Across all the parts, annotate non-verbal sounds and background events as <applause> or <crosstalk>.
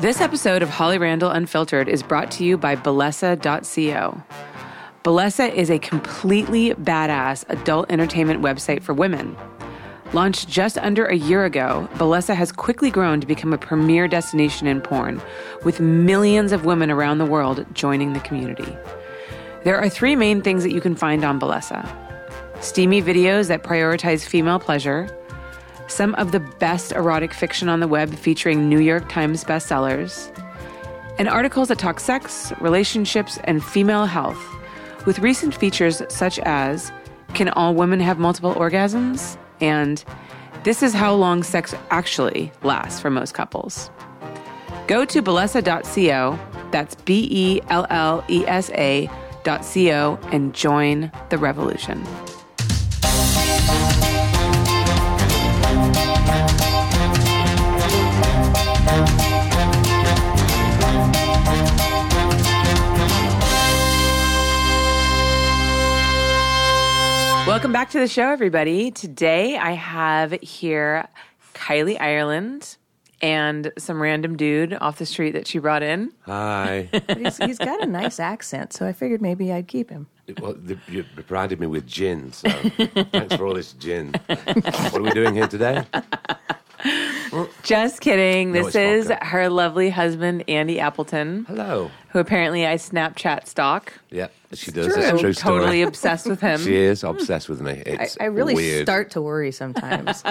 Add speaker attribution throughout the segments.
Speaker 1: This episode of Holly Randall Unfiltered is brought to you by Balesa.co. Balesa is a completely badass adult entertainment website for women. Launched just under a year ago, Balesa has quickly grown to become a premier destination in porn, with millions of women around the world joining the community. There are three main things that you can find on Balesa steamy videos that prioritize female pleasure, some of the best erotic fiction on the web featuring New York Times bestsellers, and articles that talk sex, relationships, and female health, with recent features such as Can All Women Have Multiple Orgasms? and This is How Long Sex Actually Lasts for Most Couples. Go to belessa.co, that's B E L L E S A dot co, and join the revolution. Welcome back to the show, everybody. Today I have here Kylie Ireland and some random dude off the street that she brought in.
Speaker 2: <laughs>
Speaker 3: Hi.
Speaker 2: But he's, he's got a nice accent, so I figured maybe I'd keep him.
Speaker 3: well, the, you provided me with gin, so thanks for all this gin. what are we doing here today?
Speaker 1: Just kidding.
Speaker 3: No,
Speaker 1: This
Speaker 3: it's
Speaker 1: is
Speaker 3: vodka.
Speaker 1: her lovely husband, Andy Appleton,
Speaker 3: Hello.
Speaker 1: who apparently I Snapchat stalk.
Speaker 3: Yeah, she does.
Speaker 2: true.
Speaker 3: That's a
Speaker 2: I'm
Speaker 3: true story.
Speaker 1: Totally obsessed with him.
Speaker 3: <laughs> she is obsessed with me.
Speaker 2: I,
Speaker 3: It's
Speaker 2: I really
Speaker 3: weird.
Speaker 2: start to
Speaker 3: <laughs>
Speaker 2: worry sometimes.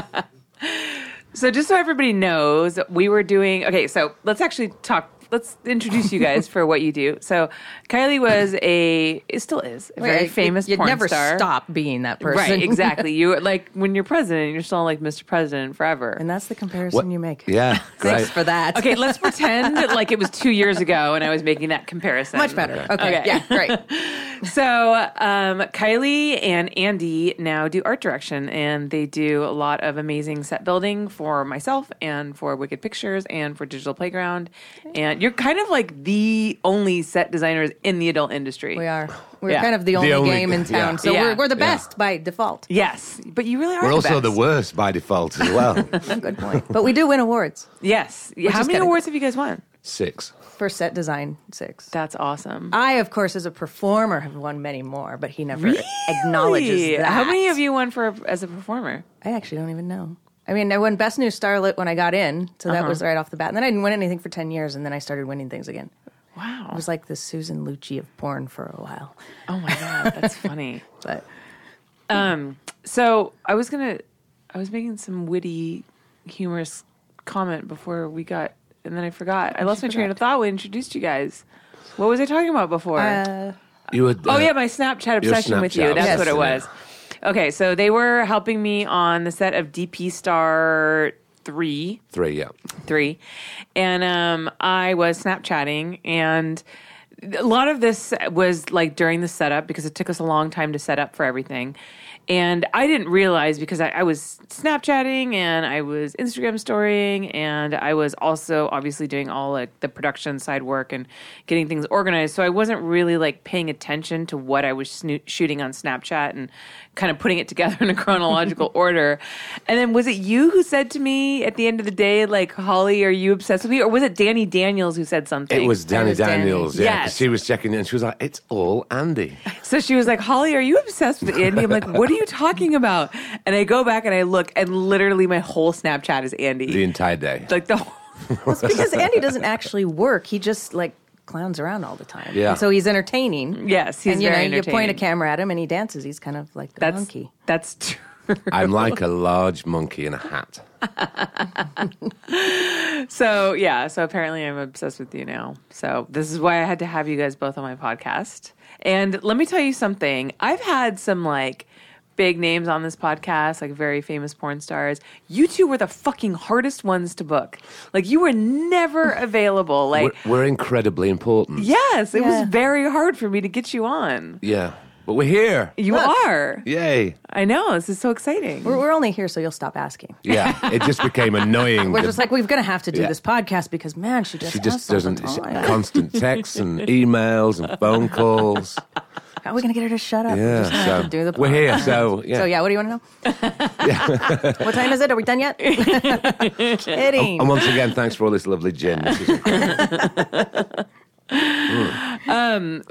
Speaker 1: So just so everybody knows, we were doing okay. So let's actually talk. Let's introduce you guys for what you do. So Kylie was a it still is a very
Speaker 2: Like,
Speaker 1: famous
Speaker 2: You'd
Speaker 1: porn
Speaker 2: never
Speaker 1: star.
Speaker 2: stop being that person.
Speaker 1: Right, exactly. You like when you're president, you're still like Mr. President forever.
Speaker 2: <laughs> and that's the comparison
Speaker 3: What-
Speaker 2: you make. <laughs>
Speaker 3: Yeah,
Speaker 2: Thanks
Speaker 3: great.
Speaker 2: for that.
Speaker 1: okay, let's pretend that like it was two years ago and I was making that comparison.
Speaker 2: <laughs> Much better. Okay.
Speaker 1: Okay.
Speaker 2: Yeah, great.
Speaker 1: <laughs> So um, Kylie and Andy now do art direction, and they do a lot of amazing set building for myself and for Wicked Pictures and for Digital Playground. And you're kind of like the only set designers in the adult industry.
Speaker 2: We are. We're
Speaker 1: Yeah.
Speaker 2: kind of the only,
Speaker 3: only-
Speaker 2: game in
Speaker 3: yeah.
Speaker 2: town, so
Speaker 1: Yeah.
Speaker 2: we're, we're the
Speaker 3: Yeah.
Speaker 2: best
Speaker 1: <laughs>
Speaker 2: by default.
Speaker 1: Yes, but you really are.
Speaker 3: We're
Speaker 1: the
Speaker 3: also
Speaker 1: best.
Speaker 3: the worst by default as
Speaker 2: <laughs>
Speaker 3: well.
Speaker 2: Good point. But we do win awards
Speaker 1: Yes. How
Speaker 2: is
Speaker 1: many
Speaker 2: good.
Speaker 1: awards have you guys won?
Speaker 3: Six.
Speaker 2: for set design six.
Speaker 1: That's awesome.
Speaker 2: I, of course, as a performer, have won many more, but he never acknowledges that.
Speaker 1: How many of you won for as a performer?
Speaker 2: I actually don't even know. I mean, I won Best New Starlet when I got in, so that
Speaker 1: Uh-huh.
Speaker 2: was right off the bat. And then I didn't win anything for 10 years, and then I started winning things again.
Speaker 1: Wow.
Speaker 2: I was like the Susan Lucci of porn for a while.
Speaker 1: oh my god, that's funny.
Speaker 2: But
Speaker 1: So I was gonna, I was making some witty, humorous comment before we got, and then I forgot. I lost my train of thought when I introduced you guys. What was I talking about before?
Speaker 2: Uh,
Speaker 3: You were, uh,
Speaker 1: oh yeah, my Snapchat obsession with you.
Speaker 3: Snapchat
Speaker 1: That's what it
Speaker 3: obsession.
Speaker 1: was. Okay, so they were helping me on the set of DP Star Three
Speaker 3: Three, yeah.
Speaker 1: three, and um, I was Snapchatting, and a lot of this was like during the setup because it took us a long time to set up for everything, and I didn't realize because I, I was Snapchatting and I was Instagram storying, and I was also obviously doing all like the production side work and getting things organized, so I wasn't really like paying attention to what I was snoo- shooting on Snapchat and kind of putting it together in a <laughs> chronological order. And then was it you who said to me at the end of the day, like, Holly, are you obsessed with me? Or was it Danny Daniels who said something?
Speaker 3: It was Danny
Speaker 2: was Danny.
Speaker 3: Daniels. Yeah, 'cause
Speaker 1: Yes.
Speaker 3: she was checking it and she was like, "It's all Andy."
Speaker 1: So she was like, Holly, are you obsessed with Andy? I'm like, what are you talking about? And I go back and I look, and literally my whole Snapchat is Andy.
Speaker 2: <laughs>
Speaker 3: The entire day.
Speaker 1: like the whole. <laughs>
Speaker 2: well, it's because Andy doesn't actually work, he just like clowns around all the time.
Speaker 3: Yeah.
Speaker 2: And so he's entertaining.
Speaker 1: Yes, he's
Speaker 2: and you
Speaker 1: very
Speaker 2: know, you point a
Speaker 1: entertaining.
Speaker 2: camera at him and he dances. He's kind of like a
Speaker 1: That's
Speaker 2: monkey.
Speaker 1: That's true. <laughs>
Speaker 3: I'm like a large monkey in a hat.
Speaker 1: So yeah, so apparently I'm obsessed with you now. So this is why I had to have you guys both on my podcast. And let me tell you something. I've had some like big names on this podcast, like very famous porn stars. You two were the fucking hardest ones to book. Like you were
Speaker 3: <laughs>
Speaker 1: never available.
Speaker 3: We're,
Speaker 1: Like
Speaker 3: we're incredibly important.
Speaker 1: yes, it
Speaker 2: Yeah.
Speaker 1: was very hard for me to get you on.
Speaker 3: Yeah, but we're here.
Speaker 1: You
Speaker 2: Look.
Speaker 1: are.
Speaker 3: Yay.
Speaker 1: I know. This is so exciting.
Speaker 2: We're, we're only here, so you'll stop asking.
Speaker 3: Yeah, it just
Speaker 2: <laughs>
Speaker 3: became annoying.
Speaker 2: We're
Speaker 3: The
Speaker 2: just like, we're going to have to do
Speaker 3: Yeah.
Speaker 2: this podcast because, man, she just,
Speaker 3: She
Speaker 2: has
Speaker 3: just doesn't.
Speaker 2: something to
Speaker 3: she-
Speaker 2: <laughs> tell me.
Speaker 3: constant texts and emails and phone calls.
Speaker 2: How are we gonna get her to shut up?
Speaker 3: Yeah,
Speaker 2: Just have
Speaker 3: so
Speaker 2: to do the
Speaker 3: we're here,
Speaker 2: podcast.
Speaker 3: so, yeah.
Speaker 2: So yeah, what do you want to know? what time is it? Are we
Speaker 3: <laughs>
Speaker 2: done yet? Kidding.
Speaker 3: And once again, thanks for all this lovely gin. This
Speaker 2: <laughs>
Speaker 3: is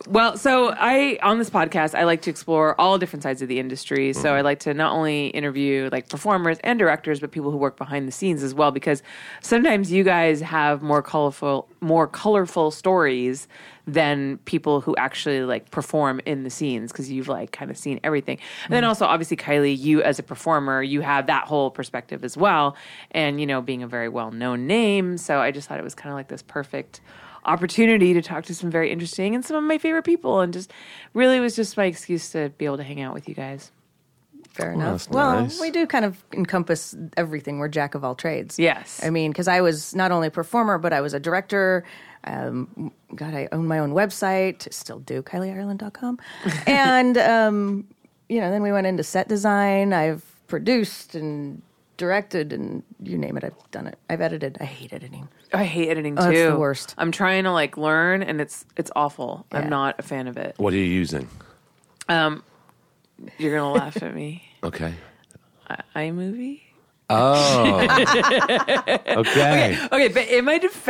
Speaker 1: Well, so I on this podcast, I like to explore all different sides of the industry. So I like to not only interview like performers and directors, but people who work behind the scenes as well, because sometimes you guys have more colorful, more colorful stories than people who actually like perform in the scenes because you've like kind of seen everything. And then also obviously Kylie, you as a performer, you have that whole perspective as well, and you know being a very well known name. So I just thought it was kind of like this perfect opportunity to talk to some very interesting and some of my favorite people and just really was just my excuse to be able to hang out with you guys.
Speaker 2: Fair
Speaker 3: oh, that's
Speaker 2: enough. Well,
Speaker 3: nice.
Speaker 2: we do kind of encompass everything. We're jack of all trades.
Speaker 1: Yes.
Speaker 2: I mean, because I was not only a performer, but I was a director. Um, God, I own my own website, still do,
Speaker 3: <laughs>
Speaker 2: KylieIreland.com. and, um, you know, then we went into set design. I've produced and directed and you name it, I've done it. I've edited. I hate editing.
Speaker 1: Oh, I hate editing too.
Speaker 2: it's Oh, the worst.
Speaker 1: I'm trying to like learn and it's it's awful.
Speaker 2: Yeah.
Speaker 1: I'm not a fan of it.
Speaker 3: what are you using?
Speaker 1: You're gonna laugh at
Speaker 2: <laughs>
Speaker 1: me.
Speaker 3: Okay.
Speaker 1: iMovie?
Speaker 3: Okay.
Speaker 1: Okay, but in my defense,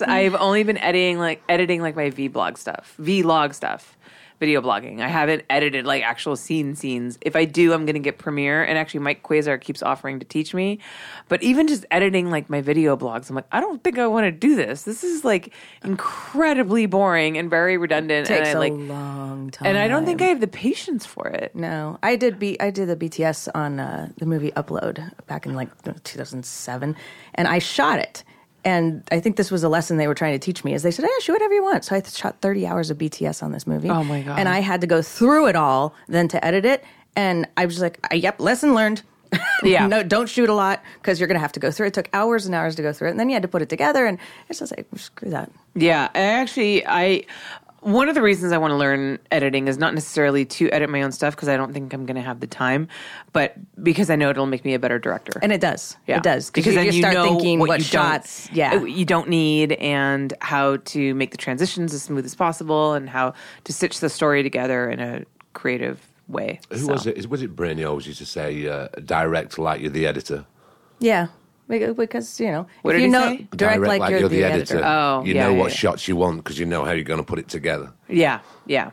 Speaker 2: Mm-hmm.
Speaker 1: I've only been editing like editing like my vlog stuff, vlog stuff, video blogging. I haven't edited like actual scene scenes. If I do, I'm gonna get Premiere, and actually Mike Quasar keeps offering to teach me. But even just editing like my video blogs, I'm like, I don't think I want to do this. This is like incredibly boring and very redundant,
Speaker 2: takes
Speaker 1: and I
Speaker 2: a
Speaker 1: like,
Speaker 2: long time.
Speaker 1: and I don't think I have the patience for it.
Speaker 2: No, I did. B- I did the BTS on uh, the movie Upload back in like 2007, and I shot it. And I think this was a lesson they were trying to teach me. Is they said, "Yeah, shoot whatever you want." So I shot 30 hours of BTS on this movie.
Speaker 1: Oh, my God.
Speaker 2: And I had to go through it all, then to edit it. And I was like, "I- "Yep, lesson learned." <laughs>
Speaker 1: Yeah.
Speaker 2: no, don't shoot a lot because you're going to have to go through. It It took hours and hours to go through it, and then you had to put it together. And it's just like, screw that.
Speaker 1: Yeah, I actually I one of the reasons I want to learn editing is not necessarily to edit my own stuff because I don't think I'm going to have the time, but because I know it'll make me a better director.
Speaker 2: And it does.
Speaker 1: Yeah.
Speaker 2: It does
Speaker 1: because
Speaker 2: you
Speaker 1: then
Speaker 2: just
Speaker 1: you
Speaker 2: start
Speaker 1: know
Speaker 2: thinking what,
Speaker 1: you don't- uh, Oh,
Speaker 2: shots. Yeah.
Speaker 1: you don't need and how to make the transitions as smooth as possible and how to stitch the story together in a creative way.
Speaker 3: Who
Speaker 1: So-
Speaker 3: was it? Is- Was it Brainy always used to say, uh, direct like you're the editor?
Speaker 2: Yeah, Be- because you know,
Speaker 1: What did
Speaker 2: if you
Speaker 1: he
Speaker 2: know,
Speaker 1: say?
Speaker 2: direct, like, you're, the, editor.
Speaker 1: Oh,
Speaker 3: you
Speaker 1: yeah,
Speaker 3: know
Speaker 1: yeah,
Speaker 3: what
Speaker 1: yeah.
Speaker 3: shots you want because you know how you're going to put it together.
Speaker 1: Yeah, yeah,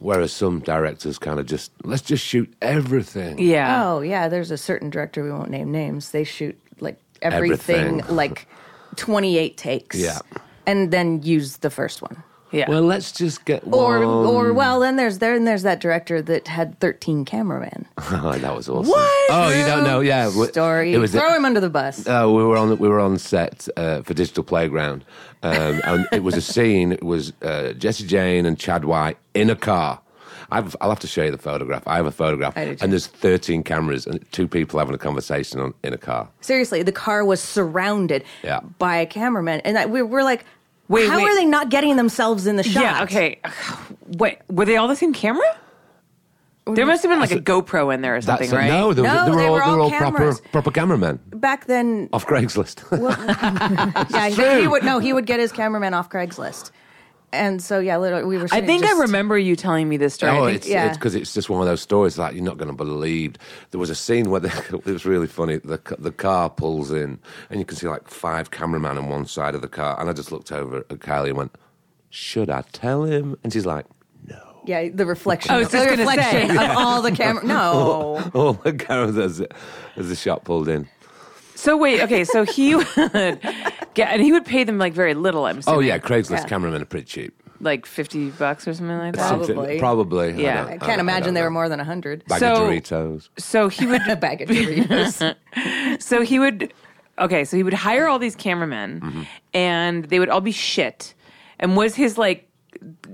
Speaker 3: Whereas some directors kind of just, let's just shoot everything.
Speaker 1: yeah.
Speaker 2: Oh yeah, there's a certain director we won't name names. They shoot like everything,
Speaker 3: Everything.
Speaker 2: like 28 takes.
Speaker 3: Yeah.
Speaker 2: and then use the first one.
Speaker 1: Yeah.
Speaker 3: Well, let's just get one. <laughs>
Speaker 2: Or, <laughs> or well, then there's there and there's that director that had 13 cameramen.
Speaker 3: Oh, that was awesome.
Speaker 2: What?
Speaker 3: Oh, you don't know? Yeah, w-
Speaker 2: Story.
Speaker 3: It was
Speaker 2: Throw him under the bus.
Speaker 3: Uh, we were on we were on set uh, for Digital Playground, um, and it was a scene. It was uh, Jesse Jane and Chad White in a car. I've, I'll have to show you the photograph. I have a photograph,
Speaker 2: I do too.
Speaker 3: and there's 13 cameras and two people having a conversation on, in a car.
Speaker 2: Seriously, the car was surrounded
Speaker 3: Yeah.
Speaker 2: by cameramen, and I, we were like,
Speaker 1: Wait,
Speaker 2: how
Speaker 1: wait.
Speaker 2: are they not getting themselves in the shot?
Speaker 1: yeah, okay. Wait, were they all the same camera? There must have been like a GoPro in there or something, right?
Speaker 3: no, there was,
Speaker 2: No,
Speaker 3: they were
Speaker 2: they
Speaker 3: all,
Speaker 2: were
Speaker 3: they were
Speaker 2: all
Speaker 3: all proper
Speaker 2: cameras.
Speaker 3: proper cameramen
Speaker 2: Back then,
Speaker 3: off Craigslist. <laughs>
Speaker 2: Yeah, I think he would. No, he would get his cameraman off Craigslist, and so yeah, literally, we were.
Speaker 1: I
Speaker 2: sitting
Speaker 1: think
Speaker 2: just-
Speaker 1: I remember you telling me this story. I
Speaker 3: Oh,
Speaker 1: think-
Speaker 3: it's
Speaker 2: yeah.
Speaker 3: it's because it's just one of those stories like you're not going to believe. There was a scene where <laughs> the, it was really funny. The ca- the car pulls in, and you can see like five cameramen on one side of the car. And I just looked over at Kylie and went, "Should I tell him?" And she's like, <laughs> "No."
Speaker 2: Yeah, the reflection.
Speaker 1: I was
Speaker 2: the
Speaker 1: just gonna
Speaker 2: reflection
Speaker 1: say.
Speaker 2: of all the camera. No,
Speaker 3: All the cameras "Oh as, as the shot pulled in.
Speaker 1: So wait, okay, so he <laughs> would get, and he would pay them like very little. I'm
Speaker 3: Oh
Speaker 1: assuming,
Speaker 3: yeah, Craigslist
Speaker 2: Yeah.
Speaker 3: cameramen are pretty cheap.
Speaker 1: like fifty bucks or something like that.
Speaker 2: Probably.
Speaker 3: Something- probably.
Speaker 1: Yeah. I
Speaker 3: don't-
Speaker 2: I can't
Speaker 3: don't-
Speaker 2: imagine
Speaker 3: don't
Speaker 2: they were
Speaker 3: know.
Speaker 2: more than a hundred.
Speaker 3: bag
Speaker 1: So-
Speaker 3: of Doritos.
Speaker 1: So he would,
Speaker 2: <laughs> A bag of Doritos.
Speaker 1: so he would, okay, so he would hire all these cameramen,
Speaker 3: Mm-hmm.
Speaker 1: and they would all be shit. And was his like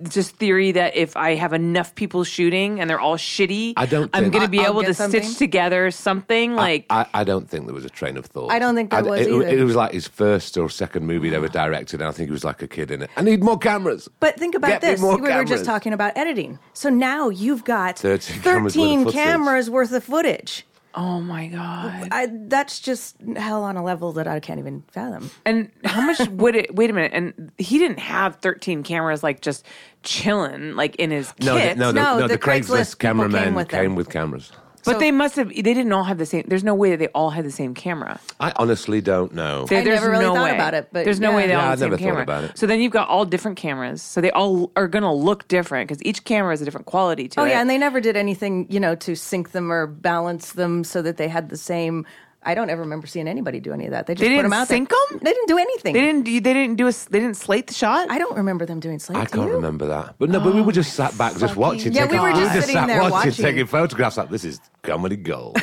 Speaker 1: just theory that if I have enough people shooting and they're all shitty,
Speaker 3: I don't
Speaker 1: I'm
Speaker 3: think-
Speaker 1: going to be
Speaker 2: I'll
Speaker 1: able
Speaker 2: get
Speaker 1: to
Speaker 2: something.
Speaker 1: stitch together something like.
Speaker 3: I, I don't think there was a train of thought.
Speaker 2: I don't think there was
Speaker 3: it,
Speaker 2: either.
Speaker 3: It was like his first or second movie he'd ever directed, and I think he was like a kid in it. I need more cameras.
Speaker 2: But think about
Speaker 3: Get me
Speaker 2: this.
Speaker 3: more
Speaker 2: We were just
Speaker 3: cameras.
Speaker 2: talking about editing. So now you've got
Speaker 3: 13 cameras worth of footage.
Speaker 2: cameras worth of footage.
Speaker 1: Oh my god!
Speaker 2: I, that's just hell on a level that I can't even fathom.
Speaker 1: And how
Speaker 2: <laughs>
Speaker 1: much would it? Wait a minute. And he didn't have thirteen cameras like just chilling like in his kit.
Speaker 3: No, the, no, the,
Speaker 2: No,
Speaker 3: no,
Speaker 2: the
Speaker 3: the
Speaker 2: Craigslist
Speaker 3: Craigslist,
Speaker 2: people came
Speaker 3: cameramen came
Speaker 2: with
Speaker 3: with,
Speaker 2: them.
Speaker 3: cameras.
Speaker 1: but
Speaker 2: so-
Speaker 1: they must have. They didn't all have the same. There's no way that they all had the same camera.
Speaker 3: I honestly don't know.
Speaker 1: There-
Speaker 2: I
Speaker 1: there's
Speaker 2: never really
Speaker 1: no
Speaker 2: thought
Speaker 1: way.
Speaker 2: about it, but
Speaker 1: there's no
Speaker 2: yeah.
Speaker 1: way they
Speaker 3: Yeah,
Speaker 1: all
Speaker 3: I
Speaker 1: have the
Speaker 3: never
Speaker 1: same
Speaker 3: thought
Speaker 1: camera.
Speaker 3: about it.
Speaker 1: So then you've got all different cameras. So they all are going to look different because each camera is a different quality to
Speaker 2: Oh
Speaker 1: it.
Speaker 2: yeah, and they never did anything, you know, to sync them or balance them so that they had the same. I don't ever remember seeing anybody do any of that. They just
Speaker 1: They
Speaker 2: put
Speaker 1: didn't
Speaker 2: them out
Speaker 1: sync
Speaker 2: there.
Speaker 1: 'em?
Speaker 2: They didn't do anything.
Speaker 1: They didn't. do- They didn't do a. s- They didn't slate the shot.
Speaker 2: I don't remember them doing slate.
Speaker 3: I
Speaker 2: do
Speaker 3: can't
Speaker 2: you?
Speaker 3: remember that. But no, but we were just sat back, just watching.
Speaker 2: Yeah,
Speaker 3: taking-
Speaker 2: we were just
Speaker 3: just
Speaker 2: sitting
Speaker 3: sat
Speaker 2: there
Speaker 3: watching,
Speaker 2: watching.
Speaker 3: taking photographs. Like this is comedy
Speaker 2: <laughs>
Speaker 3: gold.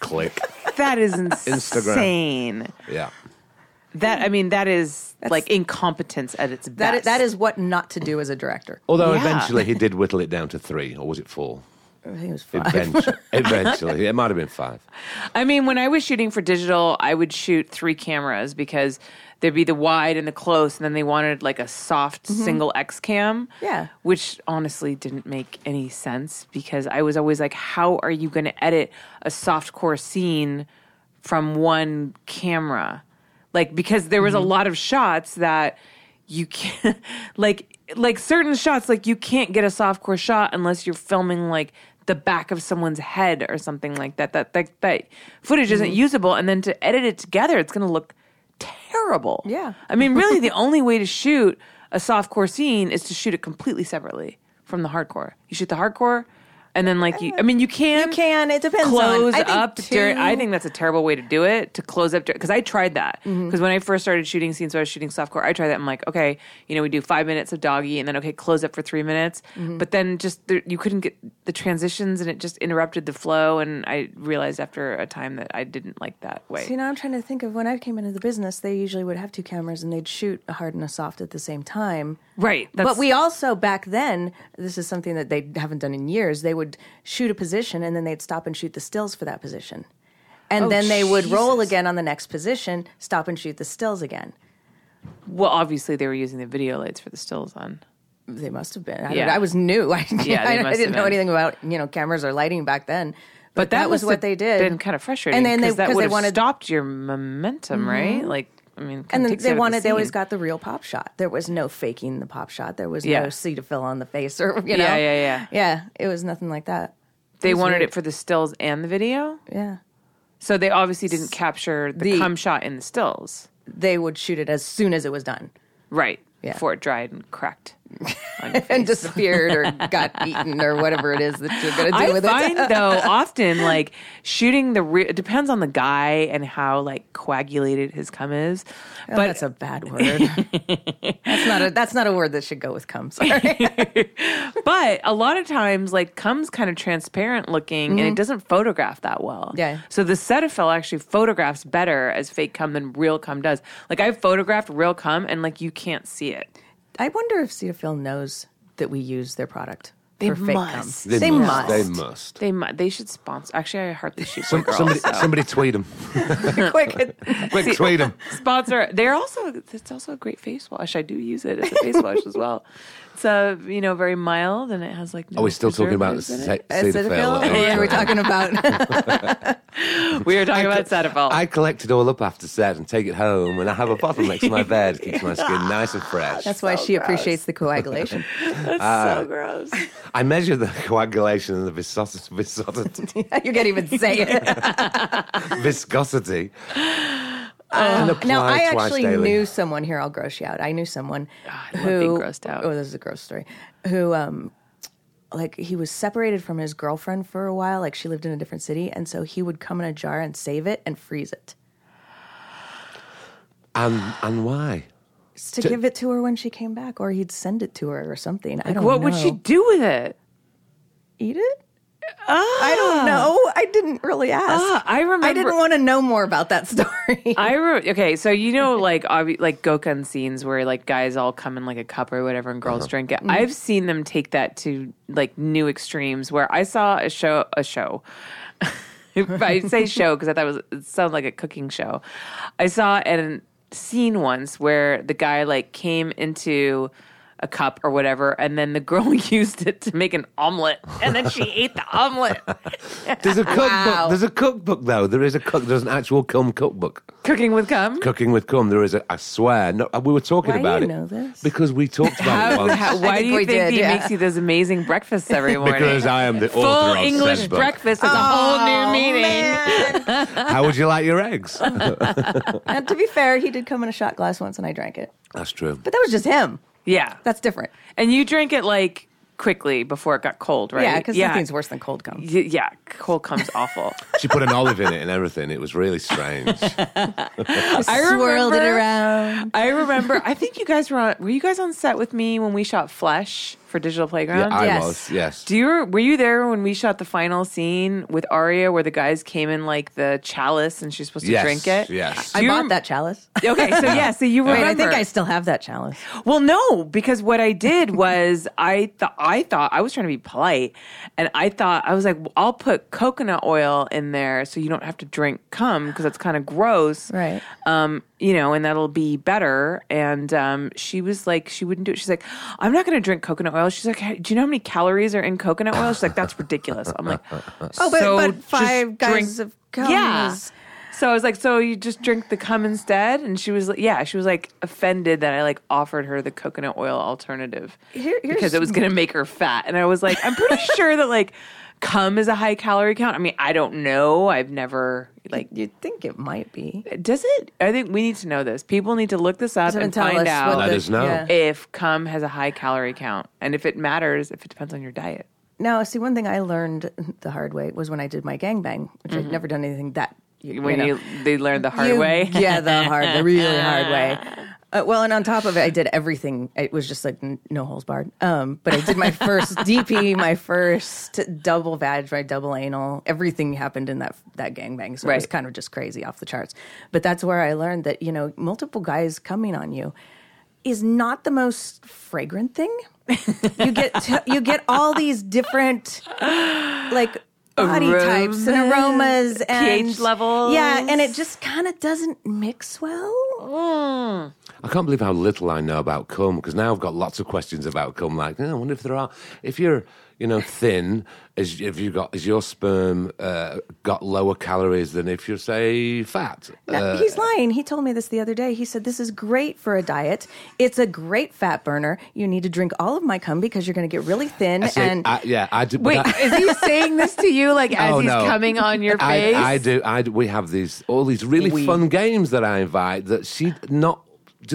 Speaker 3: Click.
Speaker 1: that is insane.
Speaker 3: Yeah.
Speaker 1: That I mean, that is like incompetence at its best.
Speaker 2: That is, that is what not to do as a director.
Speaker 3: Although
Speaker 1: Yeah.
Speaker 3: eventually he did whittle it down to three, or was it four?
Speaker 2: I think it was five. <laughs>
Speaker 3: Eventually, eventually, it might have been five.
Speaker 1: I mean, when I was shooting for digital, I would shoot three cameras because there'd be the wide and the close, and then they wanted like a soft single X cam.
Speaker 2: Yeah.
Speaker 1: Which honestly didn't make any sense because I was always like, how are you going to edit a soft core scene from one camera? Like, because there was a lot of shots that you can't, <laughs> like, like certain shots, like you can't get a softcore shot unless you're filming like the back of someone's head or something like that. That that that footage isn't usable, and then to edit it together, it's going to look terrible.
Speaker 2: Yeah.
Speaker 1: I mean, really, the only way to shoot a softcore scene is to shoot it completely separately from the hardcore. You shoot the hardcore, and then like you, I mean, you can,
Speaker 2: You can. It depends on-
Speaker 1: Close
Speaker 2: I think
Speaker 1: up during.
Speaker 2: too-
Speaker 1: I think that's a terrible way to do it. To close up because I tried that because
Speaker 2: Mm-hmm.
Speaker 1: when I first started shooting scenes, where I was shooting softcore. I tried that. I'm like, okay, you know, we do five minutes of doggy, and then okay, close up for three minutes.
Speaker 2: Mm-hmm.
Speaker 1: But then just the, you couldn't get the transitions, and it just interrupted the flow. And I realized after a time that I didn't like that way.
Speaker 2: See, now I'm trying to think of when I came into the business, they usually would have two cameras and they'd shoot a hard and a soft at the same time.
Speaker 1: Right, that's-
Speaker 2: but we also, back then, this is something that they haven't done in years, they would shoot a position and then they'd stop and shoot the stills for that position. And
Speaker 1: Oh,
Speaker 2: then they would roll
Speaker 1: Jesus.
Speaker 2: again on the next position, stop and shoot the stills again.
Speaker 1: Well, obviously they were using the video lights for the stills on.
Speaker 2: They must have been. I,
Speaker 1: Yeah.
Speaker 2: don't, I was new. <laughs> I,
Speaker 1: they
Speaker 2: I,
Speaker 1: must have
Speaker 2: didn't know
Speaker 1: been.
Speaker 2: anything about you know cameras or lighting back then.
Speaker 1: But that,
Speaker 2: was
Speaker 1: must have
Speaker 2: what they did.
Speaker 1: Been kind of frustrating,
Speaker 2: And then they,
Speaker 1: that
Speaker 2: because
Speaker 1: would
Speaker 2: they
Speaker 1: have
Speaker 2: wanted Mm-hmm.
Speaker 1: stopped your momentum, right? Like, I mean,
Speaker 2: And then they wanted, they always got the real pop shot. There was no faking the pop shot. There was
Speaker 1: Yeah.
Speaker 2: no C to fill on the face or, <laughs> you know.
Speaker 1: Yeah, yeah, yeah.
Speaker 2: Yeah, it was nothing like that.
Speaker 1: They
Speaker 2: was
Speaker 1: wanted
Speaker 2: weird.
Speaker 1: it for the stills and the video,
Speaker 2: Yeah.
Speaker 1: so they obviously didn't capture the,
Speaker 2: The-
Speaker 1: cum shot in the stills,
Speaker 2: They would shoot it as soon as it was done
Speaker 1: right?
Speaker 2: Yeah.
Speaker 1: Before it dried and cracked. on your
Speaker 2: <laughs> and disappeared or got eaten or whatever it is that you're going to do
Speaker 1: I
Speaker 2: with <laughs>
Speaker 1: find
Speaker 2: it.
Speaker 1: though often like shooting the re- it depends on the guy and how like coagulated his cum is,
Speaker 2: Oh,
Speaker 1: but
Speaker 2: that's a bad word. that's not a that's not a word that should go with cum. Sorry.
Speaker 1: but a lot of times like comes kind of transparent looking and it doesn't photograph that well
Speaker 2: Mm-hmm. Yeah.
Speaker 1: so the cetaphil actually photographs better as fake cum than real cum does like i've photographed real cum and like you can't see it
Speaker 2: <laughs> I wonder if Cetaphil knows that we use their product
Speaker 1: They
Speaker 2: for fake
Speaker 1: must.
Speaker 2: cum. They, must.
Speaker 3: They must.
Speaker 1: they mu- they should sponsor actually i hardly shoot for
Speaker 3: Some,
Speaker 1: girls,
Speaker 3: somebody,
Speaker 1: so.
Speaker 3: <laughs> somebody tweet them.
Speaker 2: <laughs> Quick.
Speaker 3: Quick, tweet
Speaker 2: <laughs>
Speaker 3: them.
Speaker 1: <laughs> sponsor they're also it's also a great face wash i do use it as a face wash as well it's uh, you know very mild and it has like no
Speaker 3: Oh, we're still talking about
Speaker 1: preservatives in it.
Speaker 3: se-
Speaker 2: Cetaphil.
Speaker 3: Cetaphil.
Speaker 2: What are we talking about?
Speaker 1: <laughs>
Speaker 2: <laughs>
Speaker 1: we were talking about cetaphil
Speaker 3: I collect it all up after set and take it home, and I have a bottle next to my bed. Keeps my
Speaker 2: <laughs>
Speaker 3: skin nice and fresh.
Speaker 2: That's why
Speaker 1: So
Speaker 2: she
Speaker 1: gross.
Speaker 2: appreciates the <laughs> coagulation.
Speaker 1: that's
Speaker 3: uh,
Speaker 1: so gross
Speaker 3: I measure the coagulation and the viscos-
Speaker 2: <laughs>
Speaker 3: viscosity,
Speaker 2: you can't even say it.
Speaker 3: viscosity and apply
Speaker 2: Uh, now, I
Speaker 3: twice
Speaker 2: actually
Speaker 3: daily.
Speaker 2: knew someone here. I'll gross you out. I knew someone
Speaker 1: I love
Speaker 2: who
Speaker 1: being grossed out.
Speaker 2: Oh, this is a gross story. Who, um, like, he was separated from his girlfriend for a while. Like, she lived in a different city, and so he would come in a jar and save it and freeze it
Speaker 3: and and why?
Speaker 2: to, give it to her when she came back, or he'd send it to her or something. I don't.
Speaker 1: what would she
Speaker 2: know.
Speaker 1: do with it
Speaker 2: eat it? I don't know. I didn't really ask.
Speaker 1: Ah, I remember-
Speaker 2: I didn't want to know more about that story.
Speaker 1: <laughs> I re- okay, so you know, like obvi- like Gokun scenes where like guys all come in like a cup or whatever, and
Speaker 3: Uh-huh.
Speaker 1: girls drink
Speaker 2: Mm-hmm.
Speaker 1: it. I've seen them take that to like new extremes. Where I saw a show, a show. <laughs> I say show because I thought it was it sounded like a cooking show. I saw an scene once where the guy like came into a cup or whatever, and then the girl <laughs> used it to make an omelet, and then she ate the omelet.
Speaker 3: There's
Speaker 2: <laughs>
Speaker 3: a cookbook.
Speaker 2: Wow.
Speaker 3: There's a cookbook though. There is a cook. There's an actual cum cookbook.
Speaker 1: Cooking with cum.
Speaker 3: Cooking with cum. There is a. I swear. No, uh, we were talking
Speaker 2: Why do
Speaker 3: about
Speaker 2: you
Speaker 3: it
Speaker 2: know this?
Speaker 3: because we talked about it
Speaker 1: How,
Speaker 3: once.
Speaker 1: how- why do
Speaker 2: I think
Speaker 1: you
Speaker 2: we
Speaker 1: think
Speaker 2: did,
Speaker 1: he
Speaker 2: yeah.
Speaker 1: makes you those amazing breakfasts every morning?
Speaker 3: <laughs> because I am the author
Speaker 1: Full
Speaker 3: of said
Speaker 1: English
Speaker 3: book.
Speaker 1: breakfast is a whole
Speaker 2: Oh,
Speaker 1: new meaning. <laughs>
Speaker 3: How would you like your
Speaker 2: <laughs>
Speaker 3: eggs?
Speaker 2: and to be fair, he did come in a shot glass once, and I drank it.
Speaker 3: That's true.
Speaker 2: But that was just him.
Speaker 1: Yeah,
Speaker 2: That's different.
Speaker 1: and you drink it like quickly before it got cold, right?
Speaker 2: Yeah, because nothing's worse than cold cum.
Speaker 1: Y- yeah, cold cum's awful.
Speaker 2: <laughs>
Speaker 3: She put an olive in it and everything. It was really strange.
Speaker 1: I
Speaker 2: swirled it
Speaker 1: remember-
Speaker 2: around.
Speaker 1: I remember. I think you guys were on. Were you guys on set with me when we shot Flesh for Digital Playground?
Speaker 3: I
Speaker 2: Yes.
Speaker 3: was. Yes.
Speaker 1: Do you were you there when we shot the final scene with Aria, where the guys came in like the chalice and she's supposed to
Speaker 3: Yes,
Speaker 1: drink it?
Speaker 3: yes.
Speaker 1: Do
Speaker 2: I
Speaker 1: you
Speaker 2: bought
Speaker 1: rem-
Speaker 2: that chalice.
Speaker 1: Okay,
Speaker 2: <laughs>
Speaker 1: so yeah, so you
Speaker 2: Wait,
Speaker 1: remember?
Speaker 2: I think I still have that chalice.
Speaker 1: Well, no, because what I did was I thought I thought I was trying to be polite, and I thought I was like, well, I'll put coconut oil in there so you don't have to drink cum because that's kind of gross,
Speaker 2: Right.
Speaker 1: Um, you know, and that'll be better. And um, she was like, she wouldn't do it. She's like, I'm not going to drink coconut oil. She's like, "Hey, Do you know how many calories are in coconut oil? She's like, that's ridiculous. I'm like,
Speaker 2: Oh, but-
Speaker 1: "So
Speaker 2: but
Speaker 1: just
Speaker 2: five guys
Speaker 1: drink-
Speaker 2: of cum
Speaker 1: yeah.
Speaker 2: is-
Speaker 1: So I Oh, was like, so you just drink the cum instead? And she was like, yeah, she was like offended that I like offered her the coconut oil alternative
Speaker 2: Here- here's-
Speaker 1: because it was going to make her fat. And I was like, I'm <laughs> pretty sure that like cum is a high calorie count. I mean, I don't know. I've never like.
Speaker 2: You'd think it might be.
Speaker 1: Does it? I think we need to know this. People need to look this up
Speaker 2: Doesn't
Speaker 1: and
Speaker 2: tell us
Speaker 1: find out
Speaker 2: what
Speaker 3: Let
Speaker 2: the-
Speaker 3: us know.
Speaker 2: yeah.
Speaker 1: if cum has a high calorie count and if it matters, if it depends on your diet.
Speaker 2: Now, see, one thing I learned the hard way was when I did my gangbang, which I'd never done anything that. You,
Speaker 1: Mm-hmm. When
Speaker 2: know,
Speaker 1: you, they learn the hard
Speaker 2: you-
Speaker 1: way.
Speaker 2: yeah, the hard, the really
Speaker 1: <laughs>
Speaker 2: hard way. Uh, well, and on top of it, I did everything. It was just like n- no holes barred. Um, but I
Speaker 1: <laughs>
Speaker 2: did my first DP, my first double vag, my double anal. Everything happened in that that gangbang, so it was
Speaker 1: Right.
Speaker 2: kind of just crazy off the charts. But that's where I learned that you know multiple guys coming on you is not the most fragrant thing. you get t- you get all these different like body types and
Speaker 1: Aromas,
Speaker 2: aromas and
Speaker 1: pH levels.
Speaker 2: Yeah, and it just kind of doesn't mix well.
Speaker 3: I can't believe how little I know about cum because now I've got lots of questions about cum. Like, oh, I wonder if there are. If you're, you know, thin, is if you got is your sperm uh, got lower calories than if you're say fat?
Speaker 2: Now,
Speaker 3: Uh,
Speaker 2: He's lying. He told me this the other day. He said this is great for a diet. It's a great fat burner. You need to drink all of my cum because you're going to get really thin.
Speaker 3: say-
Speaker 2: and
Speaker 3: I- yeah, I do. but
Speaker 1: Wait, <laughs>
Speaker 3: I-
Speaker 1: is he saying this to you like as
Speaker 3: <laughs> Oh,
Speaker 1: he's
Speaker 3: no.
Speaker 1: coming on your
Speaker 3: I,
Speaker 1: face?
Speaker 3: I do. I do. We have these all these really fun games that I invite that she not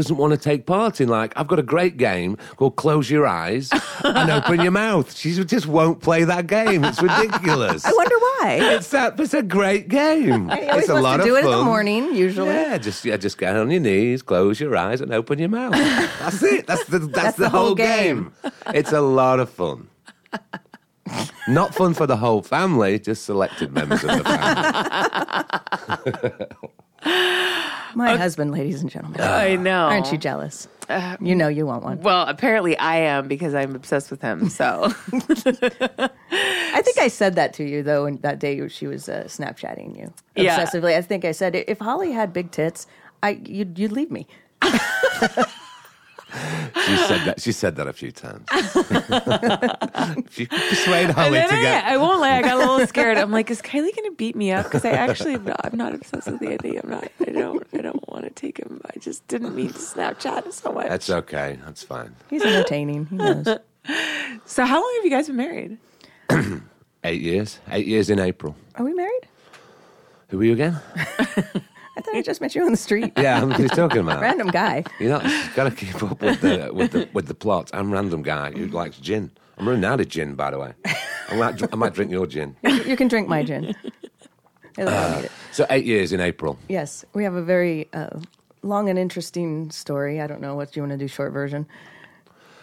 Speaker 3: doesn't want to take part in. Like I've got a great game called Close Your Eyes and Open Your Mouth. She just won't play that game. It's ridiculous.
Speaker 2: I wonder
Speaker 3: <laughs>
Speaker 2: why.
Speaker 3: It's that. It's a great game.
Speaker 2: He always
Speaker 3: It's a
Speaker 2: wants
Speaker 3: lot
Speaker 2: to
Speaker 3: of
Speaker 2: do it in the
Speaker 3: fun.
Speaker 2: morning usually.
Speaker 3: Yeah, just yeah, just get on your knees, close your eyes, and open your mouth. That's it. That's the that's, the, whole, game. It's a lot of fun. Not fun for the whole family, just selected members of the family.
Speaker 2: My husband, ladies and gentlemen.
Speaker 1: I know.
Speaker 2: Aren't you jealous? you know you want one.
Speaker 1: Well, apparently I am because I'm obsessed with <laughs> him. So
Speaker 2: I think I said that to you though, and that day she was uh, Snapchatting you
Speaker 1: Yeah.
Speaker 2: obsessively. I think I said if Holly had big tits, I you'd, you'd leave me.
Speaker 3: She said that. She said that a few times. <laughs> if you could persuade
Speaker 1: and
Speaker 2: Oh,
Speaker 3: Holly to
Speaker 1: then
Speaker 3: get.
Speaker 1: I, I won't lie, I got a
Speaker 2: <laughs>
Speaker 1: little scared. I'm like, is Kylie going to beat me up? Because I actually, am not, I'm not obsessed with Andy. I'm not. I don't. I don't want to take him. I just didn't mean to Snapchat so much.
Speaker 3: that's okay. That's fine.
Speaker 2: He's entertaining. He knows.
Speaker 1: <laughs> so how long have you guys been married?
Speaker 3: Eight years. Eight years in April.
Speaker 2: Are we married?
Speaker 3: Who are you again?
Speaker 2: I thought I just met you on the street.
Speaker 3: Yeah, I'm just talking about.
Speaker 2: Random guy.
Speaker 3: You know, you've got to keep up with the with the with the plot. I'm a random guy who likes gin. I'm running out of gin, by the way. I might, I might drink your gin.
Speaker 2: You can drink my gin. I don't need it.
Speaker 3: So eight years in April.
Speaker 2: Yes, we have a very uh, long and interesting story. I don't know what you want to do. Short version.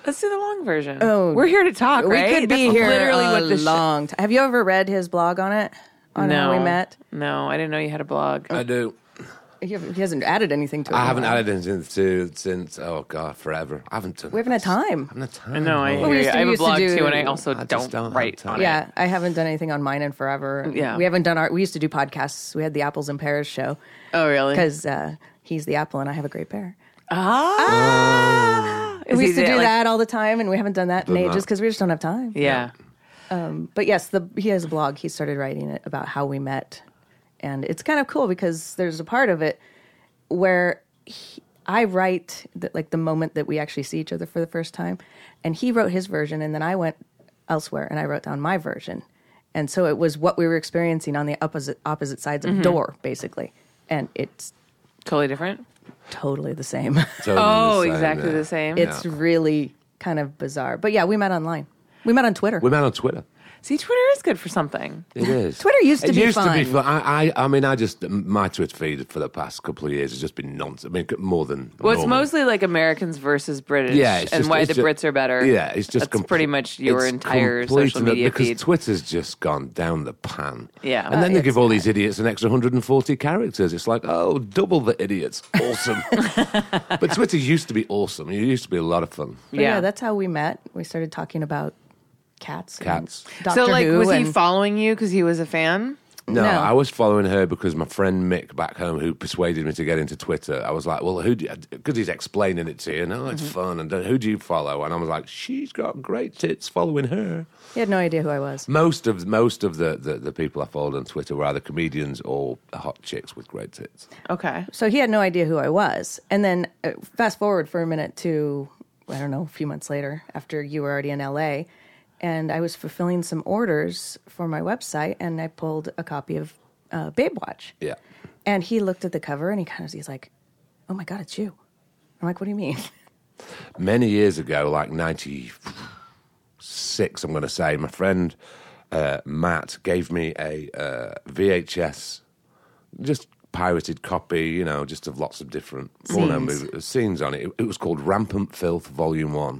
Speaker 1: Let's do the long version.
Speaker 2: Oh.
Speaker 1: we're here to talk.
Speaker 2: we
Speaker 1: right?
Speaker 2: could be
Speaker 1: That's
Speaker 2: here
Speaker 1: Literally,
Speaker 2: a
Speaker 1: what the
Speaker 2: long time. Have you ever read his blog on it? On
Speaker 1: no,
Speaker 2: how we met. Oh,
Speaker 1: No, I didn't know you had a blog.
Speaker 3: I do.
Speaker 2: He, he hasn't added anything to it.
Speaker 3: I haven't added anything to since oh god, forever. I haven't done.
Speaker 2: We haven't had time.
Speaker 3: I haven't had time.
Speaker 1: I know. I, hear
Speaker 3: Oh.
Speaker 2: we
Speaker 1: you.
Speaker 2: used to-
Speaker 1: I have
Speaker 2: we
Speaker 1: a
Speaker 2: used to
Speaker 1: blog
Speaker 2: do-
Speaker 1: too, and I also
Speaker 3: I just
Speaker 1: don't,
Speaker 3: don't have
Speaker 1: write
Speaker 3: time.
Speaker 1: on it.
Speaker 2: Yeah, I haven't done anything on mine in forever.
Speaker 1: Yeah.
Speaker 2: we haven't done our. We used to do podcasts. We had the apples and pears show
Speaker 1: Oh, really?
Speaker 2: Oh. because uh, he's the apple and I have a great pear.
Speaker 1: Ah, Is
Speaker 2: we used
Speaker 1: he
Speaker 2: to
Speaker 1: the-
Speaker 2: do
Speaker 1: like-
Speaker 2: that all the time, and we haven't done that in
Speaker 3: Done
Speaker 2: ages
Speaker 3: that.
Speaker 2: because we just don't have time.
Speaker 1: Yeah.
Speaker 2: But yes, the he has a blog. He started writing it about how we met, and it's kind of cool because there's a part of it where he, I write that like the moment that we actually see each other for the first time, and he wrote his version, and then I went elsewhere and I wrote down my version, and so it was what we were experiencing on the opposite opposite sides of door basically, and it's
Speaker 1: Totally different.
Speaker 2: totally the same. <laughs>
Speaker 3: Totally
Speaker 1: Oh,
Speaker 3: the same,
Speaker 1: exactly
Speaker 3: yeah.
Speaker 1: the same.
Speaker 2: it's really kind of bizarre, but yeah, we met online. We met on Twitter.
Speaker 3: We met on Twitter.
Speaker 1: See, Twitter is good for something.
Speaker 3: It is.
Speaker 2: <laughs> Twitter used to
Speaker 3: it
Speaker 2: be
Speaker 3: used to be fun.
Speaker 2: fun.
Speaker 3: I, I, I mean, I just my Twitter feed for the past couple of years has just been nonsense. I mean, more than
Speaker 1: Well, it's
Speaker 3: normal.
Speaker 1: mostly like Americans versus British,
Speaker 3: Yeah, it's
Speaker 1: and
Speaker 3: just-
Speaker 1: why
Speaker 3: it's
Speaker 1: the
Speaker 3: just-
Speaker 1: Brits are better.
Speaker 3: Yeah, it's just
Speaker 1: That's
Speaker 3: complete-
Speaker 1: pretty much your
Speaker 3: it's
Speaker 1: entire
Speaker 3: complete
Speaker 1: social
Speaker 3: and utter-
Speaker 1: media
Speaker 3: because
Speaker 1: feed.
Speaker 3: Twitter's just gone down the pan.
Speaker 1: Yeah.
Speaker 3: and then
Speaker 1: Uh,
Speaker 3: they give all these idiots an extra 140 characters. It's like, oh, double the idiots.
Speaker 1: <laughs>
Speaker 3: Awesome. but Twitter used to be awesome. It used to be a lot of fun.
Speaker 2: But yeah.
Speaker 1: Yeah.
Speaker 2: that's how we met. We started talking about cats. and
Speaker 3: Cats.
Speaker 1: so,
Speaker 2: Doctor
Speaker 1: like,
Speaker 2: Who
Speaker 1: was he
Speaker 2: and-
Speaker 1: following you because he was a fan?
Speaker 3: No,
Speaker 2: No.
Speaker 3: I was following her because my friend Mick back home, who persuaded me to get into Twitter, I was like, "Well, who?" Because he's explaining it to you, no, it's fun, and uh, who do you follow? And I was like, "She's got great tits." Following her,
Speaker 2: he had no idea who I was.
Speaker 3: most of most of the, the, the people I followed on Twitter were either comedians or hot chicks with great tits.
Speaker 1: Okay.
Speaker 2: So he had no idea who I was. And then uh, fast forward for a minute to, I don't know, a few months later after you were already in LA. And I was fulfilling some orders for my website and I pulled a copy of uh, Babe Watch.
Speaker 3: Yeah,
Speaker 2: And he looked at the cover and he kind of, he's like, oh my God, it's you. I'm like, what do you mean? <laughs>
Speaker 3: many years ago, like ninety six, I'm going to say, my friend uh, Matt gave me a uh, VHS, just pirated copy, you know, just of lots of different porno
Speaker 2: Scenes.
Speaker 3: movie, scenes on it. it. It was called Rampant Filth Volume One.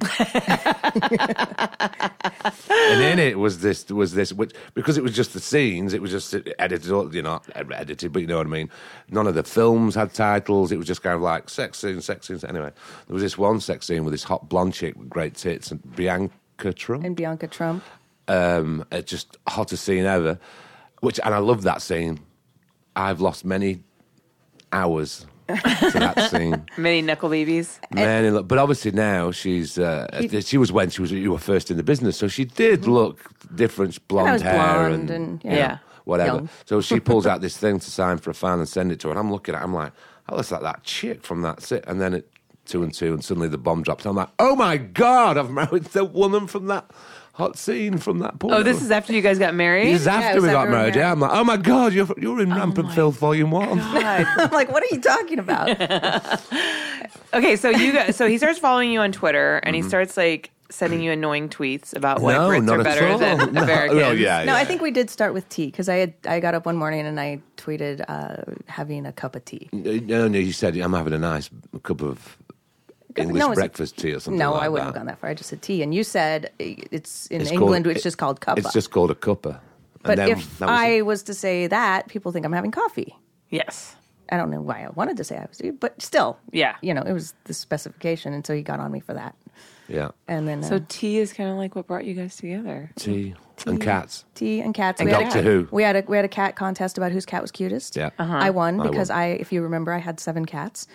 Speaker 3: and in it was this was this which because it was just the scenes it was just edited all- you know not edited but you know what i mean none of the films had titles it was just kind of like sex scenes sex scenes anyway there was this one sex scene with this hot blonde chick with great tits and bianca trump
Speaker 2: And Bianca Trump. <laughs>
Speaker 3: um, uh, just hottest scene ever. Which and I love that scene. I've lost many hours to that scene.
Speaker 1: Many knuckle babies.
Speaker 3: Many, lo- but obviously now she's uh, she was when she was you were first in the business, so she did look different, blonde
Speaker 2: I was
Speaker 3: hair
Speaker 2: blonde and, yeah.
Speaker 3: you know,
Speaker 1: Yeah.
Speaker 3: whatever.
Speaker 2: Young.
Speaker 3: So she pulls out this thing to sign for a fan and send it to her. And I'm looking at, it, I'm like, oh, that's like that chick from that sit. And then it two and two, and suddenly the bomb drops. I'm like, oh my god, I've married the woman from that hot scene from that porn.
Speaker 1: Oh, this is after you guys got married.
Speaker 3: This is
Speaker 2: it
Speaker 3: after
Speaker 2: was
Speaker 3: we got
Speaker 2: after we
Speaker 3: married.
Speaker 2: were
Speaker 3: Yeah, I'm like, oh my god, you're you're
Speaker 2: Oh
Speaker 3: in Rampant Filth Volume One.
Speaker 1: God.
Speaker 2: I'm like, what are you talking about?
Speaker 1: okay, so you guys, so he starts following you on Twitter, and he starts like sending you annoying tweets about why
Speaker 3: Mm-hmm. No,
Speaker 1: Brits
Speaker 3: not
Speaker 1: are
Speaker 3: at
Speaker 1: better
Speaker 3: all.
Speaker 1: than
Speaker 3: <laughs> No,
Speaker 1: Americans.
Speaker 3: well, yeah,
Speaker 2: No,
Speaker 3: yeah.
Speaker 2: I think we did start with tea because I had I got up one morning and I tweeted uh, having a cup of tea.
Speaker 3: Uh, No, no, you said I'm having a nice cup of English
Speaker 2: no, it's-
Speaker 3: breakfast tea or something.
Speaker 2: no,
Speaker 3: like
Speaker 2: I wouldn't
Speaker 3: that.
Speaker 2: have gone that far. I just said tea, and you said uh, it's in
Speaker 3: It's called-
Speaker 2: England, it's
Speaker 3: it-
Speaker 2: just called cuppa.
Speaker 3: It's just called a cuppa. And
Speaker 2: but
Speaker 3: then
Speaker 2: if
Speaker 3: that was
Speaker 2: I
Speaker 3: it.
Speaker 2: was to say that, people think I'm having coffee.
Speaker 1: Yes.
Speaker 2: I don't know why I wanted to say I was, but still,
Speaker 1: Yeah.
Speaker 2: you know, it was the specification, and so he got on me for that.
Speaker 3: yeah,
Speaker 2: And then
Speaker 1: So
Speaker 2: uh,
Speaker 1: tea is kind of like what brought you guys together.
Speaker 3: tea, and cats.
Speaker 2: tea and cats.
Speaker 3: And
Speaker 2: we had
Speaker 3: Doctor
Speaker 2: a,
Speaker 3: Who.
Speaker 2: We had a we had a cat contest about whose cat was cutest.
Speaker 3: Yeah. Uh-huh.
Speaker 2: I won
Speaker 3: I
Speaker 2: because
Speaker 3: won.
Speaker 2: I, if you remember, I had seven cats.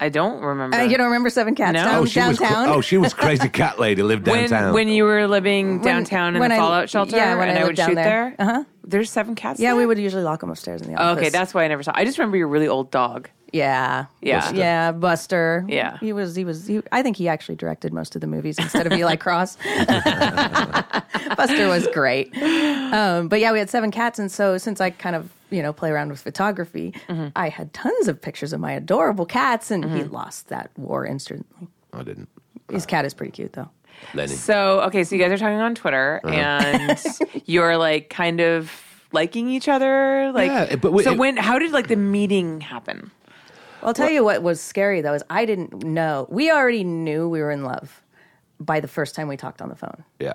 Speaker 1: I don't remember.
Speaker 2: Uh, you don't remember seven cats
Speaker 1: No.
Speaker 2: down,
Speaker 1: Oh,
Speaker 3: was cra-
Speaker 2: downtown?
Speaker 3: oh, she was crazy cat lady. Lived
Speaker 1: when
Speaker 3: downtown.
Speaker 1: when you were living downtown in
Speaker 2: when
Speaker 1: the
Speaker 2: I-
Speaker 1: fallout shelter,
Speaker 2: yeah, when
Speaker 1: and
Speaker 2: I
Speaker 1: I,
Speaker 2: lived
Speaker 1: would
Speaker 2: down
Speaker 1: shoot
Speaker 2: there.
Speaker 1: there. Uh-huh. There's seven cats.
Speaker 2: Yeah,
Speaker 1: there?
Speaker 2: we would usually lock them upstairs in the office.
Speaker 1: Okay, that's why I never saw. I just remember your really old dog.
Speaker 2: yeah,
Speaker 1: Yeah.
Speaker 3: Buster.
Speaker 2: yeah. Buster.
Speaker 1: Yeah.
Speaker 2: he was. He was. He, I think he actually directed most of the movies instead of Eli Cross. <laughs> Buster was great. Um, but yeah, we had seven cats, and so since I kind of you know play around with photography,
Speaker 1: Mm-hmm.
Speaker 2: I had tons of pictures of my adorable cats, and he lost that war instantly.
Speaker 3: I didn't.
Speaker 1: Uh.
Speaker 2: His cat is pretty cute though.
Speaker 3: Lenny.
Speaker 1: So okay, so you guys are talking on Twitter,
Speaker 3: Uh-huh.
Speaker 2: <laughs>
Speaker 1: and you're like kind of liking each other. Like,
Speaker 3: Yeah, but we-
Speaker 1: so
Speaker 3: it-
Speaker 1: when? How did like the meeting happen?
Speaker 2: I'll tell you what was scary though is I didn't know. We already knew we were in love by the first time we talked on the phone.
Speaker 3: Yeah.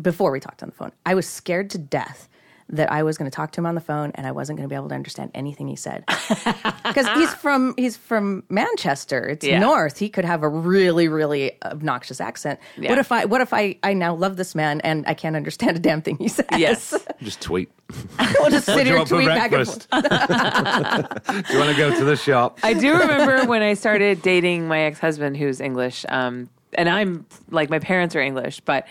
Speaker 2: Before we talked on the phone, I was scared to death that I was going to talk to him on the phone and I wasn't going to be able to understand anything he said.
Speaker 1: <laughs>
Speaker 2: Cuz he's from he's from Manchester. It's
Speaker 1: Yeah.
Speaker 2: north. He could have a really really obnoxious accent.
Speaker 1: Yeah.
Speaker 2: What if I what if I I now love this man and I can't understand a damn thing he says? <laughs>
Speaker 1: Yes.
Speaker 3: Just tweet.
Speaker 2: we'll just sit here and
Speaker 3: want for
Speaker 2: tweet back and forth.
Speaker 3: breakfast? <laughs> do
Speaker 2: <laughs>
Speaker 3: you want to go to the shop?
Speaker 1: I do remember when I started dating my ex husband, who's English. Um, and I'm like my parents are English, but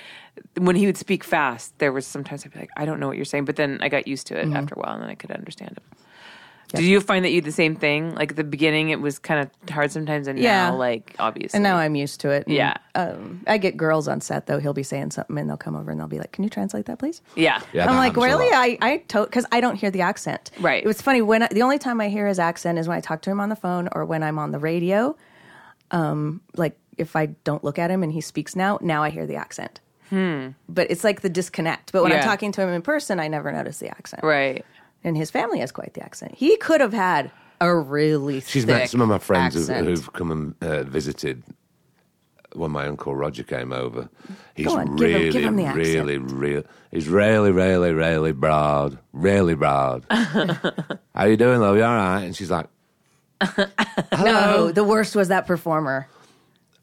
Speaker 1: when he would speak fast, there was sometimes I'd be like, I don't know what you're saying, but then I got used to it
Speaker 2: Mm-hmm.
Speaker 1: after a while, and then I could understand him. Did you find that you did the same thing? Like at the beginning, it was kind of hard sometimes, and
Speaker 2: Yeah.
Speaker 1: now, like obviously,
Speaker 2: And now I'm used to it. And,
Speaker 1: Yeah.
Speaker 2: Um, I get girls on set though. He'll be saying something and they'll come over and they'll be like, "Can you translate that, please?"
Speaker 1: yeah,
Speaker 3: Yeah,
Speaker 2: I'm
Speaker 3: that
Speaker 2: like,
Speaker 3: happens a
Speaker 2: really?
Speaker 3: lot.
Speaker 2: I I to because I don't hear the accent.
Speaker 1: Right.
Speaker 2: It was funny when I, the only time I hear his accent is when I talk to him on the phone or when I'm on the radio. Um, like if I don't look at him and he speaks now, now I hear the accent. Hmm. But it's like the disconnect. But when
Speaker 1: Yeah.
Speaker 2: I'm talking to him in person, I never notice the accent.
Speaker 1: right.
Speaker 2: And his family has quite the accent. He could have had a really
Speaker 3: She's
Speaker 2: thick
Speaker 3: met some of my friends who've,
Speaker 2: accent.
Speaker 3: who've come and uh, visited when my uncle Roger came over. He's
Speaker 2: on, give him-
Speaker 3: really,
Speaker 2: give him the accent.
Speaker 3: really, real. He's really, really, really broad. Really broad.
Speaker 2: <laughs>
Speaker 3: How you doing, love? You all right? And she's like,
Speaker 2: No, the worst was that performer.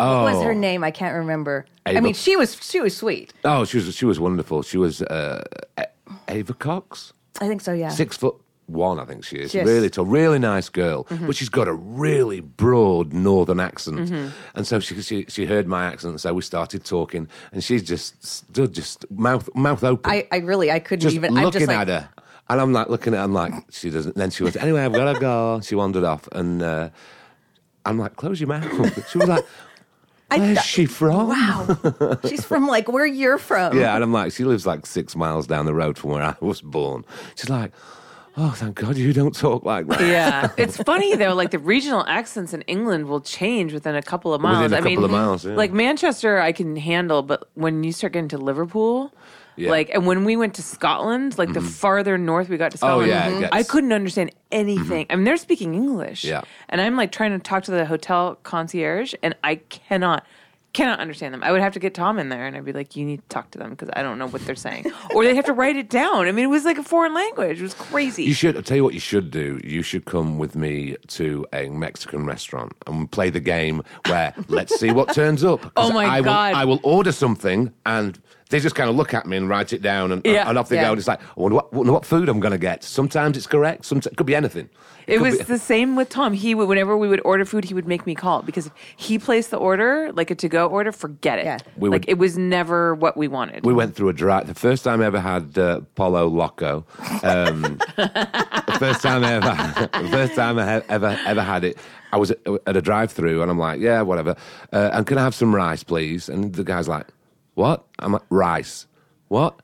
Speaker 3: oh,
Speaker 2: What was her name? I can't remember. I
Speaker 3: Ava-
Speaker 2: mean, she was she was sweet.
Speaker 3: oh, she was she was wonderful. She was uh, A- Ava Cox.
Speaker 2: I think so. Yeah.
Speaker 3: six foot one, I think she is.
Speaker 2: Yes.
Speaker 3: Really tall, really nice girl,
Speaker 2: Mm-hmm.
Speaker 3: but she's got a really broad northern accent.
Speaker 2: Mm-hmm.
Speaker 3: And so she, she she heard my accent, so we started talking, and she's just stood, just mouth mouth open,
Speaker 2: I, I really I couldn't
Speaker 3: just
Speaker 2: even.
Speaker 3: looking
Speaker 2: I'm just like,
Speaker 3: at her. And I'm like looking at, her, I'm like she doesn't. Then she went anyway. I've got to go. She wandered off, and uh, I'm like, close your mouth. <laughs> She was like,
Speaker 2: I
Speaker 3: where's
Speaker 2: thought-
Speaker 3: she from?
Speaker 2: Wow, she's from like where you're from.
Speaker 3: Yeah, and I'm like, she lives like six miles down the road from where I was born. She's like, oh, thank God you don't talk like that.
Speaker 1: Yeah, <laughs> it's funny though. Like the regional accents in England will change within a couple of miles.
Speaker 3: Within a
Speaker 1: I mean,
Speaker 3: couple of miles, yeah.
Speaker 1: like Manchester, I can handle, but when you start getting to Liverpool.
Speaker 3: Yeah. Mm-hmm.
Speaker 1: Like and when we went to Scotland, like the farther north we got to
Speaker 3: Oh,
Speaker 1: Scotland, mm-hmm.
Speaker 3: yeah, it gets-
Speaker 1: I couldn't understand anything. I mean, they're speaking English,
Speaker 3: Yeah.
Speaker 1: and I'm like trying to talk to the hotel concierge, and I cannot, cannot understand them. I would have to get Tom in there, and I'd be like, "You need to talk to them because I don't know what they're
Speaker 3: <laughs>
Speaker 1: saying," or they'd have to write it down. I mean, it was like a foreign language. It was crazy.
Speaker 3: You should. I'll tell you what you should do. You should come with me to a Mexican restaurant and play the game
Speaker 1: <laughs>
Speaker 3: where let's see what turns up. 'Cause
Speaker 1: Oh my
Speaker 3: I will,
Speaker 1: God.
Speaker 3: I will order something and they just kind of look at me and write it down and,
Speaker 1: Yeah.
Speaker 3: and off they
Speaker 2: Yeah.
Speaker 3: go. And it's like, I wonder what, wonder what food I'm going to get. Sometimes it's correct. Sometimes it could be anything.
Speaker 1: It
Speaker 3: could
Speaker 1: was
Speaker 3: be-
Speaker 1: the same with Tom. He would, whenever we would order food, he would make me call because if he placed the order, like a to-go order, forget it.
Speaker 2: Yeah.
Speaker 3: We
Speaker 1: like
Speaker 3: would-
Speaker 1: it was never what we wanted.
Speaker 3: We went through a dry. The first time I ever had uh, Polo Loco. Um, <laughs> the first time I ever, <laughs> the first time I had- ever ever had it. I was at, at a drive-through and I'm like, yeah, whatever. Uh, and can I have some rice, please? And the guy's like, what? I'm like, rice. What?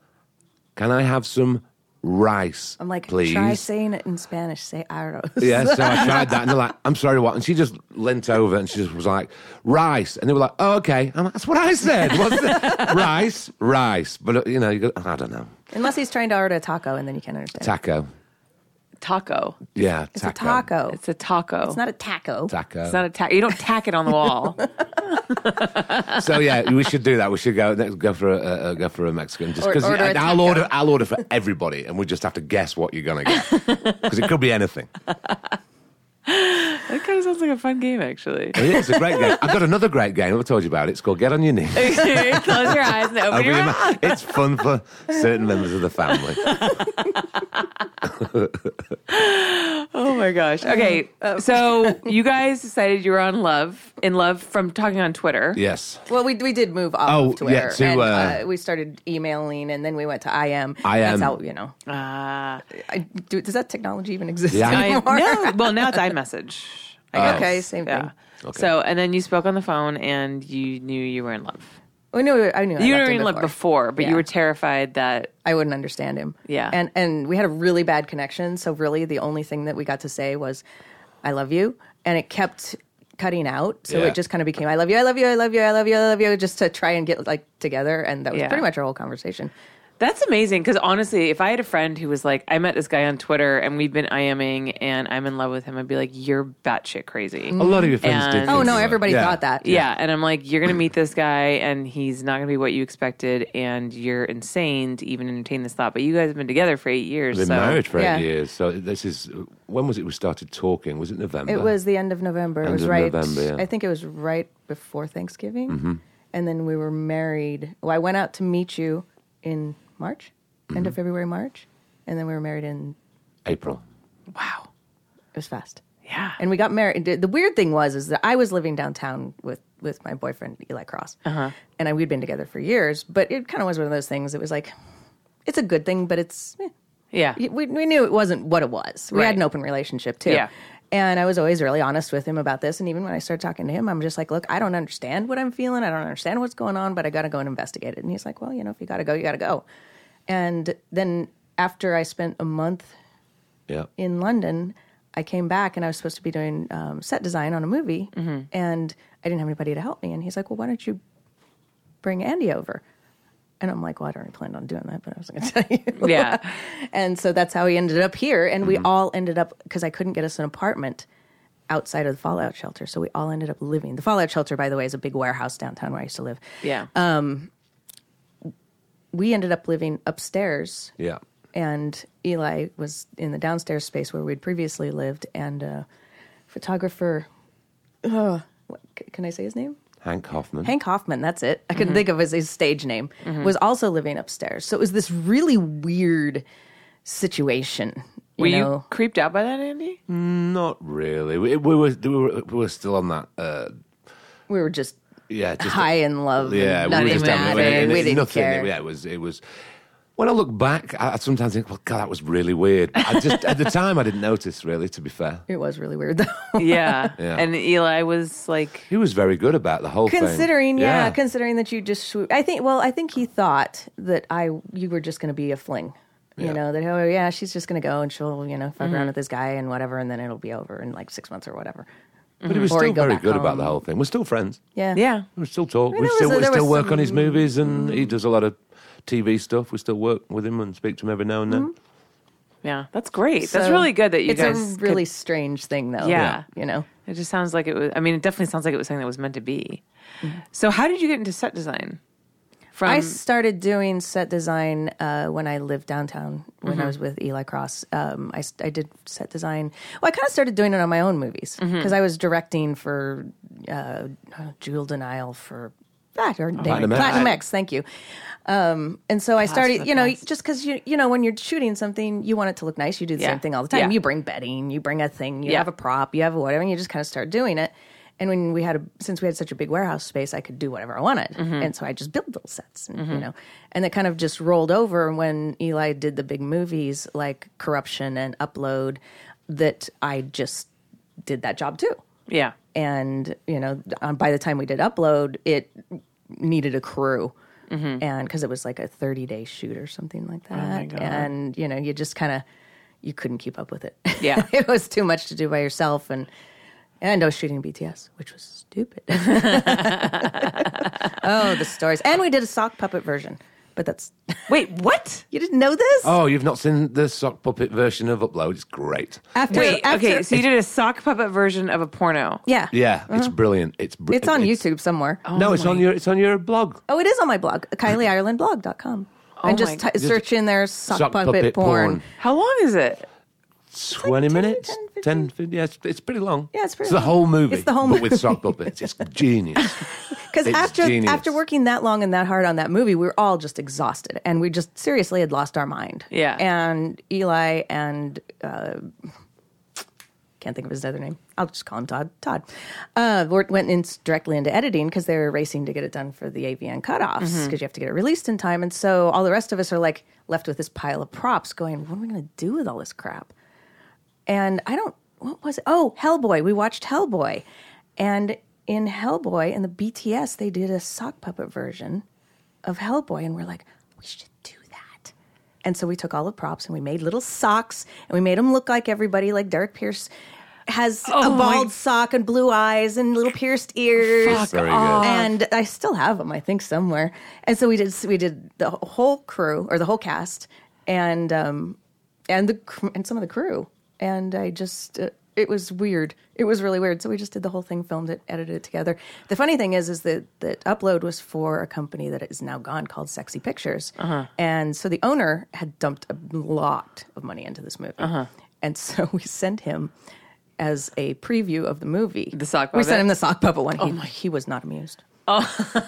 Speaker 3: Can I have some rice?
Speaker 2: I'm like,
Speaker 3: please.
Speaker 2: try saying it in Spanish. Say arroz.
Speaker 3: Yeah, so I tried that, and they're like, "I'm sorry, what?" And she just leant over, and she just was like, "Rice," and they were like, "Oh, okay." I'm like, "That's what I said." What's the- <laughs> rice, rice, but uh, you know, you go, I don't know,
Speaker 2: Unless he's trying to order a taco and then you can't understand.
Speaker 3: taco.
Speaker 1: taco.
Speaker 3: Yeah,
Speaker 2: it's a taco. It's,
Speaker 1: It's a taco. It's
Speaker 2: not a taco.
Speaker 3: Taco.
Speaker 1: It's not a taco. You don't tack it on the <laughs> wall.
Speaker 3: so yeah, we should do that. We should go next, go for a uh, go for a Mexican. Just
Speaker 2: Or-
Speaker 3: because
Speaker 2: order a
Speaker 3: I'll
Speaker 2: taco.
Speaker 3: order I'll order for everybody, and we just have to guess what you're gonna get because it could be anything.
Speaker 1: that kind of sounds like a fun game, actually.
Speaker 3: It is a great game. I've got another great game. I've told you about it. It's called Get on Your
Speaker 2: <laughs>
Speaker 3: Knees.
Speaker 1: <laughs> Close your eyes and open,
Speaker 3: Open
Speaker 1: your
Speaker 3: your
Speaker 1: mouth.
Speaker 3: mouth. It's fun for certain members of the family.
Speaker 1: Oh my gosh.
Speaker 2: Mm-hmm.
Speaker 1: Okay,
Speaker 2: Oh.
Speaker 1: so you guys decided you were on Love in Love from talking on Twitter.
Speaker 3: Yes.
Speaker 2: Well, we, we did move off
Speaker 3: Oh,
Speaker 2: of Twitter.
Speaker 3: yeah, to,
Speaker 2: and,
Speaker 3: uh,
Speaker 2: we started emailing and then we went to IM.
Speaker 3: IM.
Speaker 2: That's how, you know. <laughs>
Speaker 1: Ah.
Speaker 2: I, do, does that technology even exist
Speaker 3: Yeah. I-
Speaker 1: I,
Speaker 2: anymore? <laughs>
Speaker 1: no, well now it's iMessage. I
Speaker 2: Oh.
Speaker 1: guess.
Speaker 2: Okay, same thing.
Speaker 3: Okay.
Speaker 1: So and then you spoke on the phone and you knew you were in love.
Speaker 2: Oh, no, I knew I
Speaker 1: You
Speaker 2: loved
Speaker 1: were
Speaker 2: him
Speaker 1: in love before, but
Speaker 2: Yeah.
Speaker 1: you were terrified that
Speaker 2: I wouldn't understand him.
Speaker 1: Yeah.
Speaker 2: And and we had a really bad connection, so really the only thing that we got to say was I love you and it kept cutting out. So
Speaker 3: Yeah.
Speaker 2: it just kind of became I love you, I love you, I love you, I love you, I love you just to try and get like together and that was
Speaker 1: Yeah.
Speaker 2: pretty much our whole conversation.
Speaker 1: that's amazing. Because honestly, if I had a friend who was like, I met this guy on Twitter and we've been IMing and I'm in love with him, I'd be like, you're batshit crazy.
Speaker 3: A lot of your friends
Speaker 1: And-
Speaker 3: did.
Speaker 1: Oh,
Speaker 2: Oh
Speaker 3: think
Speaker 2: no,
Speaker 3: you were-
Speaker 2: everybody
Speaker 3: Yeah.
Speaker 2: thought that.
Speaker 1: Yeah. And I'm like, you're going to meet this guy and he's not going to be what you expected. And you're insane to even entertain this thought. But you guys have been together for eight years.
Speaker 3: Been
Speaker 1: so.
Speaker 3: married for eight
Speaker 2: Yeah.
Speaker 3: years. So this is when was it we started talking? Was it November?
Speaker 2: It was the end of November. it
Speaker 3: End
Speaker 2: was
Speaker 3: of
Speaker 2: right
Speaker 3: November, yeah. Mm-hmm.
Speaker 2: I think it was right before Thanksgiving. And then we were married. Well, I went out to meet you in March, end
Speaker 3: Mm-hmm.
Speaker 2: of February, March, and then we were married in
Speaker 3: April.
Speaker 1: Wow.
Speaker 2: it was fast.
Speaker 1: Yeah.
Speaker 2: and we got married. The weird thing was is that I was living downtown with with my boyfriend Eli Cross,
Speaker 1: Uh-huh.
Speaker 2: and I, we'd been together for years. But it kind of was one of those things. It was like, it's a good thing, but it's eh.
Speaker 1: Yeah. <laughs>
Speaker 2: Y- we we knew it wasn't what it was. We
Speaker 1: Right.
Speaker 2: had an open relationship too.
Speaker 1: Yeah.
Speaker 2: And I was always really honest with him about this. And even when I started talking to him, I'm just like, look, I don't understand what I'm feeling. I don't understand what's going on, but I got to go and investigate it. And he's like, well, you know, if you got to go, you got to go. And then after I spent a month
Speaker 3: Yeah.
Speaker 2: in London, I came back and I was supposed to be doing um, set design on a movie, and I didn't have anybody to help me. And he's like, "Well, why don't you bring Andy over?" And I'm like, "Well, I'd already planned on doing that, but I wasn't going to <laughs> tell you."
Speaker 1: Yeah.
Speaker 2: and so that's how he ended up here, and we all ended up because I couldn't get us an apartment outside of the fallout shelter, so we all ended up living. The fallout shelter, by the way, is a big warehouse downtown where I used to live.
Speaker 1: Yeah.
Speaker 2: We ended up living upstairs
Speaker 3: Yeah.
Speaker 2: and Eli was in the downstairs space where we'd previously lived, and uh, photographer. Uh, what, c- can I say his name?
Speaker 3: Hank Hoffman.
Speaker 2: Hank Hoffman. That's it. I
Speaker 3: Mm-hmm.
Speaker 2: couldn't think of his, his stage name. Was also living upstairs, so it was this really weird situation. You
Speaker 1: Were
Speaker 2: know,
Speaker 1: you creeped out by that, <laughs> Andy?
Speaker 3: Not really. We, we, were, we were we were still on that. Uh,
Speaker 2: we were just
Speaker 3: yeah, just
Speaker 2: high in love.
Speaker 3: Yeah,
Speaker 2: and not
Speaker 3: we were
Speaker 2: even
Speaker 3: just having
Speaker 2: matter.
Speaker 3: it, and
Speaker 2: We
Speaker 3: it's
Speaker 2: didn't
Speaker 3: nothing.
Speaker 2: care.
Speaker 3: Yeah, it was. It was. When I look back, I, I sometimes think, "Well, God, that was really weird." But I just at the time, I didn't notice. Really, to be fair,
Speaker 2: It was really weird though.
Speaker 1: Yeah.
Speaker 3: Yeah.
Speaker 1: And Eli was like,
Speaker 3: he was very good about the whole thing.
Speaker 2: considering yeah, considering that you just swoop- i think well i think he thought that i you were just going to be a fling
Speaker 3: Yeah.
Speaker 2: you know that oh yeah she's just going to go and she'll you know fuck
Speaker 1: Mm-hmm.
Speaker 2: around with this guy and whatever and then it'll be over in like six months or whatever
Speaker 3: but he was
Speaker 2: Or he'd
Speaker 3: still
Speaker 2: go
Speaker 3: very
Speaker 2: back
Speaker 3: good about
Speaker 2: home.
Speaker 3: the whole thing. We're still friends.
Speaker 2: yeah
Speaker 1: yeah.
Speaker 3: We still talk.
Speaker 2: mean,
Speaker 3: We
Speaker 2: there
Speaker 3: still
Speaker 2: was a-
Speaker 3: we
Speaker 2: there
Speaker 3: still
Speaker 2: was
Speaker 3: work
Speaker 2: some- Mm-hmm.
Speaker 3: on his movies, and he does a lot of TV stuff. We still work with him and speak to him every now and then.
Speaker 2: Mm-hmm.
Speaker 1: Yeah. That's great. That's
Speaker 2: So
Speaker 1: really good that you
Speaker 2: it's
Speaker 1: guys.
Speaker 2: a
Speaker 1: could-
Speaker 2: really strange thing though
Speaker 1: Yeah.
Speaker 2: you know
Speaker 1: it just sounds like it was, I mean, it definitely sounds like it was something that was meant to be. So, how did you get into set design? From,
Speaker 2: Mm-hmm. I started doing set design uh, when I lived downtown when
Speaker 1: Mm-hmm.
Speaker 2: I was with Eli Cross. Um, I, s- I did set design. Well, I kind of started doing it on my own movies because
Speaker 1: Mm-hmm.
Speaker 2: I was directing for uh, Jewel Denial for that
Speaker 1: Oh,
Speaker 2: or
Speaker 3: Platinum
Speaker 2: Platinum,
Speaker 3: X.
Speaker 2: Platinum X. Thank you. Um, and so I started,
Speaker 1: the
Speaker 2: you know,
Speaker 1: best.
Speaker 2: just because you you know when you're shooting something, you want it to look nice. You do the
Speaker 1: Yeah.
Speaker 2: same thing all the time.
Speaker 1: Yeah.
Speaker 2: You bring bedding, you bring a thing, you
Speaker 1: Yeah.
Speaker 2: have a prop, you have a whatever, and you just kind of start doing it. And when we had a, since we had such a big warehouse space, I could do whatever I wanted, and so I just built little sets, and, you know, and it kind of just rolled over when Eli did the big movies like Corruption and Upload, that I just did that job too
Speaker 1: yeah.
Speaker 2: and you know um, by the time we did upload it needed a crew and because it was like a 30 day shoot or something like that
Speaker 1: Mm-hmm. Oh God.
Speaker 2: and you know you just kind of you couldn't keep up with it
Speaker 1: Yeah.
Speaker 2: <laughs> it was too much to do by yourself and and I was shooting BTS, which was stupid. <laughs> oh, the stories! And we did a sock puppet version, but that's <laughs>
Speaker 1: Wait, what?
Speaker 2: you didn't know this.
Speaker 3: Oh, you've not seen the sock puppet version of Upload? It's great.
Speaker 2: after,
Speaker 1: Wait,
Speaker 2: after-
Speaker 1: okay. So, you did a sock puppet version of a porno.
Speaker 2: yeah,
Speaker 3: Yeah, it's brilliant. It's br-
Speaker 2: Uh-huh. it's on YouTube
Speaker 1: Oh.
Speaker 2: Oh somewhere.
Speaker 3: No, it's on your it's on your blog.
Speaker 2: Oh, it is on my blog, KylieIrelandblog.com. and
Speaker 1: my-
Speaker 2: just t- search in there sock,
Speaker 3: Sock
Speaker 2: puppet,
Speaker 3: puppet
Speaker 2: porn.
Speaker 3: porn.
Speaker 1: How long is it?
Speaker 3: 20
Speaker 2: 10,
Speaker 3: minutes?
Speaker 2: 10,
Speaker 3: 10, 15. Yeah, it's, it's pretty long.
Speaker 2: Yeah, it's pretty
Speaker 3: It's the
Speaker 2: long.
Speaker 3: whole movie.
Speaker 2: It's the whole
Speaker 3: But with sock puppets. It's
Speaker 2: <laughs>
Speaker 3: genius.
Speaker 2: Because
Speaker 3: It's
Speaker 2: after
Speaker 3: genius.
Speaker 2: after working that long and that hard on that movie, we were all just exhausted, and we just seriously had lost our mind.
Speaker 1: Yeah.
Speaker 2: And Eli and uh, can't think of his other name. I'll just call him Todd. Todd uh, wor- went in directly into editing because they were racing to get it done for the AVN cutoffs because you have to get it released in time. And so all the rest of us are like left with this pile of props, going, "What am I going to do with all this crap?" and I don't what was it? Oh, Hellboy. We watched Hellboy. And in Hellboy and the BTS, they did a sock puppet version of Hellboy and we're like, we should do that. And so we took all the props and we made little socks and we made them look like everybody like Derek Pierce has
Speaker 1: Oh,
Speaker 2: a
Speaker 1: my-
Speaker 2: bald sock and blue eyes and little pierced ears
Speaker 3: Fuck Very
Speaker 1: Oh,
Speaker 3: off. good.
Speaker 2: and I still have them, I think somewhere. And so we did we did the whole crew or the whole cast and um and the cr- and some of the crew. And I just uh, it was weird. It was really weird. So we just did the whole thing, filmed it, edited it together. The funny thing is, is that that upload was for a company that is now gone called Sexy Pictures,
Speaker 1: Uh-huh.
Speaker 2: and so the owner had dumped a lot of money into this movie,
Speaker 1: Uh-huh.
Speaker 2: and so <laughs> we sent him as a preview of the movie
Speaker 1: The sock
Speaker 2: We
Speaker 1: puppet? Oh
Speaker 2: sent him the sock puppet one. he, he was not amused.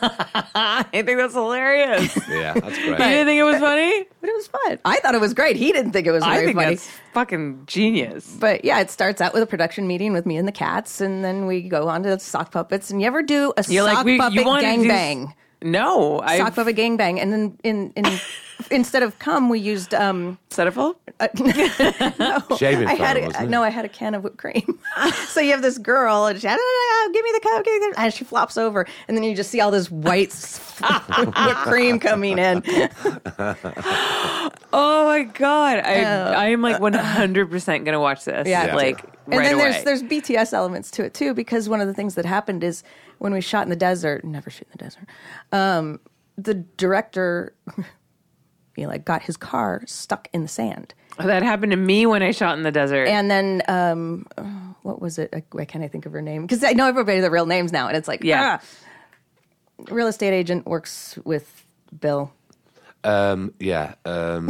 Speaker 1: I think that's hilarious. <laughs> you
Speaker 3: Yeah, that's great.
Speaker 1: didn't think it was
Speaker 2: <laughs>
Speaker 1: funny?
Speaker 2: But it was fun. I thought it was great. He didn't think it was
Speaker 1: I
Speaker 2: very
Speaker 1: think
Speaker 2: funny.
Speaker 1: that's fucking genius.
Speaker 2: But yeah, it starts out with a production meeting with me and the cats, and then we go on to sock puppets. And you ever do a
Speaker 1: You're
Speaker 2: sock
Speaker 1: like, we,
Speaker 2: puppet
Speaker 1: you want
Speaker 2: gangbang? bang?
Speaker 1: No, I
Speaker 2: Sock puppet gangbang, and then in, in <laughs> instead of cum, we used um,
Speaker 1: Centerfold?
Speaker 2: <laughs>
Speaker 3: Shaving
Speaker 2: I had
Speaker 3: foam,
Speaker 2: a,
Speaker 3: wasn't it?
Speaker 2: no, I had a can of whipped cream. <laughs> so you have this girl, and she, "Ah, ah, ah, give me the cup, give me the, and she flops over, and then you just see all this white <laughs> whipped cream coming in.
Speaker 1: Oh my god, I I am
Speaker 2: <laughs>
Speaker 1: like 100 percent gonna watch this.
Speaker 2: Oh. Yeah.
Speaker 1: like
Speaker 2: And
Speaker 1: right
Speaker 2: then
Speaker 1: away.
Speaker 2: there's there's BTS elements to it too, because one of the things that happened is when we shot in the desert, never shoot in the desert. Um, the director, <laughs> you know, like got his car stuck in the sand,
Speaker 1: that happened to me when I shot in the desert.
Speaker 2: and then um, oh, what was it? I- Why can't I think of her name? Because I know everybody their real names now, and it's like
Speaker 1: Yeah.
Speaker 2: ah. real estate agent works with Bill,
Speaker 3: Um, yeah.
Speaker 2: <laughs>
Speaker 3: Um,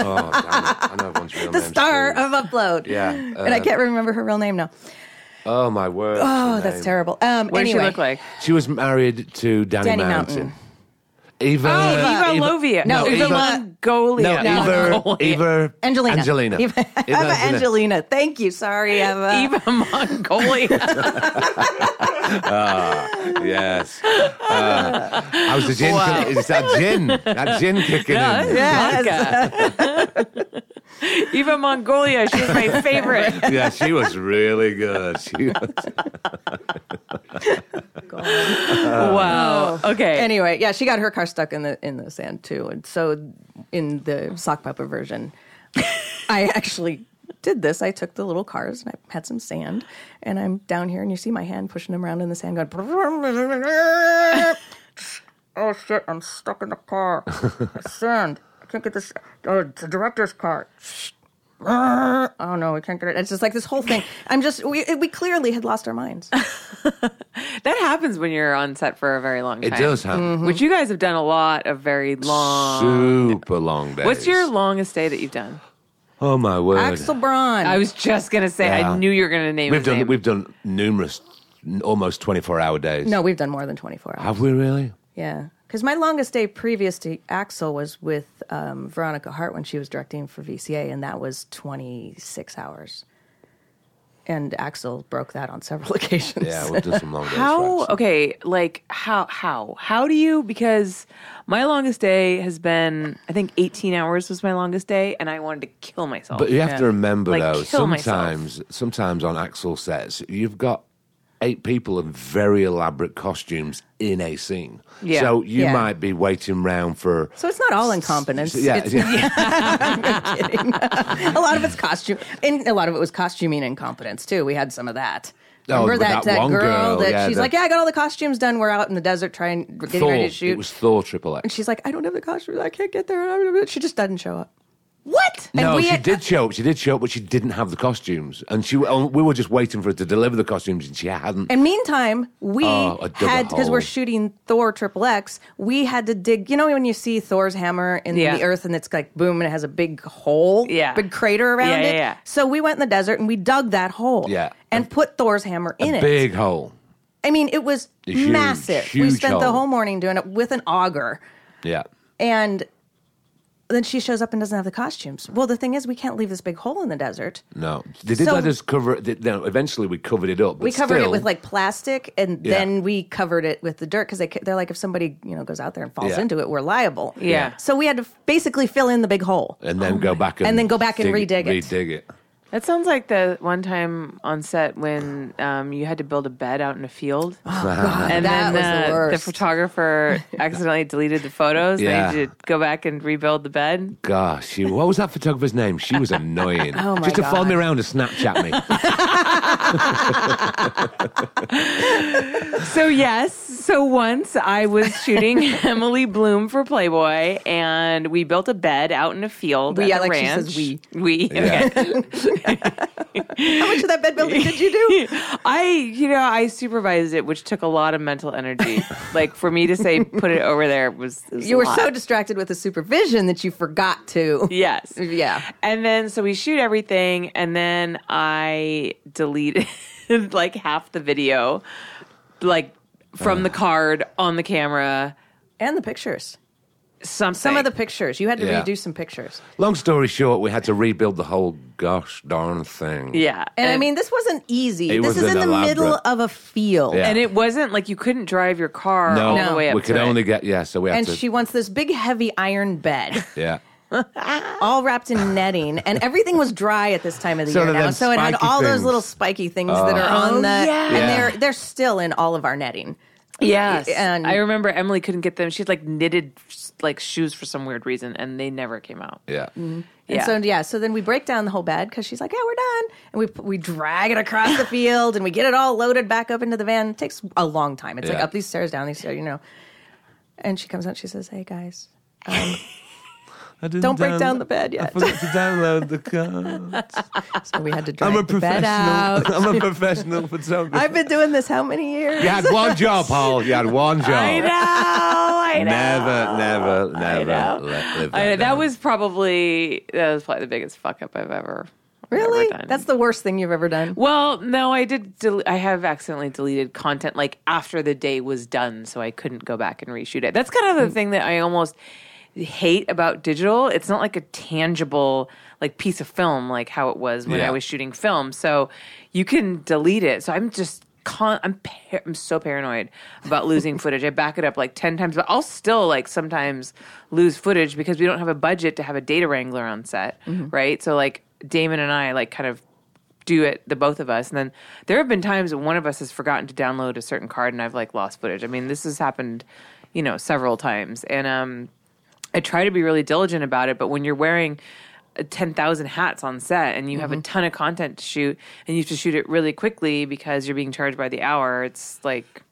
Speaker 3: oh, damn it. I know everyone's real
Speaker 2: the
Speaker 3: names
Speaker 2: star
Speaker 3: too.
Speaker 2: of Upload.
Speaker 3: Yeah, uh,
Speaker 2: and I can't remember her real name now.
Speaker 3: Oh my word.
Speaker 2: Oh, that's terrible. Um,
Speaker 1: what
Speaker 2: anyway,
Speaker 1: does she look like?
Speaker 3: She was married to Danny,
Speaker 2: Danny
Speaker 3: Mountain.
Speaker 2: Mountain.
Speaker 3: Eva,
Speaker 1: Oh, Eva Lovia.
Speaker 2: No,
Speaker 1: Eva,
Speaker 2: Eva-
Speaker 1: Longoria.
Speaker 3: No, Eva, Eva,
Speaker 2: Angelina. <laughs>
Speaker 3: Angelina.
Speaker 2: Eva, Eva Angelina. Thank you. Sorry, Eva.
Speaker 1: Eva Mongolia.
Speaker 3: Yes. Uh, how's the gin?
Speaker 1: Wow.
Speaker 3: Is that gin? That gin kicking in?
Speaker 1: <laughs> Yes. <laughs> Eva Mongolia. She was my favorite.
Speaker 3: Yeah, she was really good. She was,
Speaker 1: <laughs> wow. Oh, Okay.
Speaker 2: Anyway, yeah, she got her car stuck in the in the sand too, and so in the sock puppet version, <laughs> I actually did this. I took the little cars and I had some sand, and I'm down here, and you see my hand pushing them around in the sand, going. <laughs> oh shit! I'm stuck in the <laughs> car. sand. I can't get this. Oh, it's the director's car. <laughs> Oh no, we can't get it. It's just like this whole thing. I'm just we we clearly had lost our minds.
Speaker 1: that happens when you're on set for a very long time.
Speaker 3: it does happen.
Speaker 1: Which you guys have done a lot of very long.
Speaker 3: Super long days.
Speaker 1: What's your longest day that you've done?
Speaker 3: Oh my word.
Speaker 2: Axel Braun.
Speaker 1: I was just gonna say. I
Speaker 3: Yeah.
Speaker 1: knew you were gonna name.
Speaker 3: we've
Speaker 1: his
Speaker 3: done
Speaker 1: name.
Speaker 3: we've done numerous, n- almost twenty four hour days.
Speaker 2: No, we've done more than 24 hours.
Speaker 3: have we really?
Speaker 2: Yeah. Because my longest day previous to Axel was with um, Veronica Hart when she was directing for VCA, and that was 26 hours. And Axel broke that on several <laughs> occasions.
Speaker 3: Yeah, we've done some long days. for
Speaker 1: How
Speaker 3: Axel.
Speaker 1: okay, like how how how do you because my longest day has been I think 18 hours was my longest day and I wanted to kill myself.
Speaker 3: But you have to remember
Speaker 1: Like,
Speaker 3: though,
Speaker 1: kill myself.
Speaker 3: sometimes sometimes on Axel sets, you've got eight people in very elaborate costumes in a scene.
Speaker 1: Yeah.
Speaker 3: So you
Speaker 2: Yeah.
Speaker 3: might be waiting round for
Speaker 2: So it's not all incompetence.
Speaker 3: yeah,
Speaker 2: It's-
Speaker 3: yeah.
Speaker 2: I'm kidding. <laughs> a lot of it's costume, and a lot of it was costuming incompetence too. We had some of that.
Speaker 3: Oh,
Speaker 2: Remember
Speaker 3: with
Speaker 2: that,
Speaker 3: that
Speaker 2: that,
Speaker 3: one
Speaker 2: girl,
Speaker 3: girl,
Speaker 2: that
Speaker 3: yeah,
Speaker 2: she's
Speaker 3: the-
Speaker 2: like, yeah, I got all the costumes done. We're out in the desert trying <laughs> getting
Speaker 3: Thor.
Speaker 2: ready to shoot.
Speaker 3: It was Thor Triple X.
Speaker 2: she's like, I don't have the costumes. I can't get there. She just doesn't show up. What? <laughs> And
Speaker 3: No,
Speaker 2: we
Speaker 3: she
Speaker 2: had-
Speaker 3: did show up. She did show up, but she didn't have the costumes, and she and we were just waiting for her to deliver the costumes, and she hadn't.
Speaker 2: And meantime, we
Speaker 3: Oh, I dug a
Speaker 2: had because we're
Speaker 3: hole.
Speaker 2: shooting Thor Triple X, we had to dig. You know when you see Thor's hammer in
Speaker 1: Yeah.
Speaker 2: the earth and it's like boom and it has a big hole,
Speaker 1: Yeah.
Speaker 2: big crater around
Speaker 1: Yeah, yeah,
Speaker 2: it.
Speaker 1: yeah.
Speaker 2: So we went in the desert and we dug that hole,
Speaker 3: Yeah.
Speaker 2: and put Thor's hammer in it.
Speaker 3: Big hole.
Speaker 2: I mean, it was
Speaker 3: A huge,
Speaker 2: massive. we
Speaker 3: huge
Speaker 2: spent the
Speaker 3: hole.
Speaker 2: whole morning doing it with an auger,
Speaker 3: Yeah.
Speaker 2: and then she shows up and doesn't have the costumes. Well, the thing is, we can't leave this big hole in the desert.
Speaker 3: No, they did
Speaker 2: So-
Speaker 3: let us cover it. they- no, eventually, we covered it up. But
Speaker 2: we covered it
Speaker 3: still-
Speaker 2: with like plastic and
Speaker 3: Yeah.
Speaker 2: then we covered it with the dirt because they, ca- they're like if somebody you know goes out there and falls
Speaker 3: Yeah.
Speaker 2: into it we're liable
Speaker 1: Yeah.
Speaker 2: so we had to f- basically fill in the big
Speaker 3: <laughs>
Speaker 2: hole
Speaker 3: and then go back and,
Speaker 2: Oh And then go back and redig it.
Speaker 3: Redig it.
Speaker 1: that sounds like the one time on set when um, you had to build a bed out in a field.
Speaker 2: Oh,
Speaker 3: Oh, Uh-huh.
Speaker 1: and
Speaker 2: that was
Speaker 1: then
Speaker 2: the
Speaker 1: uh,
Speaker 2: worst.
Speaker 3: <laughs>
Speaker 1: photographer accidentally deleted the photos.
Speaker 3: Yeah.
Speaker 1: They had to go back and rebuild the bed.
Speaker 3: Gosh, she, what was that photographer's name? She was annoying.
Speaker 1: <laughs> Oh
Speaker 2: my
Speaker 3: Just to follow
Speaker 2: God.
Speaker 3: me around and Snapchat me.
Speaker 1: So yes, so once I was shooting <laughs> Emily Bloom for Playboy, and we built a bed out in a field.
Speaker 2: We-
Speaker 1: at
Speaker 2: I
Speaker 1: the
Speaker 2: like she
Speaker 1: ranch.
Speaker 2: says we.
Speaker 1: we.
Speaker 3: Yeah.
Speaker 1: Okay.
Speaker 2: how much of that bed building did
Speaker 1: <laughs>
Speaker 2: you do
Speaker 1: I, you know, I supervised it, which took a lot of mental
Speaker 2: <laughs>
Speaker 1: energy. like for me to say, put it over there was, was
Speaker 2: you
Speaker 1: a
Speaker 2: were
Speaker 1: lot.
Speaker 2: so distracted with the supervision that you forgot to
Speaker 1: Yes.
Speaker 2: <laughs> Yeah.
Speaker 1: And then so we shoot everything and then <laughs> I deleted like half the video like from the card on the camera.
Speaker 2: and the pictures.
Speaker 1: Something.
Speaker 2: Some of the pictures you had to
Speaker 3: Yeah.
Speaker 2: redo some pictures.
Speaker 3: Long story short, we had to rebuild the whole gosh darn thing.
Speaker 1: yeah,
Speaker 2: And, I mean, this wasn't easy.
Speaker 3: It
Speaker 2: This
Speaker 3: was
Speaker 2: is
Speaker 3: an
Speaker 2: in the middle
Speaker 3: elaborate-
Speaker 2: of a field.
Speaker 3: Yeah.
Speaker 1: and it wasn't like you couldn't drive your car
Speaker 3: No,
Speaker 1: all the way up.
Speaker 3: we could
Speaker 1: to it.
Speaker 3: only get yeah. So we had
Speaker 2: And
Speaker 3: to
Speaker 2: she wants this big, heavy
Speaker 3: <laughs>
Speaker 2: iron bed,
Speaker 3: yeah.
Speaker 2: all wrapped in netting, and everything was dry at this time of the
Speaker 3: So
Speaker 2: year
Speaker 3: they're
Speaker 2: now.
Speaker 3: them
Speaker 2: So it had
Speaker 3: spiky
Speaker 2: all those
Speaker 3: things.
Speaker 2: little spiky things that are
Speaker 1: Oh,
Speaker 2: on the,
Speaker 1: yeah.
Speaker 2: and
Speaker 3: Yeah.
Speaker 2: they're they're still in all of our netting.
Speaker 1: Yes,
Speaker 2: And-
Speaker 1: I remember Emily couldn't get them. She had like knitted like shoes for some weird reason, and they never came out.
Speaker 3: Yeah.
Speaker 2: And
Speaker 1: Yeah.
Speaker 2: so yeah, so then we break down the whole bed because she's like, "Yeah, we're done," and we we drag it across the field and we get it all loaded back up into the van. It takes a long time. It's like
Speaker 3: Yeah.
Speaker 2: up these stairs, down these stairs, you know. And she comes out. She says,
Speaker 1: <laughs>
Speaker 2: "Hey guys,
Speaker 3: I didn't
Speaker 2: Don't break down- down the bed I yet. forgot
Speaker 3: to download the car.
Speaker 2: so we had to drag the bed
Speaker 3: <laughs>
Speaker 2: out."
Speaker 3: I'm a professional photographer.
Speaker 2: I've been doing this how many years?
Speaker 3: you had one job, Paul. You had one
Speaker 1: <laughs>
Speaker 3: job.
Speaker 1: I know. I know.
Speaker 3: Never, never, never
Speaker 1: know.
Speaker 3: let live that.
Speaker 1: I know, that
Speaker 3: down.
Speaker 1: was probably that was probably the biggest fuck up I've ever I've ever
Speaker 2: Really?
Speaker 1: done.
Speaker 2: That's the worst thing you've ever done.
Speaker 1: well, no, I did. Del- I have accidentally deleted content like after the day was done, so I couldn't go back and reshoot it. That's kind of the thing that I almost hate about digital. It's not like a tangible like piece of film like how it was when I
Speaker 3: Yeah.
Speaker 1: was shooting film. So you can delete it. So I'm just con- I'm par- I'm so paranoid about losing footage. I back it up like 10 times, but I'll still like sometimes lose footage because we don't have a budget to have a data wrangler on set, right? So like Damon and I like kind of do it the both of us and then there have been times that one of us has forgotten to download a certain card and I've like lost footage. I mean, this has happened, you know, several times. And um I try to be really diligent about it, but when you're wearing uh, 10,000 hats on set and you have a ton of content to shoot and you have to shoot it really quickly because you're being charged by the hour, it's like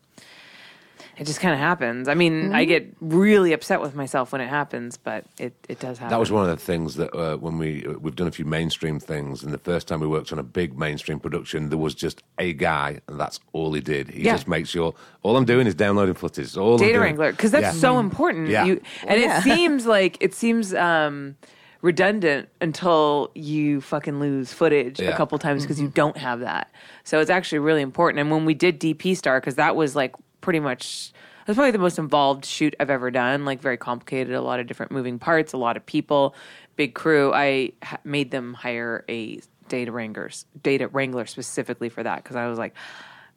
Speaker 1: it just kind of happens. I mean, I get really upset with myself when it happens, but it, it does happen.
Speaker 3: That was one of the things that uh, when we we've done a few mainstream things, and the first time we worked on a big mainstream production, there was just a guy, and that's all he did. He
Speaker 1: Yeah.
Speaker 3: just makes sure all I'm doing is downloading footage. It's All I'm
Speaker 1: data
Speaker 3: doing.
Speaker 1: wrangler because that's
Speaker 3: Yeah.
Speaker 1: so important.
Speaker 3: Yeah.
Speaker 1: You, and
Speaker 2: Yeah.
Speaker 1: it seems like it seems um, redundant until you fucking lose footage a
Speaker 3: Yeah.
Speaker 1: couple times because you don't have that. So it's actually really important. And when we did DP Star, because that was like pretty much. It was probably the most involved shoot I've ever done. Like very complicated, a lot of different moving parts, a lot of people, big crew. I ha- made them hire a data wrangler, data wrangler specifically for that because I was like,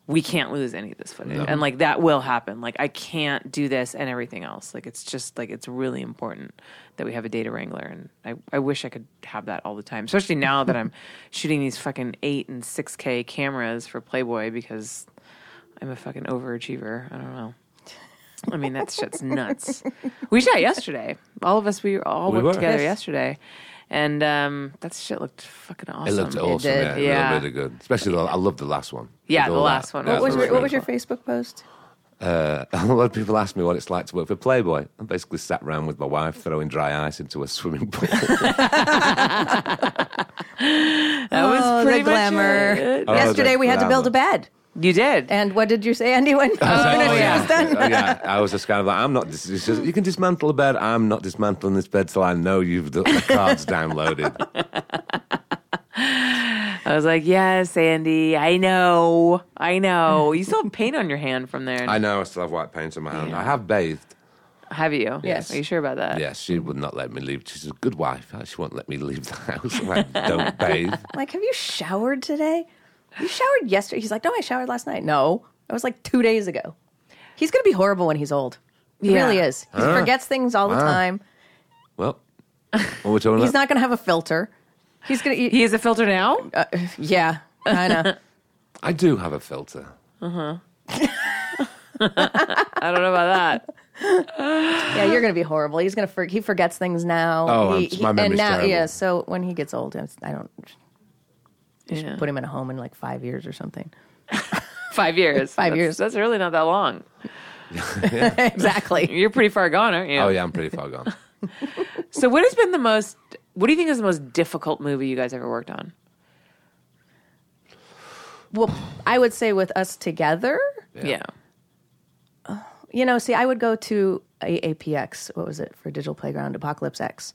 Speaker 1: we can't lose any of this footage. And like that will happen. Like I can't do this and everything else. Like it's just like it's really important that we have a data wrangler and I, I wish I could have that all the time. Especially now that
Speaker 3: <laughs>
Speaker 1: I'm shooting these fucking eight and six K cameras for Playboy because I'm a fucking overachiever. I don't know. I mean that shit's
Speaker 3: <laughs>
Speaker 1: nuts. We shot yesterday. All of us we all
Speaker 3: We
Speaker 1: worked
Speaker 3: were.
Speaker 1: together
Speaker 3: Yes.
Speaker 1: yesterday. And um, that shit looked fucking
Speaker 3: It
Speaker 1: awesome.
Speaker 3: looked awesome.
Speaker 2: did.
Speaker 3: Yeah, it
Speaker 1: Yeah.
Speaker 3: looked really good. Especially, the, I loved the last one.
Speaker 1: Yeah,
Speaker 3: With
Speaker 1: the
Speaker 3: all
Speaker 1: last
Speaker 3: that-
Speaker 1: one.
Speaker 3: yeah,
Speaker 1: What
Speaker 2: What
Speaker 3: that
Speaker 2: was your, what
Speaker 3: really
Speaker 2: was your
Speaker 3: fun.
Speaker 2: Facebook post?
Speaker 3: <laughs> a lot of people ask me what it's like to work for Playboy. I basically sat around with my wife throwing dry ice into a swimming pool.
Speaker 1: that was
Speaker 2: oh,
Speaker 1: pretty
Speaker 2: the
Speaker 1: much
Speaker 2: glamour.
Speaker 1: it.
Speaker 3: Oh,
Speaker 2: Yesterday
Speaker 3: the
Speaker 2: we had to build a bed.
Speaker 1: You did.
Speaker 2: And what did you say,
Speaker 3: <laughs>
Speaker 2: Andy? When when it
Speaker 1: yeah.
Speaker 2: was done?
Speaker 3: Oh, yeah. I was just kind of like, I'm not. Dis- she says, you can dismantle a bed. I'm not dismantling this bed till I know you've the, the cards <laughs> downloaded.
Speaker 1: I was like, yes, Andy, I know. I
Speaker 2: <laughs>
Speaker 1: know. You still have paint on your hand from there.
Speaker 3: I know I still have white paint on my hand. I have bathed.
Speaker 1: have you?
Speaker 2: Yes.
Speaker 1: Are you sure about that?
Speaker 3: Yes, she would not let me leave. She's a good wife. Uh, She won't let me leave the house. I'm like,
Speaker 2: <laughs>
Speaker 3: don't bathe.
Speaker 2: Like, have you showered today? You showered yesterday. He's like, no, I showered last night. No, that was like two days ago. He's going to be horrible when he's old. He
Speaker 1: Yeah.
Speaker 2: really is. He forgets things all the
Speaker 3: Wow.
Speaker 2: time.
Speaker 3: Well, what we're talking
Speaker 2: He's
Speaker 3: about?
Speaker 2: not going to have a filter. He's going to,
Speaker 1: He has a filter
Speaker 2: <laughs>
Speaker 1: now?
Speaker 2: yeah, I know.
Speaker 3: I do have a filter.
Speaker 1: I don't know about that.
Speaker 2: yeah, you're going to be horrible. He's going to, for, he forgets things now.
Speaker 3: Oh,
Speaker 2: he,
Speaker 3: it's- my memory's
Speaker 2: And now,
Speaker 3: terrible.
Speaker 2: yeah, so when he gets old, it's- I don't
Speaker 1: Yeah.
Speaker 2: put him in a home in like five years or <laughs> something.
Speaker 1: <laughs> Five years.
Speaker 2: Five
Speaker 1: That's-
Speaker 2: years.
Speaker 1: That's really not that
Speaker 2: <laughs>
Speaker 1: long.
Speaker 2: exactly.
Speaker 1: You're pretty far gone, aren't you?
Speaker 3: Oh yeah, I'm pretty far
Speaker 2: <laughs>
Speaker 3: gone.
Speaker 1: So, what has been the most, what do you think is the most difficult movie you guys ever worked on?
Speaker 2: Well, I would say with us together,
Speaker 1: Yeah.
Speaker 2: You know, see, I would go to AAPX. What was it for Digital Playground Apocalypse X?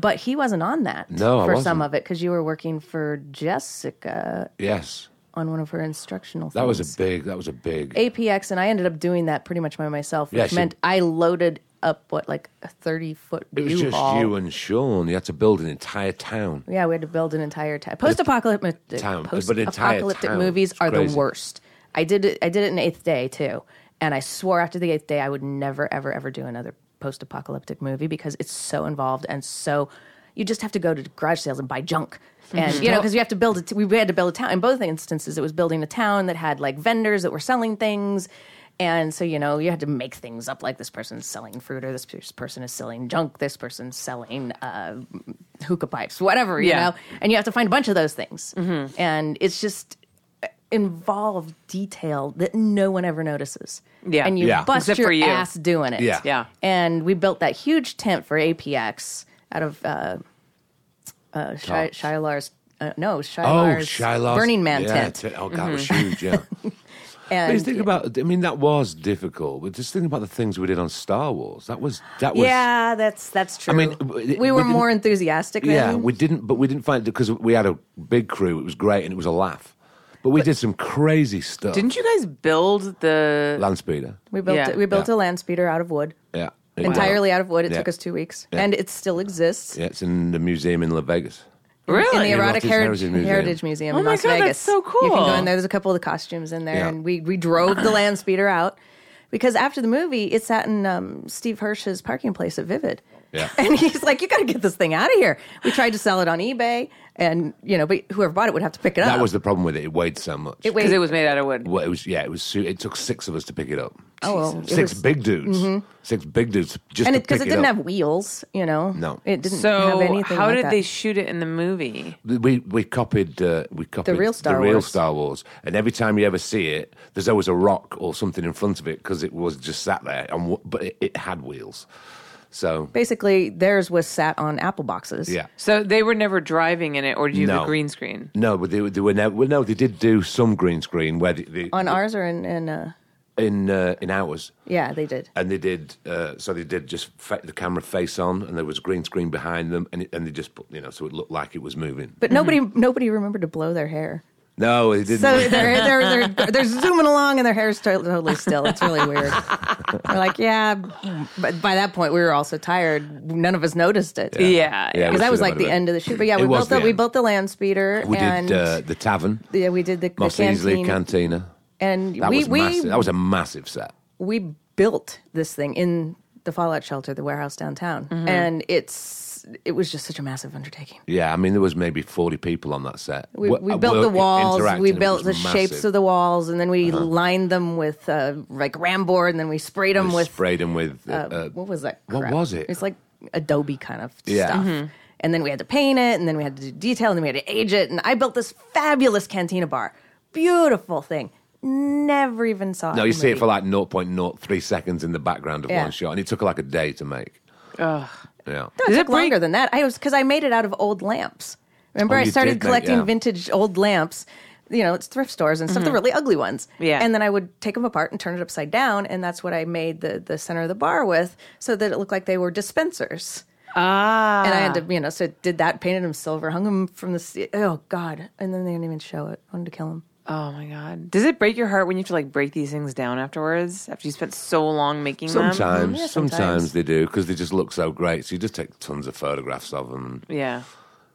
Speaker 2: But he wasn't on that.
Speaker 3: No, I
Speaker 2: for some
Speaker 3: wasn't.
Speaker 2: of it because you were working for Jessica.
Speaker 3: Yes.
Speaker 2: on one of her instructional.
Speaker 3: That was
Speaker 2: things.
Speaker 3: a big. That was a big.
Speaker 2: APX, and I ended up doing that pretty much by myself, which
Speaker 3: Yeah, she-
Speaker 2: meant I loaded up what like a thirty foot.
Speaker 3: It was just
Speaker 2: U-Haul.
Speaker 3: you and Sean. You had to build an entire town.
Speaker 2: Yeah, we had to build an entire town. Post-apocalyptic,
Speaker 3: Town, but an entire
Speaker 2: post-apocalyptic
Speaker 3: town.
Speaker 2: movies
Speaker 3: It's
Speaker 2: are
Speaker 3: crazy.
Speaker 2: the worst. I did it. I did it in Eighth Day too, and I swore after the Eighth Day I would never, ever, ever do another post-apocalyptic movie because it's so involved and so you just have to go to garage sales and buy junk. And you know, because you have to build it. We had to build a town. In both instances, it was building a town that had like vendors that were selling things, and so you know, you had to make things up. Like this person's selling fruit, or this person is selling junk. This person's selling uh, hookah pipes, whatever you
Speaker 1: Yeah. Mm-hmm.
Speaker 2: know and you have to find a bunch of those things and it's just involved detail that no one ever notices
Speaker 1: Yeah.
Speaker 2: and you
Speaker 3: Yeah.
Speaker 2: bust
Speaker 1: Except
Speaker 2: your
Speaker 1: for you.
Speaker 2: ass doing it
Speaker 3: Yeah.
Speaker 1: Yeah.
Speaker 2: and we built that huge tent for apx out of uh uh Shai-
Speaker 3: Tops.
Speaker 2: Shilar's uh,
Speaker 3: Oh,
Speaker 2: no, Shilar's
Speaker 3: Shiloh's
Speaker 2: Burning Man
Speaker 3: yeah,
Speaker 2: tent. Mm-hmm.
Speaker 3: t- Oh, God, it was huge.
Speaker 2: <laughs>
Speaker 3: Yeah. But
Speaker 2: And
Speaker 3: just think about. I mean, that was difficult. But just think about the things we did on Star Wars. That was. That was.
Speaker 2: yeah, that's that's true.
Speaker 3: mean, w-
Speaker 2: we were
Speaker 3: we
Speaker 2: more
Speaker 3: didn't-
Speaker 2: enthusiastic. Then.
Speaker 3: Yeah, we didn't, but we didn't find it because we had a big crew. It was great, and it was a laugh. But we did some crazy stuff.
Speaker 1: Didn't you guys build the?
Speaker 3: Land speeder.
Speaker 2: We built
Speaker 1: Yeah.
Speaker 2: we built
Speaker 3: Yeah.
Speaker 2: a land speeder out of wood,
Speaker 3: Yeah. it-
Speaker 2: entirely out of wood. It
Speaker 3: Yeah.
Speaker 2: took us two weeks,
Speaker 3: Yeah.
Speaker 2: and it still exists.
Speaker 3: Yeah, it's in the museum in Las Vegas.
Speaker 2: in
Speaker 1: Really?
Speaker 2: the
Speaker 3: Erotic
Speaker 2: Erotic Heritage,
Speaker 3: Heritage Museum.
Speaker 2: Heritage Museum
Speaker 1: Oh
Speaker 2: in
Speaker 1: my
Speaker 2: Las
Speaker 1: God, that's
Speaker 2: Vegas.
Speaker 1: so
Speaker 2: You can
Speaker 1: cool.
Speaker 2: go in there. There's a couple of the costumes in there,
Speaker 3: Yeah.
Speaker 2: and we we drove the land speeder out because after the movie, it sat in um, Steve Hirsch's parking place at Vivid.
Speaker 3: Yeah.
Speaker 2: <laughs> And he's like, "You got to get this thing out of here." We tried to sell it on eBay, and you know, but whoever bought it would have to pick it up.
Speaker 3: That was the problem with it. It weighed so much.
Speaker 2: Oh. it
Speaker 1: Because
Speaker 2: weighed,
Speaker 1: it was made out of wood.
Speaker 3: Well, it was yeah. It was. su- It took six of us to pick it up.
Speaker 2: Oh, well, it
Speaker 3: six
Speaker 2: was- Mm-hmm.
Speaker 3: big dudes. Six big dudes just
Speaker 2: and
Speaker 3: to
Speaker 2: because
Speaker 3: pick
Speaker 2: it, didn't
Speaker 3: up.
Speaker 2: have wheels, you know.
Speaker 3: No.
Speaker 2: it didn't have
Speaker 1: So
Speaker 2: anything.
Speaker 1: how
Speaker 2: like
Speaker 1: did
Speaker 2: that.
Speaker 1: they shoot it in the movie?
Speaker 3: we we copied uh, we copied
Speaker 2: real Star
Speaker 3: real
Speaker 2: Wars.
Speaker 3: Star Wars, and every time you ever see it, there's always a rock or something in front of it because it was just sat there, and w- but it, it had wheels, so
Speaker 2: Basically, theirs was sat on apple boxes.
Speaker 3: yeah.
Speaker 1: So they were never driving in it, or did you have
Speaker 3: No.
Speaker 1: the green screen?
Speaker 3: No, but they, were- they were never. Well, no, they did do some green screen where they, they,
Speaker 2: on ours or in, in uh,
Speaker 3: in uh, in hours,
Speaker 2: yeah, they did.
Speaker 3: and they did. Uh, so they did just fa- the camera face on, and there was green screen behind them, and it, and they just put you know, so it looked like it was moving.
Speaker 2: But nobody nobody remembered to blow their hair.
Speaker 3: No, they didn't.
Speaker 2: So they're they're they're, they're zooming along and their hair's to- totally still. It's really weird. They're like, yeah, but by that point we were all so tired, none of us noticed it.
Speaker 1: Yeah, yeah.
Speaker 3: Yeah.
Speaker 2: Because that
Speaker 3: should've
Speaker 2: was like
Speaker 3: might
Speaker 2: the
Speaker 3: have
Speaker 2: end of the shoot. But yeah,
Speaker 3: It
Speaker 2: we
Speaker 3: was
Speaker 2: built
Speaker 3: the
Speaker 2: the, we
Speaker 3: end.
Speaker 2: built the land speeder
Speaker 3: we
Speaker 2: and
Speaker 3: did uh, the tavern,
Speaker 2: yeah, we did the, the
Speaker 3: Moss Eisley
Speaker 2: canteen.
Speaker 3: Cantina.
Speaker 2: and
Speaker 3: That
Speaker 2: we
Speaker 3: was
Speaker 2: we
Speaker 3: massive. That was a massive set.
Speaker 2: we built this thing in the fallout shelter, the warehouse downtown.
Speaker 3: Mm-hmm.
Speaker 2: And it's it was just such a massive undertaking.
Speaker 3: Yeah, I mean there was maybe forty people on that set.
Speaker 2: We,
Speaker 3: Wo-
Speaker 2: we
Speaker 3: uh,
Speaker 2: built the
Speaker 3: work-
Speaker 2: walls. We
Speaker 3: interacting. It
Speaker 2: built the
Speaker 3: was
Speaker 2: shapes
Speaker 3: massive. Uh-huh.
Speaker 2: of the walls, and then we lined them with uh, like ram board, and then we sprayed them
Speaker 3: We
Speaker 2: with
Speaker 3: sprayed them with. Uh, uh,
Speaker 2: what was that?
Speaker 3: what
Speaker 2: crap?
Speaker 3: was it?
Speaker 2: It's like Adobe kind of
Speaker 3: Yeah.
Speaker 2: stuff. And then we had to paint it, and then we had to do detail, and then we had to age it. And I built this fabulous cantina bar, beautiful thing. Never even saw.
Speaker 3: no,
Speaker 2: in
Speaker 3: you
Speaker 2: the
Speaker 3: see it
Speaker 2: movie.
Speaker 3: for like 0.03 seconds in the background of
Speaker 2: Yeah.
Speaker 3: one shot, and it took like a day to make. Yeah.
Speaker 2: No, it
Speaker 1: Does it
Speaker 2: took longer
Speaker 1: break-
Speaker 2: than that. I was because I made it out of old lamps. Remember,
Speaker 3: Oh,
Speaker 2: I
Speaker 3: you
Speaker 2: started
Speaker 3: did make-
Speaker 2: collecting
Speaker 3: yeah.
Speaker 2: vintage old lamps. You know, it's thrift stores and stuff, the really ugly ones.
Speaker 1: Mm-hmm. Yeah.
Speaker 2: And then I would take them apart and turn it upside down, and that's what I made the the center of the bar with, so that it looked like they were dispensers.
Speaker 1: Ah,
Speaker 2: And I had to, you know, so did that, painted them silver, hung them from the. se- Oh God! And then they didn't even show it. wanted to kill him.
Speaker 1: oh my god. Does it break your heart when you have to like break these things down afterwards after you spent so long making them?
Speaker 3: Sometimes,
Speaker 2: yeah,
Speaker 3: sometimes,
Speaker 2: sometimes.
Speaker 3: they do because they just look so great. So you just take tons of photographs of them.
Speaker 1: Yeah.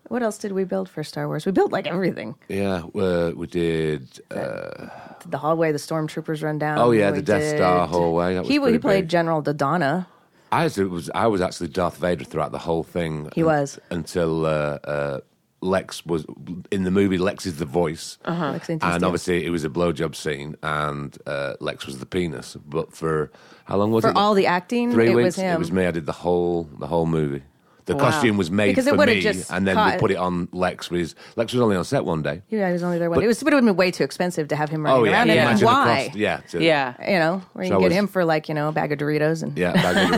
Speaker 2: What else did we build for Star Wars? We built like everything.
Speaker 3: Yeah, uh, we did. Uh,
Speaker 2: The hallway, the stormtroopers run down.
Speaker 3: Oh, yeah,
Speaker 2: we
Speaker 3: the Death Star hallway, that was
Speaker 2: he he
Speaker 3: pretty
Speaker 2: played
Speaker 3: big.
Speaker 2: General Dodonna.
Speaker 3: I actually was I was actually Darth Vader throughout the whole thing.
Speaker 2: He
Speaker 3: un-
Speaker 2: was.
Speaker 3: until uh, uh, Lex was in the movie. Lex is the voice,
Speaker 2: Uh-huh.
Speaker 1: Uh-huh.
Speaker 2: Lexington
Speaker 3: and
Speaker 2: Steel.
Speaker 3: obviously it was a blowjob scene, and uh, Lex was the penis. But for how long was
Speaker 2: for
Speaker 3: it?
Speaker 2: all the acting.
Speaker 3: Three
Speaker 2: it
Speaker 3: weeks.
Speaker 2: was him.
Speaker 3: It was me. I did the whole the whole movie. The
Speaker 1: Wow.
Speaker 3: costume was made
Speaker 2: Because it
Speaker 3: for
Speaker 2: would've
Speaker 3: me,
Speaker 2: just
Speaker 3: and then we
Speaker 2: caught-
Speaker 3: put it on Lex. With his, Lex was only on set one day.
Speaker 2: Yeah, he was only there one. it was, but it would have been way too expensive to have him running
Speaker 3: Oh yeah,
Speaker 2: around. in it.
Speaker 3: imagine the
Speaker 2: Why?
Speaker 3: cost. Yeah, to-
Speaker 1: Yeah.
Speaker 2: You know, where you
Speaker 3: So I
Speaker 2: can get
Speaker 3: was-
Speaker 2: him for like you know a bag of Doritos and
Speaker 3: yeah. bag
Speaker 2: <laughs>
Speaker 3: of-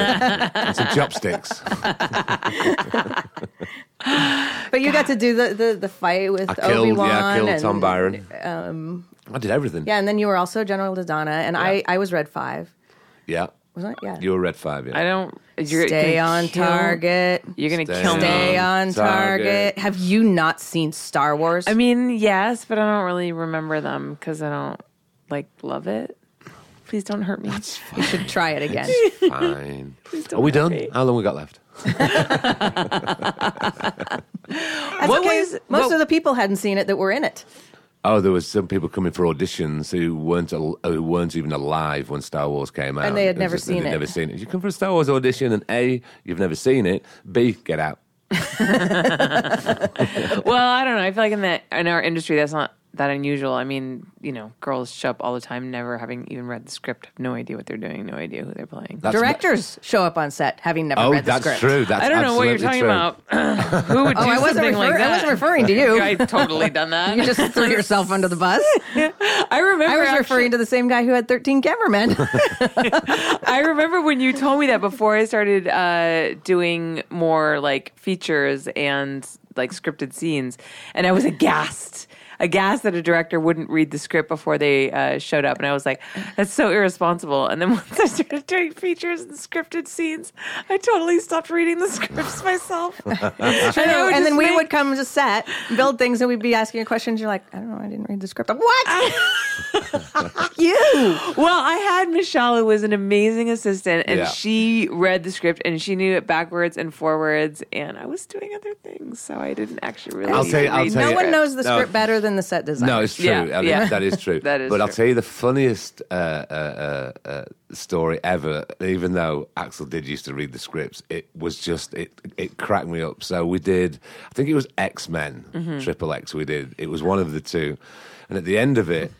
Speaker 3: and some chopsticks.
Speaker 2: But you got to do the the, the fight with
Speaker 3: I killed.
Speaker 2: Obi Wan.
Speaker 3: yeah, I killed
Speaker 2: and, um,
Speaker 3: Tom Byron. I did everything.
Speaker 2: Yeah, and then you were also General Dodonna, and I I was Red Five.
Speaker 3: Yeah.
Speaker 2: Was that? Yeah.
Speaker 3: You were red five,
Speaker 2: <laughs>
Speaker 3: yeah.
Speaker 1: I don't. You're,
Speaker 2: Stay
Speaker 1: gonna
Speaker 2: on
Speaker 1: kill-
Speaker 2: target.
Speaker 1: You're gonna
Speaker 3: Stay
Speaker 1: kill me.
Speaker 2: Stay on
Speaker 3: on
Speaker 2: target.
Speaker 3: target.
Speaker 2: Have you not seen Star Wars?
Speaker 1: I mean, yes, but I don't really remember them because I don't like love it. Please don't hurt me. <laughs>
Speaker 2: you should try it
Speaker 3: <laughs>
Speaker 2: again.
Speaker 3: Fine. Are we done? How long we got left?
Speaker 2: That's
Speaker 1: What
Speaker 2: okay.
Speaker 1: was-
Speaker 2: Most
Speaker 1: what-
Speaker 2: of the people hadn't seen it that were in it.
Speaker 3: Oh, there was some people coming for auditions who weren't al- uh, who weren't even alive when Star Wars came out,
Speaker 2: And they had
Speaker 3: It was
Speaker 2: never
Speaker 3: just that
Speaker 2: seen
Speaker 3: they'd
Speaker 2: it.
Speaker 3: Never seen it. You come for a Star Wars audition, and A, you've never seen it. B, get out.
Speaker 1: well, I don't know. I feel like in that in our industry, that's not that unusual. I mean, you know, girls show up all the time, never having even read the script, have no idea what they're doing, no idea who they're playing.
Speaker 3: That's
Speaker 2: Directors show up on set having never
Speaker 3: Oh,
Speaker 2: read the
Speaker 3: that's
Speaker 2: script.
Speaker 3: true. That's
Speaker 1: I don't know what you're talking
Speaker 3: absolutely true.
Speaker 1: about. <clears throat> who would do
Speaker 2: Oh, I wasn't,
Speaker 1: something like
Speaker 2: refer-
Speaker 1: that?
Speaker 2: I wasn't referring to you.
Speaker 1: I totally done that.
Speaker 2: <laughs> You just
Speaker 1: <laughs>
Speaker 2: threw yourself under the bus.
Speaker 1: I remember.
Speaker 2: I was
Speaker 1: actually-
Speaker 2: referring to the same guy who had 13 cameramen.
Speaker 1: I remember when you told me that before I started uh, doing more like features and like scripted scenes, and I was aghast, aghast that a director wouldn't read the script before they uh, showed up, and I was like, "That's so irresponsible." And then <laughs> once I started doing features and scripted scenes, I totally stopped reading the <laughs> scripts
Speaker 2: <laughs>
Speaker 1: myself. And, <laughs> I would
Speaker 2: and then
Speaker 1: just
Speaker 2: we
Speaker 1: make-
Speaker 2: would come to set, build things, and we'd be asking you questions. You're like, I don't know, I didn't read the script. I'm, what? you.
Speaker 1: Well, I had Michelle, who was an amazing assistant, and
Speaker 3: Yeah.
Speaker 1: she read the script and she knew it backwards and forwards. And I was doing other things, so I didn't actually really.
Speaker 3: I'll tell you- I'll
Speaker 1: read
Speaker 3: tell
Speaker 2: No
Speaker 1: the
Speaker 3: you- uh,
Speaker 2: one
Speaker 1: script.
Speaker 2: knows the
Speaker 3: No.
Speaker 2: script better than the set designer.
Speaker 3: No, it's true.
Speaker 1: Yeah,
Speaker 3: I mean,
Speaker 1: yeah.
Speaker 3: That is
Speaker 2: <laughs>
Speaker 3: true.
Speaker 1: That is
Speaker 3: But I'll
Speaker 1: true.
Speaker 3: tell you the funniest uh, uh, uh, uh, story ever. Even though Axel did used to read the scripts, it was just it it cracked me up. So we did. I think it was X Men
Speaker 2: Mm-hmm.
Speaker 3: Triple X. We did. It was one of the two. And at the end of
Speaker 2: <laughs>
Speaker 3: it,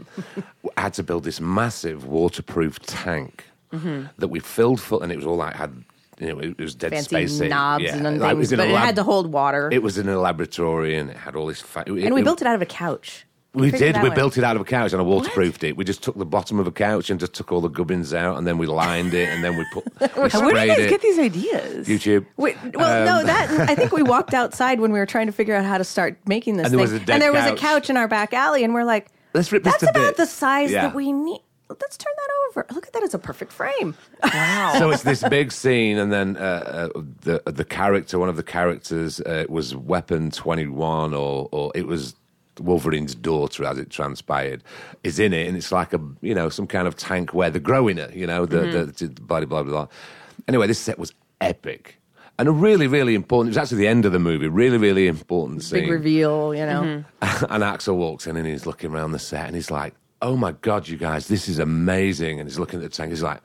Speaker 3: I had to build this massive waterproof tank that we filled full, and it was all like had. You know, it was dead
Speaker 2: Mm-hmm. Fancy
Speaker 3: space.
Speaker 2: knobs and things, but it had to hold water.
Speaker 3: It was in a laboratory, and it had all this. Fa-
Speaker 2: and we built it out of a couch.
Speaker 3: we
Speaker 2: Figured
Speaker 3: did.
Speaker 2: that
Speaker 3: We
Speaker 2: one.
Speaker 3: built it out of a couch and I waterproofed it. We just took the bottom of a couch and just took all the gubbins out and then we lined it and then we put we
Speaker 1: Where do you
Speaker 3: sprayed
Speaker 1: guys
Speaker 3: it.
Speaker 1: get these ideas?
Speaker 3: YouTube.
Speaker 2: Wait, well,
Speaker 3: Um,
Speaker 2: no, that I think we
Speaker 3: <laughs>
Speaker 2: walked outside when we were trying to figure out how to start making this
Speaker 3: And
Speaker 2: thing,
Speaker 3: there was a dead
Speaker 2: and there was a
Speaker 3: couch.
Speaker 2: couch in our back alley, and we're like,
Speaker 3: Let's rip this
Speaker 2: "That's
Speaker 3: to
Speaker 2: about
Speaker 3: bits."
Speaker 2: the size
Speaker 3: Yeah.
Speaker 2: that we need." Let's turn that over. Look at that; it's a perfect frame.
Speaker 3: So it's this big scene, and then uh, uh, the the character, one of the characters, uh, was Weapon Twenty One, or or it was Wolverine's daughter, as it transpired, is in it, and it's like a you know some kind of tank where they're growing it, you know, the, the, the blah blah blah. Anyway, this set was epic. And a really, really important. It was actually the end of the movie. Really, really important scene
Speaker 2: Big reveal, you know.
Speaker 3: <laughs> and Axel walks in and he's looking around the set and he's like, "Oh my god, you guys, this is amazing!" And he's looking at the tank. He's like,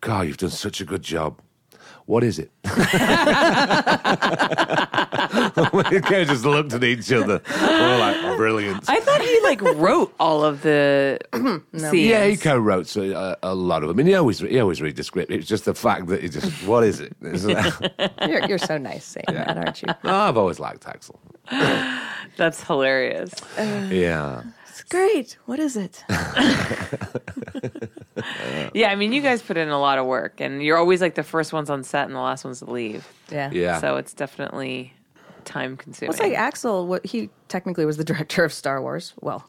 Speaker 3: "God, you've done such a good job. What is it?" <laughs> we kind of just looked at each other. We We're like, "Oh, "Brilliant."
Speaker 1: I thought he
Speaker 3: <laughs>
Speaker 1: like wrote all of
Speaker 3: <clears throat>
Speaker 1: the scenes.
Speaker 3: yeah, he co-wrote so, uh, a lot of them, and he always he always read the script. It's just the fact that he just, "What is it?" It's like- <laughs>
Speaker 2: <laughs> You're, you're so nice saying that, aren't you?
Speaker 3: No, I've always liked Axel.
Speaker 1: that's hilarious.
Speaker 3: Yeah,
Speaker 2: It's great. What is it?
Speaker 1: Yeah, I mean, you guys put in a lot of work, and you're always like the first ones on set and the last ones to leave.
Speaker 2: Yeah.
Speaker 3: <laughs> yeah.
Speaker 1: So it's definitely time consuming.
Speaker 2: It's like Axel. What he technically was the director of Star Wars. Well,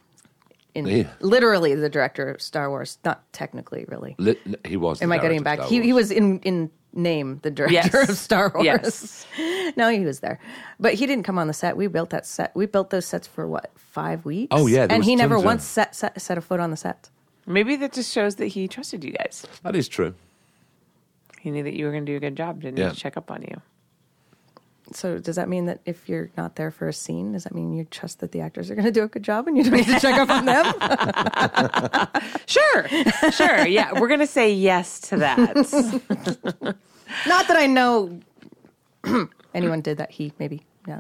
Speaker 2: in
Speaker 3: Yeah.
Speaker 2: literally the director of Star Wars, not technically, really.
Speaker 3: Li- he was. the
Speaker 2: Am I
Speaker 3: director
Speaker 2: getting
Speaker 3: of
Speaker 2: back?
Speaker 3: Star
Speaker 2: He, he
Speaker 3: Wars.
Speaker 2: was in in name the director
Speaker 1: Yes.
Speaker 2: of Star Wars.
Speaker 1: Yes.
Speaker 2: no, he was there, but he didn't come on the set. We built that set. We built those sets for what five weeks?
Speaker 3: Oh, yeah, there
Speaker 2: and
Speaker 3: was
Speaker 2: he never
Speaker 3: tons of-
Speaker 2: once set, set set a foot on the set.
Speaker 1: Maybe that just shows that he trusted you guys.
Speaker 3: That is true.
Speaker 1: He knew that you were going to do a good job, didn't need
Speaker 3: Yeah.
Speaker 1: to check up on you.
Speaker 2: So does that mean that if you're not there for a scene, does that mean you trust that the actors are going to do a good job and you don't need to check up
Speaker 3: <laughs>
Speaker 2: on them?
Speaker 1: Sure, <laughs> sure. Yeah, we're gonna say yes to that.
Speaker 2: not that I know <clears throat> anyone did that. He maybe yeah.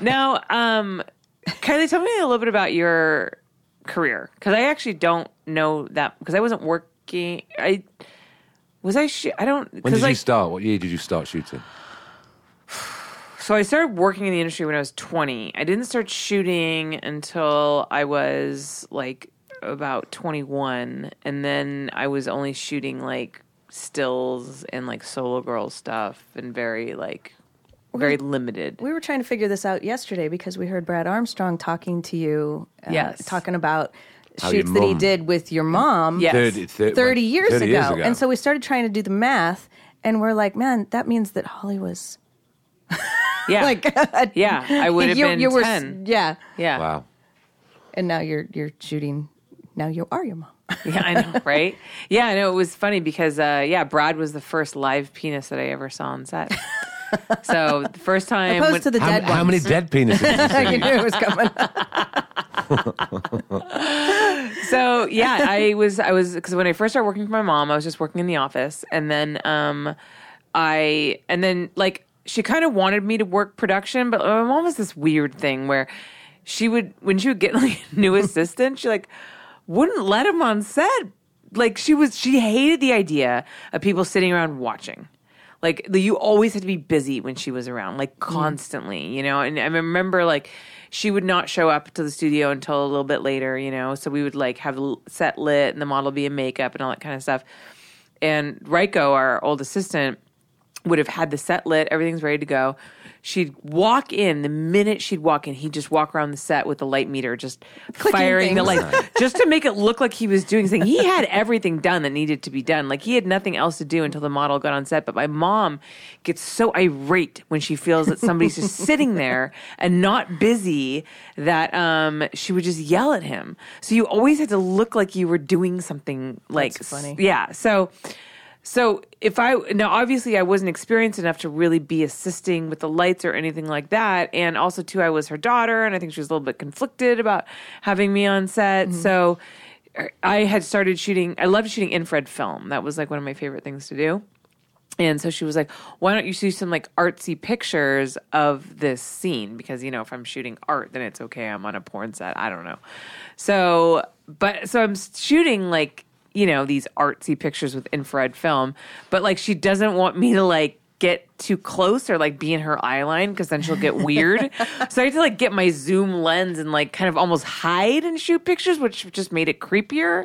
Speaker 1: now, um, Kylie, tell me a little bit about your career because I actually don't know that because I wasn't working. I was I. Sh- I don't
Speaker 3: When
Speaker 1: because
Speaker 3: did you
Speaker 1: like
Speaker 3: start? What year did you start shooting?
Speaker 1: so I started working in the industry when I was twenty. I didn't start shooting until I was like about twenty one, and then I was only shooting like stills and like solo girl stuff and very like very limited.
Speaker 2: We were trying to figure this out yesterday because we heard Brad Armstrong talking to you.
Speaker 1: Yes.
Speaker 2: Talking about
Speaker 3: How your
Speaker 2: shoots that he
Speaker 3: mum-
Speaker 2: did with your mom
Speaker 1: Yes.
Speaker 3: 30, 30,
Speaker 2: 30 years
Speaker 3: 30
Speaker 2: ago. And so we started trying to do the math and we're like, man, that means that Holly was
Speaker 1: Yeah.
Speaker 2: like <laughs>
Speaker 1: yeah. I would have
Speaker 2: you,
Speaker 1: been
Speaker 2: you were
Speaker 1: 10.
Speaker 2: yeah.
Speaker 1: <laughs> yeah.
Speaker 3: wow.
Speaker 2: And now you're you're shooting now you
Speaker 1: <laughs>
Speaker 2: are your mom.
Speaker 1: <laughs> Yeah, I know, right? Yeah, I know. It was funny because, uh, yeah, Brad was the first live penis that I ever saw on
Speaker 2: <laughs>
Speaker 1: set. So the first time,
Speaker 2: Opposed
Speaker 1: when-
Speaker 2: to the
Speaker 3: How,
Speaker 2: dead
Speaker 3: how
Speaker 2: ones.
Speaker 3: many dead penises have you
Speaker 2: I
Speaker 3: seen?
Speaker 2: knew <laughs> it was coming.
Speaker 1: so yeah, I was, I was, because when I first started working for my mom, I was just working in the office, and then, um, I, and then like she kind of wanted me to work production, but my mom was this weird thing where she would, when she would get <laughs> like a new assistant, she like wouldn't let him on set. Like she was, she hated the idea of people sitting around watching. like the- you always had to be busy when she was around like constantly you know and i remember like she would not show up to the studio until a little bit later you know so we would like have the l- set lit and the model be in makeup and all that kind of stuff and Ryko, our old assistant would have had the set lit everything's ready to go she'd walk in the minute she'd walk in he'd just walk around the set with the light meter just firing the
Speaker 2: things.
Speaker 1: light just to make it look like he was doing something. He had everything done that needed to be done. Like he had nothing else to do until the model got on set. But my mom gets so irate when she feels that somebody's just sitting there and not busy that um, she would just yell at him. So you always had to look like you were doing something like
Speaker 2: That's funny.
Speaker 1: Yeah. So so if I now obviously I wasn't experienced enough to really be assisting with the lights or anything like that, and also too I was her daughter, and I think she was a little bit conflicted about having me on set.
Speaker 2: Mm-hmm.
Speaker 1: So er, I had started shooting. I loved shooting infrared film. That was like one of my favorite things to do. And so she was like, "Why don't you do some like artsy pictures of this scene? Because you know, if I'm shooting art, then it's okay. I'm on a porn set. I don't know." So, but so I'm shooting like you know these artsy pictures with infrared film, but like she doesn't want me to like get too close or like be in her eye line because then she'll get weird. so I had to like get my zoom lens and like kind of almost hide and shoot pictures, which just made it creepier.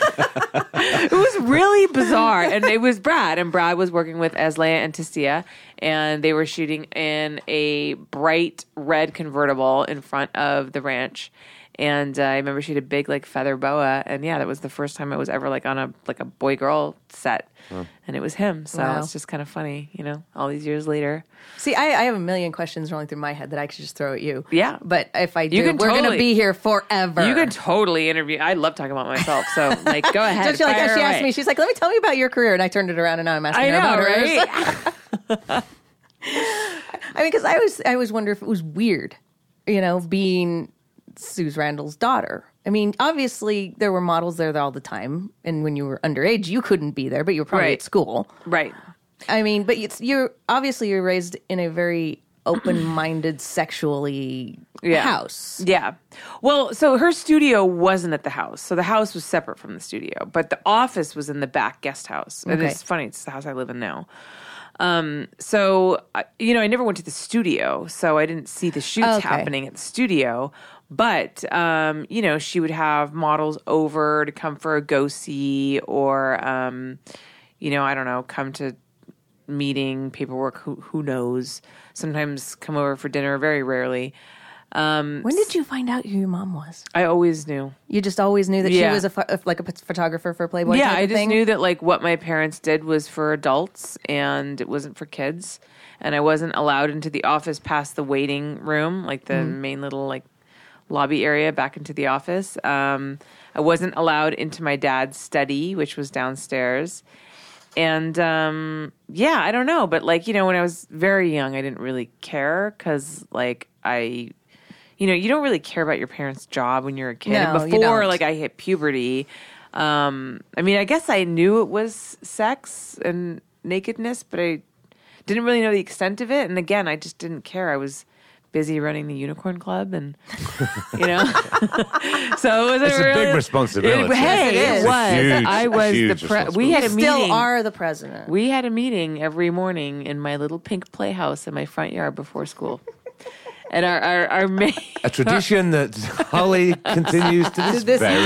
Speaker 1: it was really bizarre. And it was Brad, and Brad was working with Eslea and Tastia, and they were shooting in a bright red convertible in front of the ranch. And uh, I remember she had a big like feather boa, and yeah, that was the first time I was ever like on a like a boy girl set, and it was him. So
Speaker 2: Wow.
Speaker 1: it's just kind of funny, you know, all these years later.
Speaker 2: See, I, I have a million questions rolling through my head that I could just throw at you.
Speaker 1: Yeah.
Speaker 2: But if I do,
Speaker 1: can
Speaker 2: we're going
Speaker 1: totally-
Speaker 2: to be here forever.
Speaker 1: You can totally interview. I love talking about myself, so <laughs> like go ahead.
Speaker 2: Don't you like
Speaker 1: fire
Speaker 2: how she asked
Speaker 1: away.
Speaker 2: me? She's like, "Let me tell me about your career," and I turned it around, and now I'm asking
Speaker 1: I
Speaker 2: her about
Speaker 1: know,
Speaker 2: hers.
Speaker 1: right?
Speaker 2: I mean, because I always, I always wonder if it was weird, you know, being Suze Randall's daughter. I mean, obviously there were models there all the time, and when you were underage, you couldn't be there, but you were probably
Speaker 1: Right.
Speaker 2: at school.
Speaker 1: <laughs> right.
Speaker 2: I mean, but it's, you're obviously you're raised in a very <clears throat> open-minded, sexually
Speaker 1: Yeah.
Speaker 2: house.
Speaker 1: Yeah. Well, so her studio wasn't at the house. So the house was separate from the studio, but the office was in the back guest house. And
Speaker 2: Okay.
Speaker 1: it's funny, it's the house I live in now. Um, so, I- you know, I never went to the studio, so I didn't see the shoots
Speaker 2: Okay.
Speaker 1: happening at the studio. But, um, you know, she would have models over to come for a go see or, um, you know, I don't know, come to meeting, paperwork, who, who knows. Sometimes come over for dinner, very rarely. Um,
Speaker 2: When did you find out who your mom was?
Speaker 1: I always knew.
Speaker 2: You just always knew that
Speaker 1: Yeah.
Speaker 2: she was a pho- like a p- photographer for Playboy.
Speaker 1: yeah,
Speaker 2: type
Speaker 1: I
Speaker 2: of
Speaker 1: just
Speaker 2: thing?
Speaker 1: knew that like what my parents did was for adults and it wasn't for kids. And I wasn't allowed into the office past the waiting room, like the
Speaker 2: Mm-hmm.
Speaker 1: main little like lobby area back into the office. Um, I wasn't allowed into my dad's study, which was downstairs. And um, yeah, I don't know, but like you know, when I was very young, I didn't really care because like I. You know, you don't really care about your parents' job when you're a kid.
Speaker 2: No, you
Speaker 1: Before,
Speaker 2: don't.
Speaker 1: like, I hit puberty. Um, I mean, I guess I knew it was sex and nakedness, but I didn't really know the extent of it. And again, I just didn't care. I was busy running the Unicorn Club, and you know, <laughs> so it was
Speaker 3: It's a big responsibility.
Speaker 1: hey,
Speaker 2: Yes, it
Speaker 1: it,
Speaker 2: is.
Speaker 1: was.
Speaker 3: Huge,
Speaker 1: I was
Speaker 3: huge
Speaker 1: the pre- we had a meeting.
Speaker 2: still are the president.
Speaker 1: We
Speaker 3: <laughs>
Speaker 1: had a meeting every morning in my little pink playhouse in my front yard before school. and our our, our main
Speaker 3: A tradition that Holly continues <laughs> to this,
Speaker 2: this
Speaker 3: very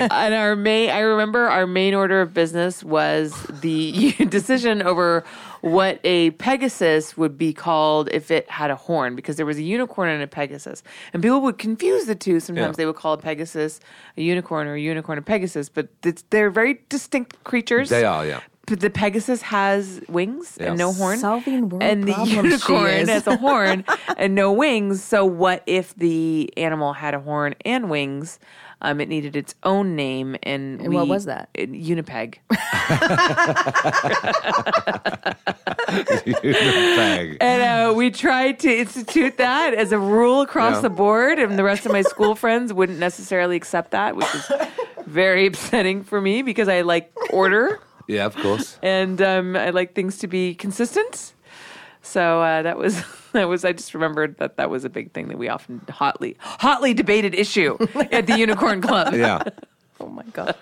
Speaker 3: day.
Speaker 1: and our main I remember our main order of business was the <laughs> decision over what a pegasus would be called if it had a horn because there was a unicorn and a pegasus and people would confuse the two sometimes
Speaker 3: Yeah.
Speaker 1: they would call a pegasus a unicorn or a unicorn a pegasus but it's, they're very distinct creatures
Speaker 3: They are, yeah. <laughs>
Speaker 1: but the pegasus has wings
Speaker 3: Yeah.
Speaker 1: and no horn
Speaker 2: Solving world
Speaker 1: and the
Speaker 2: problems, she
Speaker 1: unicorn <laughs>
Speaker 2: is.
Speaker 1: has a horn and no wings. So what if the animal had a horn and wings? Um, it needed its own name, and,
Speaker 2: And what
Speaker 1: we-
Speaker 2: was that?
Speaker 1: It, Unipeg.
Speaker 3: Bang.
Speaker 1: and uh, we tried to institute that as a rule across
Speaker 3: Yeah.
Speaker 1: the board, and the rest of my school friends wouldn't necessarily accept that, which is very upsetting for me because I like order
Speaker 3: yeah, of course.
Speaker 1: and um, I like things to be consistent. So uh, that was <laughs> that was. I just remembered that that was a big thing that we often hotly hotly debated issue at the Unicorn Club.
Speaker 3: Yeah.
Speaker 2: Oh my god.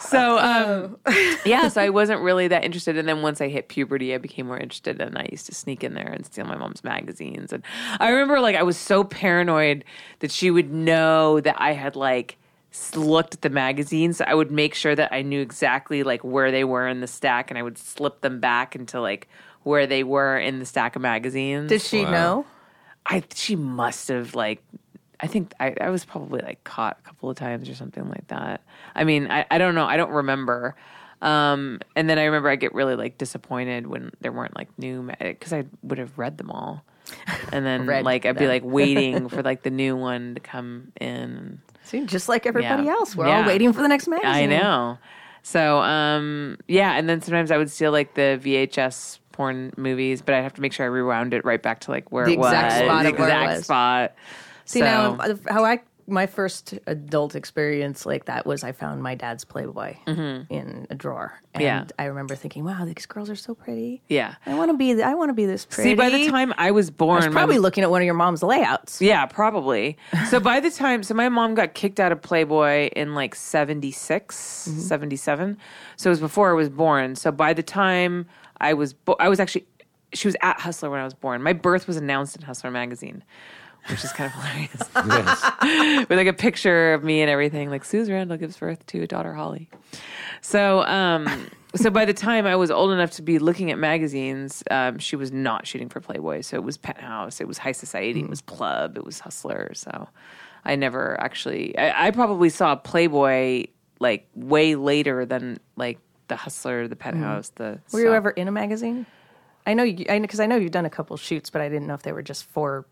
Speaker 1: So um, yeah, so I wasn't really that interested. And then once I hit puberty, I became more interested, and I used to sneak in there and steal my mom's magazines. And I remember like I was so paranoid that she would know that I had like s- looked at the magazines. I would make sure that I knew exactly like where they were in the stack, and I would slip them back into like where they were in the stack of magazines.
Speaker 2: Did she know?
Speaker 1: I she must have like I think I, I was probably like caught a couple of times or something like that. I mean, I, I don't know. I don't remember. Um, and then I remember I get really like disappointed when there weren't like new because I would have read them all, and then
Speaker 2: <laughs> Read
Speaker 1: like I'd be
Speaker 2: them.
Speaker 1: like waiting
Speaker 2: <laughs>
Speaker 1: for like the new one to come in.
Speaker 2: See, just like everybody
Speaker 1: Yeah.
Speaker 2: else, we're
Speaker 1: Yeah.
Speaker 2: all waiting for the next magazine.
Speaker 1: I know. So um, yeah, and then sometimes I would steal like the VHS porn movies, but I'd have to make sure I rewound it right back to like where
Speaker 2: The
Speaker 1: it was,
Speaker 2: exact spot
Speaker 1: the
Speaker 2: of where it
Speaker 1: exact
Speaker 2: was.
Speaker 1: spot.
Speaker 2: See
Speaker 1: So-
Speaker 2: now um, how I my first adult experience like that was I found my dad's Playboy in a drawer,
Speaker 1: Mm-hmm.
Speaker 2: and
Speaker 1: Yeah.
Speaker 2: I remember thinking, "Wow, these girls are so pretty.
Speaker 1: Yeah.
Speaker 2: I want to be. th- I want to be this pretty."
Speaker 1: See, by the time I was born,
Speaker 2: I was
Speaker 1: my-
Speaker 2: probably looking at one of your mom's layouts.
Speaker 1: yeah, probably. So by the time, so my mom got kicked out of Playboy in like 76, 77. So it was before I was born. So by the time I was, bo- I was actually, she was at Hustler when I was born. My birth was announced in Hustler magazine, which is kind of hilarious. <laughs> with like a picture of me and everything. Like Suze Randall gives birth to a daughter, Holly. So, um, so by the time I was old enough to be looking at magazines, um, she was not shooting for Playboy. So it was Penthouse, it was High Society, it was Club, it was Hustler. So I never actually. I, I probably saw Playboy like way later than like the Hustler, the Penthouse, the.
Speaker 2: Were you ever in a magazine? I know you because I, know you've done a couple shoots, but I didn't know if they were just for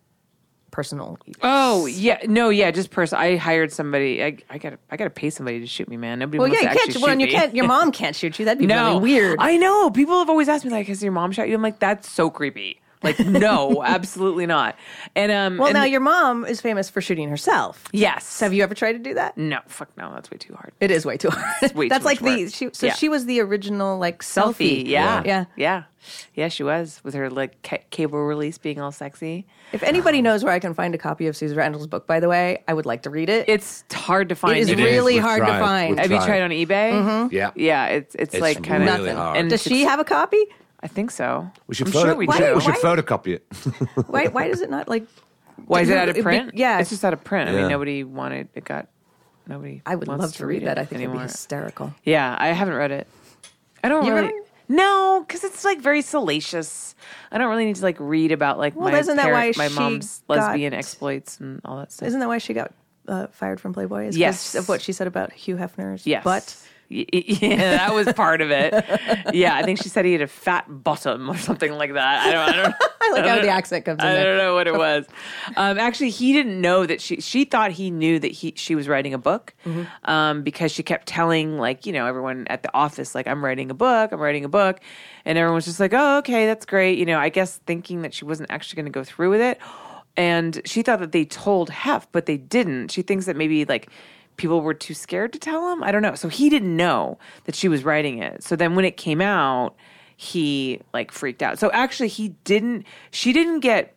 Speaker 2: personal.
Speaker 1: Oh yeah, no, yeah, just person. I hired somebody. I, I gotta, I gotta pay somebody to shoot me, man. Nobody.
Speaker 2: Well,
Speaker 1: wants
Speaker 2: yeah,
Speaker 1: to
Speaker 2: you
Speaker 1: actually
Speaker 2: can't. Well,
Speaker 1: shoot
Speaker 2: and you
Speaker 1: me.
Speaker 2: can't. Your mom can't shoot you. That'd be really weird.
Speaker 1: I know. People have always asked me, like, has your mom shot you? I'm like, that's so creepy.
Speaker 2: <laughs>
Speaker 1: Like, no, absolutely not. And um
Speaker 2: well,
Speaker 1: and
Speaker 2: now your mom is famous for shooting herself.
Speaker 1: Yes.
Speaker 2: Have you ever tried to do that?
Speaker 1: No, fuck no, that's way too hard.
Speaker 2: It is way too hard.
Speaker 1: way
Speaker 2: <laughs> That's
Speaker 1: too
Speaker 2: like
Speaker 1: much
Speaker 2: the
Speaker 1: work.
Speaker 2: she. So
Speaker 1: Yeah.
Speaker 2: she was the original like selfie.
Speaker 1: Selfie, yeah.
Speaker 2: yeah.
Speaker 1: Yeah. Yeah, she was with her like ca- cable release being all sexy.
Speaker 2: If anybody knows where I can find a copy of Susan Randall's book, by the way, I would like to read it.
Speaker 1: It's hard to find.
Speaker 2: is
Speaker 1: It
Speaker 2: really
Speaker 3: We've
Speaker 2: hard to
Speaker 3: tried.
Speaker 2: find.
Speaker 3: We've
Speaker 1: Have you tried on eBay?
Speaker 3: Yeah.
Speaker 1: Yeah, it's it's,
Speaker 3: It's
Speaker 1: like kind
Speaker 3: really
Speaker 1: of
Speaker 3: hard.
Speaker 1: And
Speaker 2: Does she have a copy?
Speaker 1: I think so.
Speaker 3: We should,
Speaker 1: I'm
Speaker 3: photo-
Speaker 1: sure we
Speaker 3: we should,
Speaker 1: do.
Speaker 3: we should
Speaker 2: Why-
Speaker 3: photocopy it.
Speaker 2: Why? Why does it not like?
Speaker 1: Why is it out
Speaker 2: It'd
Speaker 1: of
Speaker 2: be-
Speaker 1: print?
Speaker 2: yeah.
Speaker 1: it's just out of print. I mean,
Speaker 3: Yeah.
Speaker 1: nobody wanted it. Got nobody.
Speaker 2: I would
Speaker 1: wants
Speaker 2: love to read
Speaker 1: it
Speaker 2: that. I think it'd
Speaker 1: anymore.
Speaker 2: be hysterical.
Speaker 1: Yeah, I haven't read it. I don't
Speaker 2: You
Speaker 1: really.
Speaker 2: haven't?
Speaker 1: No, because it's like very salacious. I don't really need to like read about like
Speaker 2: Well,
Speaker 1: my
Speaker 2: isn't that
Speaker 1: parent-
Speaker 2: why
Speaker 1: my
Speaker 2: she
Speaker 1: mom's
Speaker 2: got-
Speaker 1: lesbian exploits and all that stuff.
Speaker 2: Isn't that why she got uh, fired from Playboy? Is 'cause
Speaker 1: Yes.
Speaker 2: of what she said about Hugh Hefner's
Speaker 1: yes,
Speaker 2: butt.
Speaker 1: Y- y- <laughs> yeah, that was part of
Speaker 2: <laughs>
Speaker 1: it. yeah, I think she said he had a fat bottom or something like that. I don't. I don't.
Speaker 2: I like how the accent <laughs> comes in.
Speaker 1: I <laughs>
Speaker 2: there.
Speaker 1: don't know what it was. Um, actually, he didn't know that she. She thought he knew that he she was writing a book, um, because she kept telling like you know everyone at the office like I'm writing a book, I'm writing a book, and everyone was just like, oh okay, that's great. You know, I guess thinking that she wasn't actually going to go through with it, and she thought that they told Hef, but they didn't. She thinks that maybe like. People were too scared to tell him. I don't know. So he didn't know that she was writing it. So then when it came out, he like freaked out. So actually, he didn't. She didn't get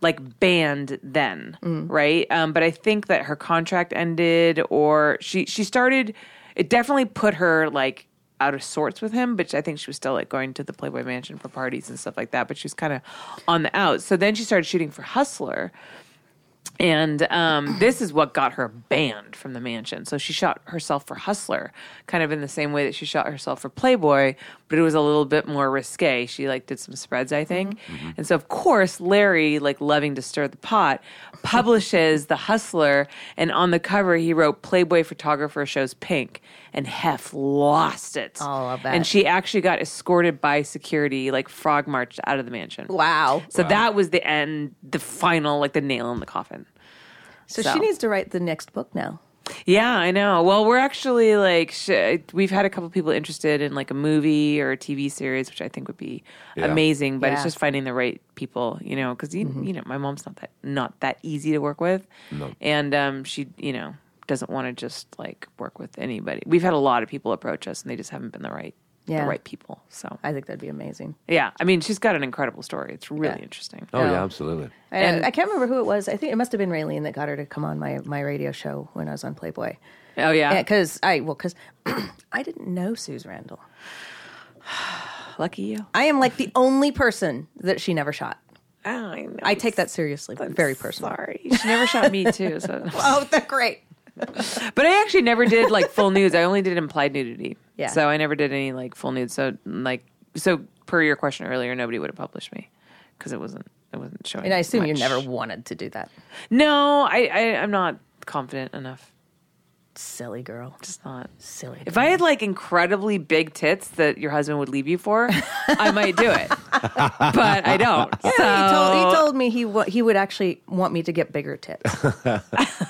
Speaker 1: like banned then, right? Um, but I think that her contract ended, or she she started. It definitely put her like out of sorts with him, but I think she was still like going to the Playboy Mansion for parties and stuff like that. But she was kind of on the out. So then she started shooting for Hustler. And um, this is what got her banned from the mansion. So she shot herself for Hustler, kind of in the same way that she shot herself for Playboy, but it was a little bit more risque. She like did some spreads, I think.
Speaker 2: Mm-hmm.
Speaker 1: And so of course Larry, like loving to stir the pot, publishes the Hustler, and on the cover he wrote Playboy photographer shows pink, and Hef lost it.
Speaker 2: Oh, I bet.
Speaker 1: And she actually got escorted by security, like frog marched out of the mansion.
Speaker 2: Wow.
Speaker 1: So that was the end, the final, like the nail in the coffin.
Speaker 2: So,
Speaker 1: So.
Speaker 2: she needs to write the next book now.
Speaker 1: Yeah, I know. Well, we're actually like sh- we've had a couple people interested in like a movie or a TV series, which I think would be
Speaker 3: Yeah.
Speaker 1: amazing. But it's
Speaker 2: Yeah. Mm-hmm.
Speaker 1: just finding the right people, you know, because you, you know my mom's not that not that easy to work with, and um, she you know doesn't want to just like work with anybody. We've had a lot of people approach us, and they just haven't been the right
Speaker 2: Yeah.
Speaker 1: the right people. So
Speaker 2: I think that'd be amazing.
Speaker 1: yeah, I mean, she's got an incredible story. It's really
Speaker 2: Yeah.
Speaker 1: interesting.
Speaker 3: Oh yeah, absolutely.
Speaker 2: And I, can't remember who it was. I think it must have been Raylene that got her to come on my, my radio show when I was on Playboy.
Speaker 1: Oh yeah,
Speaker 2: Because I, well, because <clears throat> I didn't know Suze Randall.
Speaker 1: lucky you.
Speaker 2: I am like the only person that she never shot.
Speaker 1: I know.
Speaker 2: I take that seriously, very personal.
Speaker 1: Sorry, she never shot me too.
Speaker 2: <laughs>
Speaker 1: So,
Speaker 2: Oh, that's great.
Speaker 1: but I actually never did like full nudes. I only did implied nudity.
Speaker 2: Yeah.
Speaker 1: So I never did any like full nudes. So like so per your question earlier, nobody would have published me because it wasn't it wasn't showing.
Speaker 2: And I assume you
Speaker 1: much.
Speaker 2: never wanted to do that.
Speaker 1: No, I, I I'm not confident enough.
Speaker 2: Silly girl.
Speaker 1: Just not.
Speaker 2: Silly.
Speaker 1: If I had like incredibly big tits that your husband would leave you for, I might do
Speaker 2: <laughs>
Speaker 1: it. but I don't.
Speaker 2: he, told,
Speaker 1: So-
Speaker 2: he told me he wa- he would actually want me to get bigger tits.
Speaker 1: <laughs>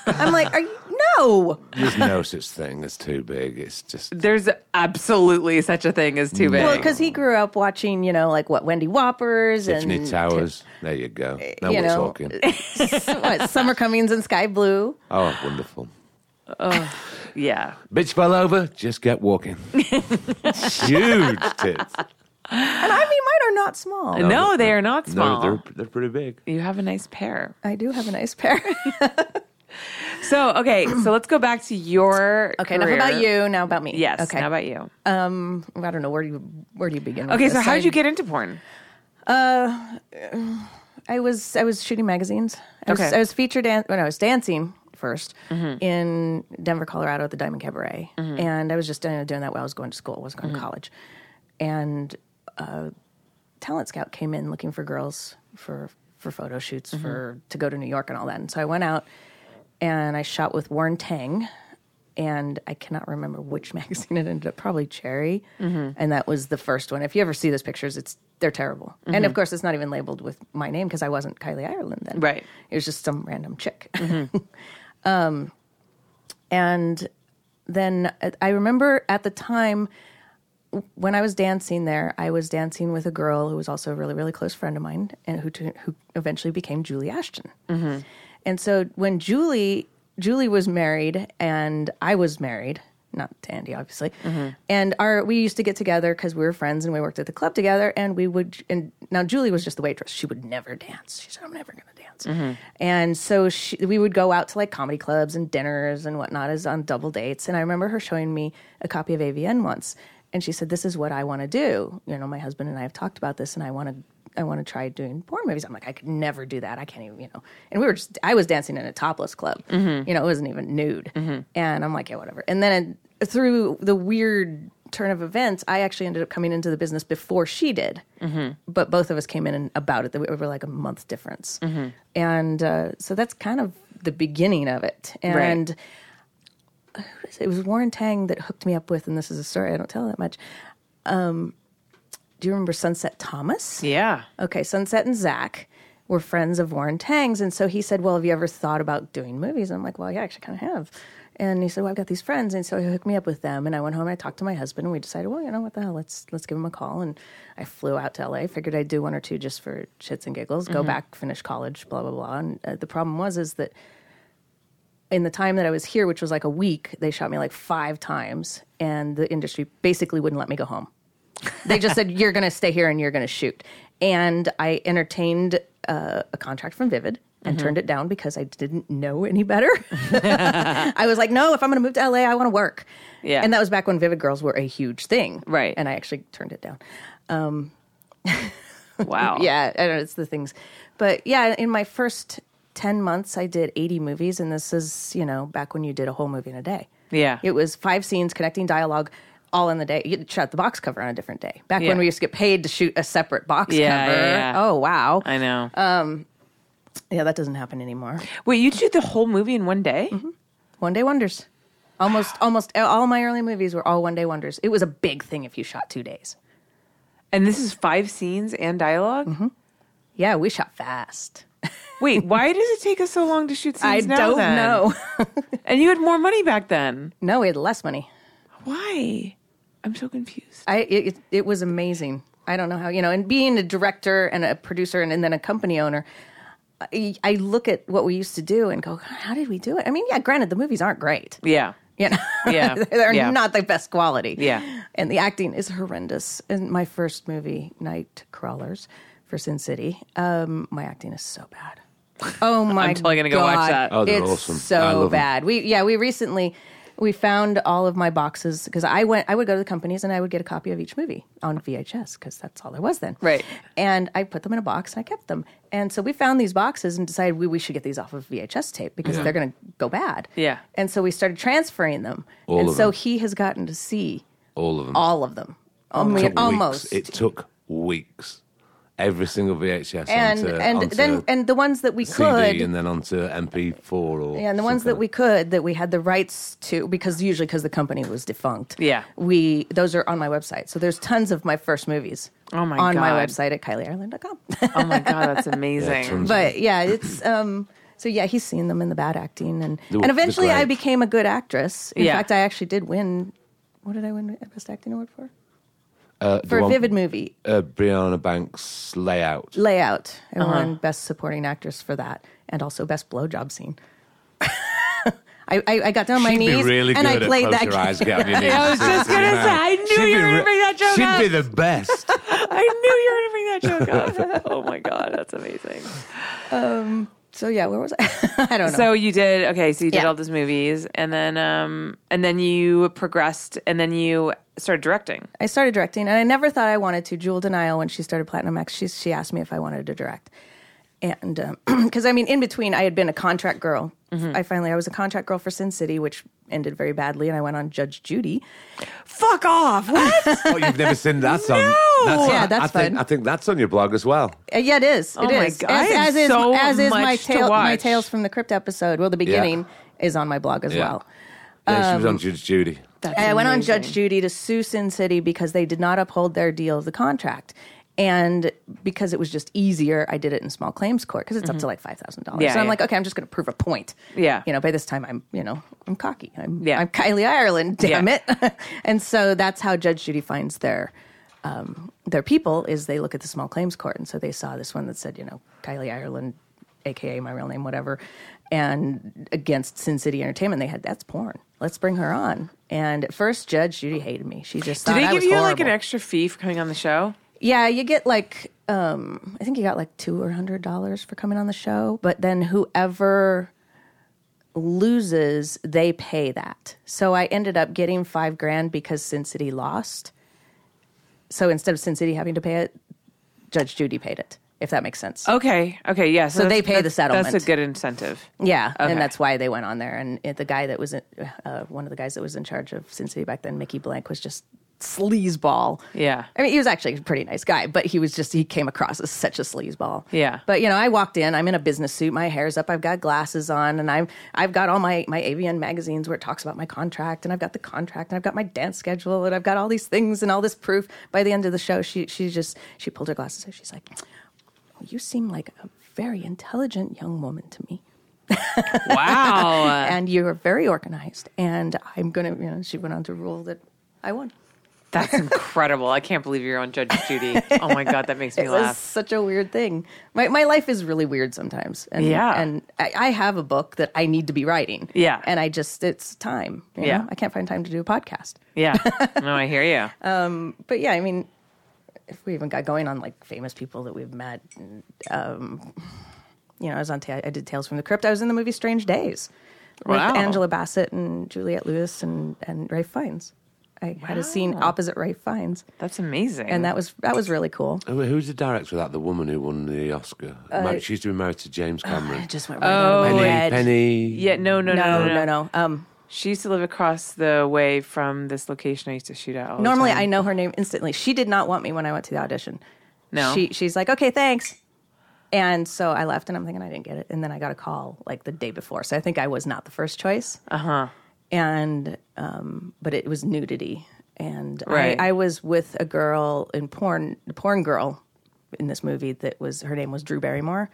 Speaker 2: I'm like, are you, no.
Speaker 3: There's no such thing as too big. It's just
Speaker 1: there's absolutely such a thing as too big.
Speaker 2: Well, because he grew up watching, you know, like what Wendy Whoppers
Speaker 3: Tiffany
Speaker 2: and
Speaker 3: Towers. There you go. Now
Speaker 2: you
Speaker 3: we're
Speaker 2: know.
Speaker 3: talking.
Speaker 2: <laughs> what, Summer Cummings and Sky Blue.
Speaker 3: Oh, wonderful.
Speaker 1: yeah.
Speaker 3: Bitch fell over. Just get
Speaker 2: <laughs>
Speaker 3: walking. Huge tits.
Speaker 2: And I mean, mine are not small.
Speaker 1: No, they are not
Speaker 3: No,
Speaker 1: small.
Speaker 3: they're they're pretty big.
Speaker 1: you have a nice pair.
Speaker 2: I do have a nice pair.
Speaker 1: So
Speaker 2: <clears throat>
Speaker 1: okay, so let's go back to your
Speaker 2: okay,
Speaker 1: career.
Speaker 2: enough about you. Now about me.
Speaker 1: Yes.
Speaker 2: Okay.
Speaker 1: How about you?
Speaker 2: I don't know where do you where do you begin. With
Speaker 1: okay, so
Speaker 2: this?
Speaker 1: how
Speaker 2: I-
Speaker 1: did you get into porn?
Speaker 2: I was I was shooting magazines. I was,
Speaker 1: Okay.
Speaker 2: I was featured dan- when I was dancing 1st in Denver, Colorado at the Diamond Cabaret,
Speaker 1: Mm-hmm.
Speaker 2: and I was just doing, doing that while I was going to school. I wasn't going to college, and a talent scout came in looking for girls for for photo shoots for to go to New York and all that. And so I went out and I shot with Warren Tang. And I cannot remember which <laughs> magazine it ended up. Probably Cherry, and that was the first one. If you ever see those pictures, it's they're terrible. And of course, it's not even labeled with my name because I wasn't Kylie Ireland then.
Speaker 1: Right.
Speaker 2: It was just some random chick. um, <laughs> and then uh, I- I remember at the time when I was dancing there, I was dancing with a girl who was also a really, really close friend of mine, and who tu- who eventually became Julie Ashton. And so when Julie Julie was married and I was married, not to Andy obviously, and our we used to get together because we were friends and we worked at the club together, and we would. And now Julie was just the waitress; she would never dance. She said, "I'm never going to dance." And so she, we would go out to like comedy clubs and dinners and whatnot, as on double dates. And I remember her showing me a copy of AVN once, and she said, "This is what I want to do." You know, my husband and I have talked about this, and I want to, I want to try doing porn movies. I'm like, I could never do that. I can't even, you know. And we were just, I was dancing in a topless club. You know, it wasn't even nude. And I'm like, yeah, whatever. And then it, through the weird turn of events, I actually ended up coming into the business before she did. But both of us came in and about it. We were like a month difference, and uh, so that's kind of the beginning of it. And it was Warren Tang that hooked me up with, and this is a story I don't tell that much. Um, do you remember Sunset Thomas?
Speaker 1: Yeah.
Speaker 2: Okay, Sunset and Zach were friends of Warren Tang's. And so he said, Well, have you ever thought about doing movies? I'm like, Well, yeah, I actually kind of have. And he said, Well, I've got these friends. And so he hooked me up with them. And I went home, I talked to my husband, and we decided, Well, you know, what the hell, let's let's give him a call. And I flew out to LA, figured I'd do one or two just for shits and giggles, go back, finish college, blah, blah, blah. And uh, the problem was, is that in the time that I was here, which was like a week, they shot me like five times, and the industry basically wouldn't let me go home. They just said, You're going to stay here and you're going to shoot. And I entertained uh, a contract from Vivid, and
Speaker 1: Mm-hmm.
Speaker 2: turned it down because I didn't know any better. <laughs> I was like, no, if I'm going to move to LA, I want to work.
Speaker 1: Yeah.
Speaker 2: And that was back when Vivid Girls were a huge thing.
Speaker 1: Right.
Speaker 2: And I actually turned it down.
Speaker 1: Wow.
Speaker 2: <laughs> Yeah, I know it's the things. But yeah, in my first 10 months, I did 80 movies. And this is, you know, back when you did a whole movie in a day.
Speaker 1: Yeah.
Speaker 2: It was five scenes connecting dialogue all in the day. You shot the box cover on a different day. Back
Speaker 1: Yeah.
Speaker 2: when we used to get paid to shoot a separate box
Speaker 1: Yeah,
Speaker 2: cover.
Speaker 1: yeah, yeah.
Speaker 2: Oh, wow.
Speaker 1: I know.
Speaker 2: Uh, yeah, that doesn't happen anymore.
Speaker 1: Wait, you did the whole movie in one day?
Speaker 2: Mm-hmm. One day wonders. Almost, almost all my early movies were all one day wonders. It was a big thing if you shot two days.
Speaker 1: And this is five scenes and dialog
Speaker 2: Mm-hmm. Yeah, we shot fast.
Speaker 1: Wait, why does it take us so long to shoot scenes
Speaker 2: I
Speaker 1: now?
Speaker 2: don't
Speaker 1: then?
Speaker 2: know.
Speaker 1: <laughs>
Speaker 2: <laughs>
Speaker 1: And you had more money back then.
Speaker 2: no, we had less money.
Speaker 1: Why? I'm so confused.
Speaker 2: I it, it, it was amazing. I don't know how you know. And being a director and a producer and, and then a company owner, I, I look at what we used to do and go, "God, how did we do it? I mean, yeah, granted, the movies aren't great.
Speaker 1: Yeah.
Speaker 2: You know,
Speaker 1: Yeah.
Speaker 2: <laughs> they're
Speaker 1: Yeah.
Speaker 2: not the best quality.
Speaker 1: Yeah.
Speaker 2: and the acting is horrendous. In my first movie, Night Crawlers for Sin City, um, my acting is so bad.
Speaker 1: <laughs>
Speaker 2: Oh my! I'm
Speaker 1: totally gonna go watch that.
Speaker 3: Oh, they're
Speaker 2: it's
Speaker 3: awesome.
Speaker 2: so
Speaker 3: I love 'em.
Speaker 2: bad. We yeah, we recently we found all of my boxes because I went I would go to the companies and I would get a copy of each movie on VHS because that's all there was then.
Speaker 1: Right.
Speaker 2: And I put them in a box and I kept them. And so we found these boxes and decided we, we should get these off of VHS tape because they're going to go bad.
Speaker 1: Yeah.
Speaker 2: And so we started transferring them.
Speaker 3: All
Speaker 2: and
Speaker 3: of
Speaker 2: so
Speaker 3: them.
Speaker 2: he has gotten to see
Speaker 3: All of them.
Speaker 2: all of them. I mean,
Speaker 3: Took weeks.
Speaker 2: almost.
Speaker 3: It took weeks. Every single VHS
Speaker 2: and
Speaker 3: onto,
Speaker 2: and
Speaker 3: onto
Speaker 2: then and the ones that we
Speaker 3: CD
Speaker 2: could
Speaker 3: and then onto MP4 or
Speaker 2: Yeah, and the
Speaker 3: some
Speaker 2: ones
Speaker 3: kind
Speaker 2: that
Speaker 3: of-
Speaker 2: we could that we had the rights to because usually because the company was defunct.
Speaker 1: Yeah.
Speaker 2: we those are on my website. So there's tons of my first movies.
Speaker 1: Oh my
Speaker 2: on my
Speaker 1: God.
Speaker 2: website at <laughs> kylieirland.com.
Speaker 1: Oh my God,
Speaker 2: <laughs>
Speaker 1: that's amazing.
Speaker 3: tons.
Speaker 2: but yeah, it's um. So yeah, he's seen them in the bad acting and
Speaker 3: They were-
Speaker 2: and eventually
Speaker 3: they're
Speaker 2: I
Speaker 3: great.
Speaker 2: became a good actress. In
Speaker 1: Yeah.
Speaker 2: fact, I actually did win. What did I win a best acting award for?
Speaker 3: uh, the
Speaker 2: For a
Speaker 3: one-
Speaker 2: vivid movie
Speaker 3: uh, Brianna Banks layout.
Speaker 2: layout, I
Speaker 3: Uh-huh.
Speaker 2: won best supporting actress for that, and also best blowjob scene. <laughs> I, I, I got down on my
Speaker 3: She'd
Speaker 2: knees
Speaker 3: be really
Speaker 2: and
Speaker 3: good
Speaker 2: I
Speaker 3: at
Speaker 2: played
Speaker 3: close
Speaker 2: that.
Speaker 3: your eyes, get on your knees.
Speaker 1: I was just gonna say, I knew
Speaker 3: She'd
Speaker 1: you
Speaker 3: be
Speaker 1: were gonna
Speaker 3: re-
Speaker 1: bring that joke
Speaker 3: She'd
Speaker 1: up.
Speaker 3: be the
Speaker 2: <laughs>
Speaker 3: best.
Speaker 1: I knew you were going to bring that joke up. <laughs> Oh my God, that's amazing.
Speaker 2: <laughs> So yeah, where was I? <laughs> I don't know.
Speaker 1: So you did, okay, so you did
Speaker 2: Yeah.
Speaker 1: all those movies and then, um, and then you progressed and then you started directing.
Speaker 2: I started directing, and I never thought I wanted to. Jewel Denial, when she started Platinum X, she she asked me if I wanted to direct, and <clears throat> because I mean, in between, I had been a contract girl.
Speaker 1: Mm-hmm.
Speaker 2: I finally, I was a contract girl for Sin City, which ended very badly, and I went on Judge Judy.
Speaker 1: Fuck off. What?
Speaker 3: Oh, you've never seen that song?
Speaker 1: No.
Speaker 2: Yeah, that's
Speaker 3: I think,
Speaker 2: fun.
Speaker 3: I think that's on your blog as well.
Speaker 2: Uh, yeah, it is. It is.
Speaker 1: Oh my God, I have so
Speaker 2: as is my
Speaker 1: much to
Speaker 2: tale, my
Speaker 1: watch.
Speaker 2: tales from the crypt episode. Well, the beginning is on my blog as
Speaker 3: Yeah.
Speaker 2: well.
Speaker 3: Yeah, she was
Speaker 2: Um,
Speaker 3: on Judge Judy.
Speaker 2: And I went on Judge Judy to sue Sin City because they did not uphold their deal of the contract. And because it was just easier, I did it in small claims court because it's up to like five thousand dollars.
Speaker 1: Mm-hmm. Yeah,
Speaker 2: So I'm
Speaker 1: yeah.
Speaker 2: like, okay, I'm just going to prove a point.
Speaker 1: Yeah.
Speaker 2: you know, by this time I'm, you know, I'm cocky. I'm,
Speaker 1: Yeah.
Speaker 2: I'm Kylie Ireland. Damn
Speaker 1: Yeah.
Speaker 2: it! <laughs> and so that's how Judge Judy finds their, um, their people is they look at the small claims court, and so they saw this one that said, you know, Kylie Ireland, aka my real name, whatever, and against Sin City Entertainment, they had that's porn. Let's bring her on. And at first, Judge Judy hated me. She just thought
Speaker 1: Did they
Speaker 2: I
Speaker 1: give
Speaker 2: was
Speaker 1: you like an
Speaker 2: horrible.
Speaker 1: extra fee for coming on the show?
Speaker 2: Yeah, you get like um I think you got like two or hundred dollars for coming on the show, but then whoever loses, they pay that. So I ended up getting five grand because Sin City lost. So instead of Sin City having to pay it, Judge Judy paid it, if that makes sense.
Speaker 1: Okay. Okay. Yeah. So,
Speaker 2: they
Speaker 1: that's-
Speaker 2: pay the
Speaker 1: that's- That's
Speaker 2: settlement.
Speaker 1: a good incentive.
Speaker 2: Yeah,
Speaker 1: Okay.
Speaker 2: and that's why they went on there. And it, the guy that was in, uh, one of the guys that was in charge of Sin City back then, Mickey Blank, was just sleazeball.
Speaker 1: Yeah.
Speaker 2: I mean, he was actually a pretty nice guy, but he was just he came across as such a sleazeball.
Speaker 1: Yeah.
Speaker 2: But you know, I walked in. I'm in a business suit. My hair's up. I've got glasses on, and I'm I've got all my my AVN magazines where it talks about my contract, and I've got the contract, and I've got my dance schedule, and I've got all these things and all this proof. By the end of the show, she she just she pulled her glasses. off. She's like, oh, "You seem like a very intelligent young woman to me."
Speaker 1: Wow.
Speaker 2: and you are very organized. And I'm going to, you know, she went on to rule that I won.
Speaker 1: <laughs> That's incredible. I can't believe you're on Judge Judy. Oh my God, that makes me
Speaker 2: <laughs> It was
Speaker 1: laugh.
Speaker 2: such a weird thing. My, my life is really weird sometimes. And,
Speaker 1: Yeah.
Speaker 2: And I, I have a book that I need to be writing.
Speaker 1: Yeah.
Speaker 2: And I just, it's time. you
Speaker 1: Yeah.
Speaker 2: know? I can't find time to do a podcast. <laughs>
Speaker 1: Yeah. No, I hear you.
Speaker 2: But yeah, I mean, if we even got going on like famous people that we've met, and, um, you know, I was on, ta- I did Tales from the Crypt. I was in the movie Strange Days with
Speaker 1: Wow.
Speaker 2: Angela Bassett and Juliette Lewis and, and Ray Fiennes. I had a scene opposite Ray Fiennes,
Speaker 4: That's amazing.
Speaker 2: and that was that was really cool.
Speaker 3: Who- Who's the director of that? The woman who won the Oscar.
Speaker 1: Uh,
Speaker 3: Mar- she used to be married to
Speaker 1: Oh,
Speaker 3: James Cameron.
Speaker 2: It just went right over my
Speaker 3: Penny.
Speaker 2: head.
Speaker 3: Penny.
Speaker 4: yeah, no, no, no,
Speaker 2: No, no, no. Um,
Speaker 4: She used to live across the way from this location I used to shoot at. All the
Speaker 2: normally,
Speaker 4: time.
Speaker 2: I know her name instantly. She did not want me when I went to the audition.
Speaker 4: No.
Speaker 2: she she's like, okay, thanks. And so I left, and I'm thinking I didn't get it. And then I got a call like the day before, so I think I was not the first choice. Uh huh.
Speaker 4: Uh-huh.
Speaker 2: And um, but it was nudity, and
Speaker 4: Right.
Speaker 2: I, I was with a girl in porn, the porn girl in this movie that was her name was Drew Barrymore.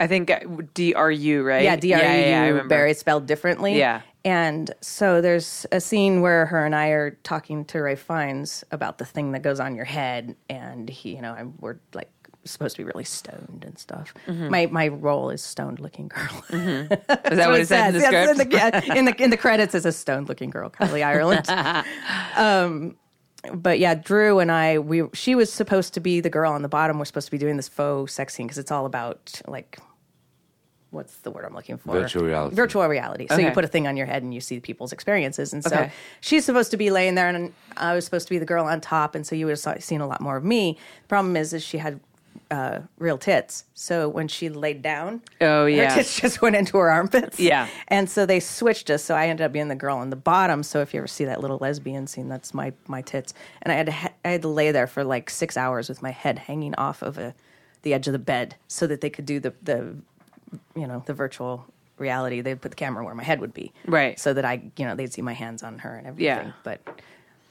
Speaker 4: I think uh, DRU, right?
Speaker 2: Yeah, D R E
Speaker 4: Yeah, yeah, I
Speaker 2: U
Speaker 4: remember.
Speaker 2: Barry spelled differently.
Speaker 4: Yeah.
Speaker 2: And so there's a scene where her and I are talking to Ray Fiennes about the thing that goes on your head, and he, you know, I'm, we're like supposed to be really stoned and stuff.
Speaker 4: Mm-hmm.
Speaker 2: My my role is stoned looking girl.
Speaker 4: Is that what it said in the
Speaker 2: Yes,
Speaker 4: script?
Speaker 2: in the, <laughs> yeah, in the in the credits is a stoned looking girl,
Speaker 4: <laughs>
Speaker 2: Kylie Ireland. um, but yeah, Drew and I, we she was supposed to be the girl on the bottom. We're supposed to be doing this faux sex scene because it's all about like. What's the word I'm looking for?
Speaker 3: Virtual reality.
Speaker 2: Virtual reality. So you
Speaker 4: Okay.
Speaker 2: put a thing on your head and you see people's experiences. And so
Speaker 4: Okay.
Speaker 2: she's supposed to be laying there, and I was supposed to be the girl on top. And so you would have seen a lot more of me. Problem is, is she had uh, real tits. So when she laid down,
Speaker 4: Oh,
Speaker 2: her
Speaker 4: yeah.
Speaker 2: tits <laughs> just went into her armpits.
Speaker 4: Yeah.
Speaker 2: And so they switched us. So I ended up being the girl on the bottom. So if you ever see that little lesbian scene, that's my my tits. And I had to ha- I had to lay there for like six hours with my head hanging off of a, the edge of the bed so that they could do the the you know the virtual reality. They'd put the camera where my head would be,
Speaker 4: Right.
Speaker 2: So that I you know they'd see my hands on her and everything.
Speaker 4: Yeah.
Speaker 2: But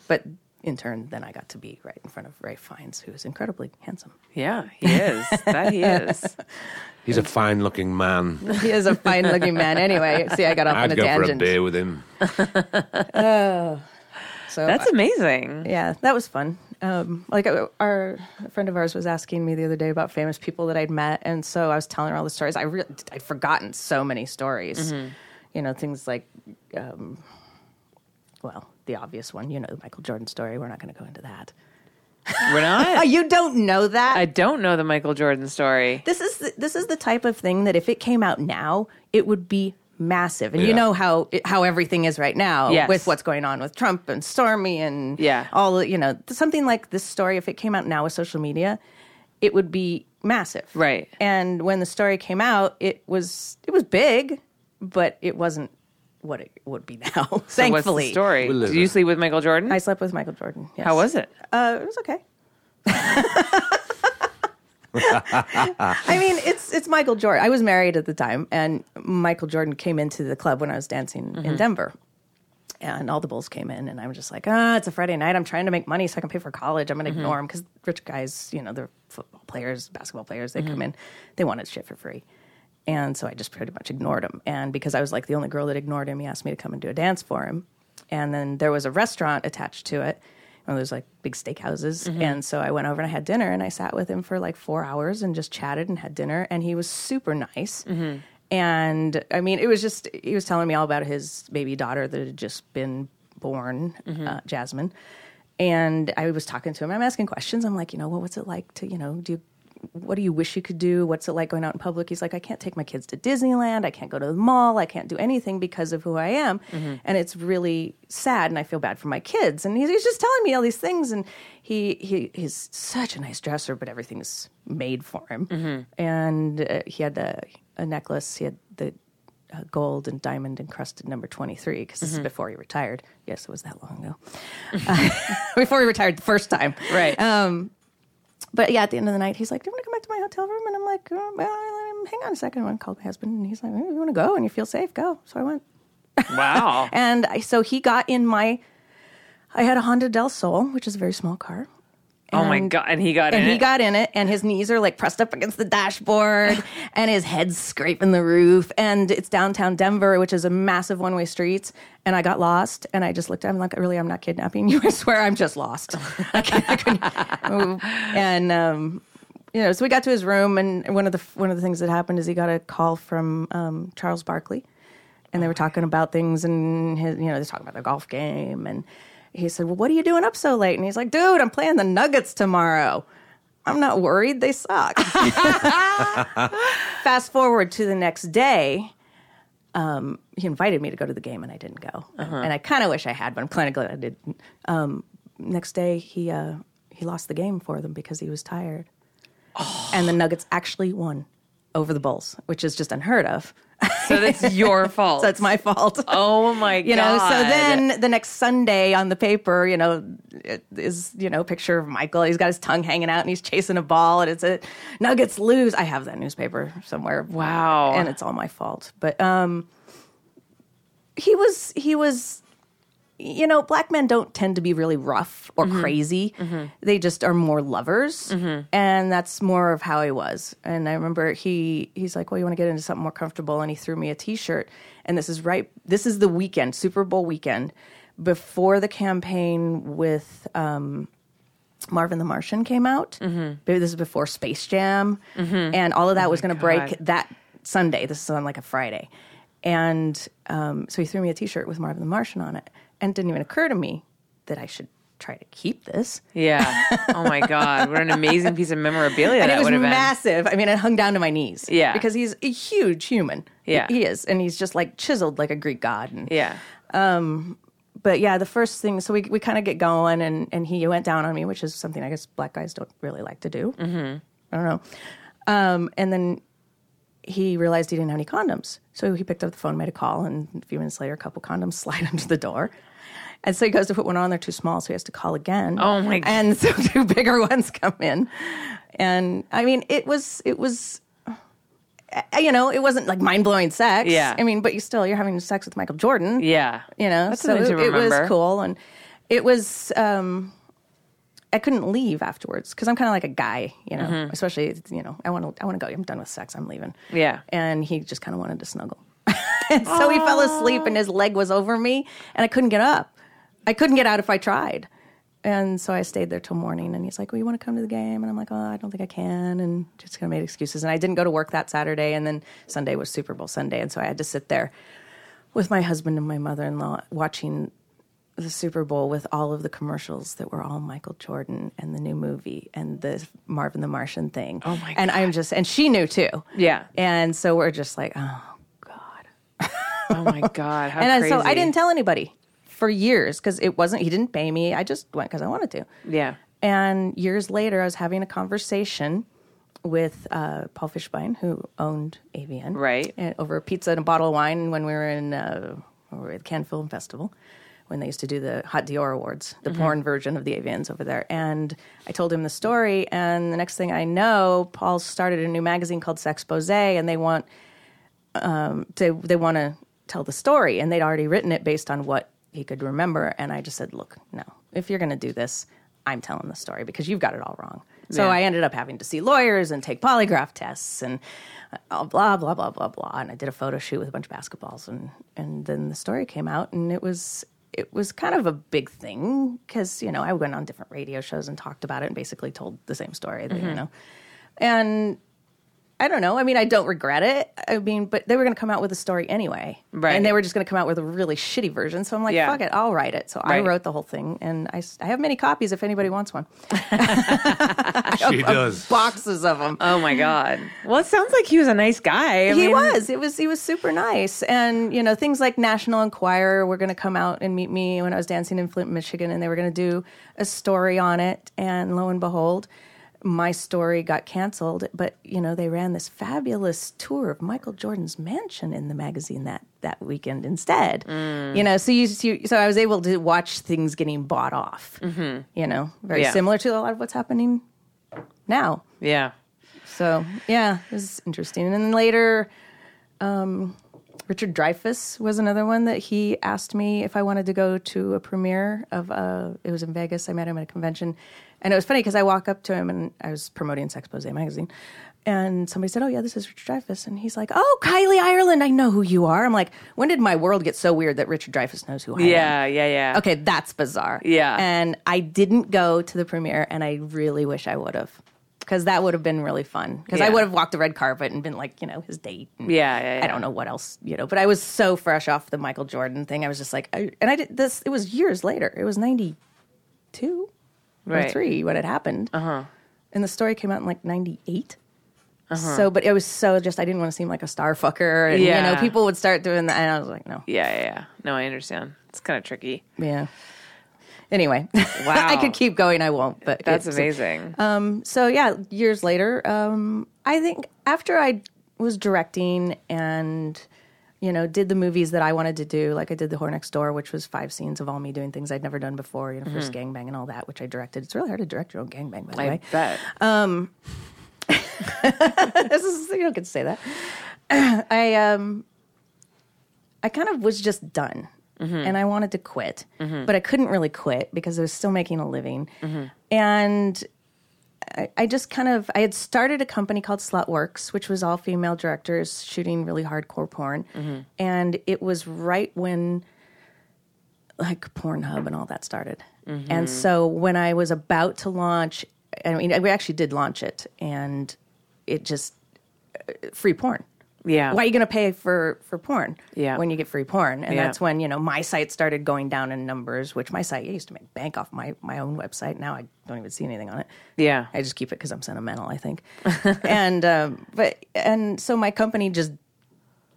Speaker 2: but in turn, then I got to be right in front of Ray Fiennes, who is incredibly handsome.
Speaker 4: yeah, he is. That
Speaker 2: <laughs>
Speaker 4: he is.
Speaker 3: He's a fine looking
Speaker 1: <laughs>
Speaker 3: man.
Speaker 2: He is a fine looking man. Anyway, see, I got off on
Speaker 3: I'd
Speaker 2: a
Speaker 3: go for a
Speaker 2: tangent.
Speaker 3: beer with him.
Speaker 2: So
Speaker 4: That's amazing.
Speaker 2: yeah, that was fun. Um, like uh, our a friend of ours was asking me the other day about famous people that I'd met, and so I was telling her all the stories. I re- I'd forgotten so many stories. You know, things like, um, well, the obvious one. You know, the Michael Jordan story. We're not going to go into that.
Speaker 4: We're
Speaker 2: Oh,
Speaker 4: not.
Speaker 2: you don't know that.
Speaker 4: I don't know the Michael Jordan story.
Speaker 2: this is the, this is the type of thing that if it came out now, it would be massive. And you
Speaker 3: Yeah.
Speaker 2: know how how everything is right now
Speaker 4: Yes.
Speaker 2: with what's going on with Trump and Stormy and
Speaker 4: Yeah.
Speaker 2: all the- you know something like this story. If it came out now with social media, it would be massive,
Speaker 4: Right.
Speaker 2: And when the story came out, it was it was big, but it wasn't what it would be <laughs> now.
Speaker 4: So
Speaker 2: thankfully,
Speaker 4: what's the story?
Speaker 3: We live
Speaker 4: Did you
Speaker 3: it.
Speaker 4: sleep with Michael Jordan?
Speaker 2: I slept with Michael Jordan. Yes.
Speaker 4: How was it?
Speaker 2: Uh, it was okay. I mean, it's it's Michael Jordan. I was married at the time, and Michael Jordan came into the club when I was dancing in Denver, and all the Bulls came in, and I'm just like, ah, it's a Friday night. I'm trying to make money so I can pay for college. I'm gonna 'em ignore them because rich guys, you know, they're football players, basketball players. They come in, they wanted shit for free. And so I just pretty much ignored him. And because I was like the only girl that ignored him, he asked me to come and do a dance for him. And then there was a restaurant attached to it. One of those like big steakhouses. And so I went over and I had dinner and I sat with him for like four hours and just chatted and had dinner. And he was super nice. And I mean, it was just, he was telling me all about his baby daughter that had just been born, uh, Jasmine. And I was talking to him. I'm asking questions. I'm like, you know, well, what's it like to, you know, do you what do you wish you could do? What's it like going out in public? He's like, I can't take my kids to Disneyland. I can't go to the mall. I can't do anything because of who I am. And it's really sad. And I feel bad for my kids. And he's, he's just telling me all these things. And he, he he's such a nice dresser, but everything's made for him. And uh, he had the, a necklace. He had the uh, gold and diamond encrusted number 23 because this is before he retired. Yes, it was that long ago. <laughs> before he retired the first time.
Speaker 4: <laughs> Right.
Speaker 2: Um, But yeah, at the end of the night, he's like, "Do you want to come back to my hotel room?" And I'm like, oh, well, "Hang on a second. I want to call my husband." And he's like, oh, "You want to go? And you feel safe? Go." So I went,
Speaker 4: wow.
Speaker 2: and I, so he got in my. I had a Honda Del Sol, which is a very small car,
Speaker 4: oh my god. And he got
Speaker 2: and
Speaker 4: in
Speaker 2: he
Speaker 4: it.
Speaker 2: got in it, and his knees are like pressed up against the dashboard, <laughs> and his head's scraping the roof. And it's downtown Denver, which is a massive one way street. And I got lost, and I just looked at him like, really, I'm not kidnapping you. <laughs> I swear, I'm just lost. <laughs> I can't- I couldn't- and, um, you know, so we got to his room, and one of the one of the things that happened is he got a call from um, Charles Barkley, and they were talking about things, and his, you know, they're talking about the golf game, and he said, "Well, what are you doing up so late?" And he's like, "Dude, I'm playing the Nuggets tomorrow." I'm not worried. They
Speaker 4: <laughs>
Speaker 2: suck. Fast forward to the next day. Um, he invited me to go to the game, and I didn't go.
Speaker 4: Uh-huh.
Speaker 2: And I kind of wish I had, but I'm kind of glad I didn't. Um, next day, he uh, he lost the game for them because he was tired,
Speaker 4: Oh.
Speaker 2: and the Nuggets actually won over the Bulls, which is just unheard of.
Speaker 4: So that's your fault.
Speaker 2: <laughs> So it's my fault.
Speaker 4: Oh my god.
Speaker 2: You know, so then the next Sunday on the paper, you know, it is you know picture of Michael. He's got his tongue hanging out and he's chasing a ball, and it's a Nuggets lose. I have that newspaper somewhere.
Speaker 4: Wow.
Speaker 2: and it's all my fault. But um, he was he was, you know, black men don't tend to be really rough or crazy. They just are more lovers, and that's more of how he was. And I remember he he's like, "Well, you want to get into something more comfortable?" And he threw me a T-shirt. And this is right. This is the weekend, Super Bowl weekend, before the campaign with Marvin the Martian came out.
Speaker 4: Mm-hmm.
Speaker 2: Maybe this is before Space Jam, and all of
Speaker 4: Oh
Speaker 2: that was going to break that Sunday. This is on like a Friday, and um, so he threw me a T-shirt with Marvin the Martian on it, and it didn't even occur to me that I should try to keep this. <laughs>
Speaker 4: Yeah. Oh my god. What an amazing piece of memorabilia
Speaker 2: And
Speaker 4: that
Speaker 2: it
Speaker 4: would have
Speaker 2: was
Speaker 4: been.
Speaker 2: massive. I mean, it hung down to my knees.
Speaker 4: Yeah.
Speaker 2: because he's a huge human.
Speaker 4: Yeah.
Speaker 2: he is, and he's just like chiseled like a Greek god. And
Speaker 4: yeah.
Speaker 2: but yeah, the first thing, so we, we kind of get going, and, and he went down on me, which is something I guess black guys don't really like to do. Mm-hmm. I don't know. Um, and then he realized he didn't have any condoms. So he picked up the phone, made a call, and a few minutes later, a couple condoms <laughs> slide under the door. And so he goes to put one on, they're too small, so he has to call again.
Speaker 4: Oh, my God.
Speaker 2: And so <laughs> two bigger ones come in. And I mean, it was, it was, uh, you know, it wasn't like mind blowing sex.
Speaker 4: Yeah.
Speaker 2: I mean, but you still, you're having sex with Michael Jordan
Speaker 4: Yeah.
Speaker 2: you know
Speaker 4: That's
Speaker 2: so
Speaker 4: something
Speaker 2: it,
Speaker 4: to
Speaker 2: it
Speaker 4: remember.
Speaker 2: was cool and it was um i couldn't leave afterwards because i'm kind of like a guy you know
Speaker 4: Mm-hmm.
Speaker 2: especially you know i want to i want to go i'm done with sex i'm leaving
Speaker 4: Yeah.
Speaker 2: and he just kind of wanted to snuggle <laughs> and so he fell asleep and his leg was over me and i couldn't get up i couldn't get out if i tried and so I stayed there till morning, and he's like, "Well, you want to come to the game?" And I'm like, "Oh, I don't think I can," and just kind of made excuses. And I didn't go to work that Saturday, and then Sunday was Super Bowl Sunday, and so I had to sit there with my husband and my mother in law watching the Super Bowl with all of the commercials that were all Michael Jordan and the new movie and the Marvin the Martian thing. Oh
Speaker 4: my
Speaker 2: And I'm just, and she knew too.
Speaker 4: Yeah.
Speaker 2: And so we're just like, oh God.
Speaker 4: Oh my god. How
Speaker 2: and I-
Speaker 4: crazy.
Speaker 2: so I didn't tell anybody for years because it wasn't, he didn't pay me. I just went because I wanted to.
Speaker 4: Yeah.
Speaker 2: And years later, I was having a conversation with uh, Paul Fishbein, who owned AVN,
Speaker 4: Right.
Speaker 2: and over a pizza and a bottle of wine when we were in uh, where were we, the Cannes Film Festival, when they used to do the Hot Dior Awards, the porn version of the AVNs over there. And I told him the story, and the next thing I know, Paul started a new magazine called Sexpose, and they want they they want to tell the story and they'd already written it based on what he could remember and i just said look no if you're going to do this i'm telling the story because you've got it all wrong so
Speaker 4: Yeah.
Speaker 2: i ended up having to see lawyers and take polygraph tests and uh, blah blah blah blah blah and i did a photo shoot with a bunch of basketballs and and then the story came out and it was it was kind of a big thing because you know i went on different radio shows and talked about it and basically told the same story that, you know and I don't know. I mean, I don't regret it. I mean, but they were going to come out with a story anyway.
Speaker 4: Right.
Speaker 2: And they were just going to come out with a really shitty version. So I'm like,
Speaker 4: Yeah.
Speaker 2: fuck it, I'll write it. So I
Speaker 4: Right.
Speaker 2: wrote the whole thing and I, s- I have many copies if anybody wants one.
Speaker 1: Oh,
Speaker 3: She does.
Speaker 2: Boxes of them.
Speaker 4: Oh
Speaker 2: <laughs>
Speaker 4: my god. Well, it sounds like he was a nice guy. I
Speaker 2: he
Speaker 4: mean,
Speaker 2: was. It was he was super nice. And, you know, things like National Enquirer were gonna come out and meet me when I was dancing in Flint, Michigan, and they were gonna do a story on it. And lo and behold, my story got canceled. But, you know, they ran this fabulous tour of Michael Jordan's mansion in the magazine that that weekend instead.
Speaker 4: Mm.
Speaker 2: You know, so you, you so I was able to watch things getting bought off. You know, very
Speaker 4: Mm-hmm. Yeah.
Speaker 2: similar to a lot of what's happening now.
Speaker 4: Yeah.
Speaker 2: So yeah, it was interesting. And then later, um, Richard Dreyfuss was another one that he asked me if I wanted to go to a premiere of. Uh, it was in Vegas. I met him at a convention, and it was funny because I walk up to him and I was promoting Sexpose magazine, and somebody said, "Oh yeah, this is Richard Dreyfuss," and he's like, "Oh, Kylie Ireland, I know who you are." I'm like, when did my world get so weird that Richard Dreyfuss knows who I am?
Speaker 4: Yeah. Yeah. Yeah.
Speaker 2: Okay, that's bizarre.
Speaker 4: Yeah.
Speaker 2: And I didn't go to the premiere, and I really wish I would have. Because that would have been really fun. Because I
Speaker 4: Yeah.
Speaker 2: would have walked the red carpet and been like, you know, his date. and
Speaker 4: Yeah, yeah, yeah.
Speaker 2: I don't know what else, you know. But I was so fresh off the Michael Jordan thing. I was just like, I, and I did this. It was years later. It was ninety two
Speaker 4: Right. Uh-huh.
Speaker 2: or three when it happened. Uh huh. and the story came out in like 98
Speaker 4: Uh-huh.
Speaker 2: so but it was so just i didn't want to seem like a star fucker and you
Speaker 1: Yeah.
Speaker 2: know people would start doing that and i was like no
Speaker 1: Yeah, yeah, yeah. No, I understand. It's kind of tricky.
Speaker 2: yeah anyway <laughs>
Speaker 1: Wow.
Speaker 2: i could keep going i won't but
Speaker 1: That's
Speaker 2: it's-
Speaker 1: amazing.
Speaker 2: Um, so yeah, years later, um, I think after I was directing and you know did the movies that I wanted to do, like I did The Whore Next Door, which was five scenes of all me doing things I'd never done before, you know, first gangbang and all that, which I directed. It's really hard to direct your own gangbang, by the
Speaker 1: Mm-hmm. I
Speaker 2: way.
Speaker 1: bet.
Speaker 2: Uh, <laughs> this is you don't get to say that. <clears throat> I um, I kind of was just done, and I wanted to quit, but I couldn't really quit because I was still making a living, and I, I just kind of I had started a company called Slutworks, which was all female directors shooting really hardcore porn, and it was right when like Pornhub and all that started. And so when I was about to launch, I mean, we actually did launch it, and it just uh, free porn.
Speaker 1: yeah.
Speaker 2: Why are you going to pay for for porn?
Speaker 1: Yeah.
Speaker 2: when you get free porn, and
Speaker 1: Yeah.
Speaker 2: that's when you know my site started going down in numbers. Which my site I used to make bank off my my own website. Now I don't even see anything on it.
Speaker 1: Yeah.
Speaker 2: I just keep it because I'm sentimental,
Speaker 1: <laughs>
Speaker 2: I think. and um, but and so my company just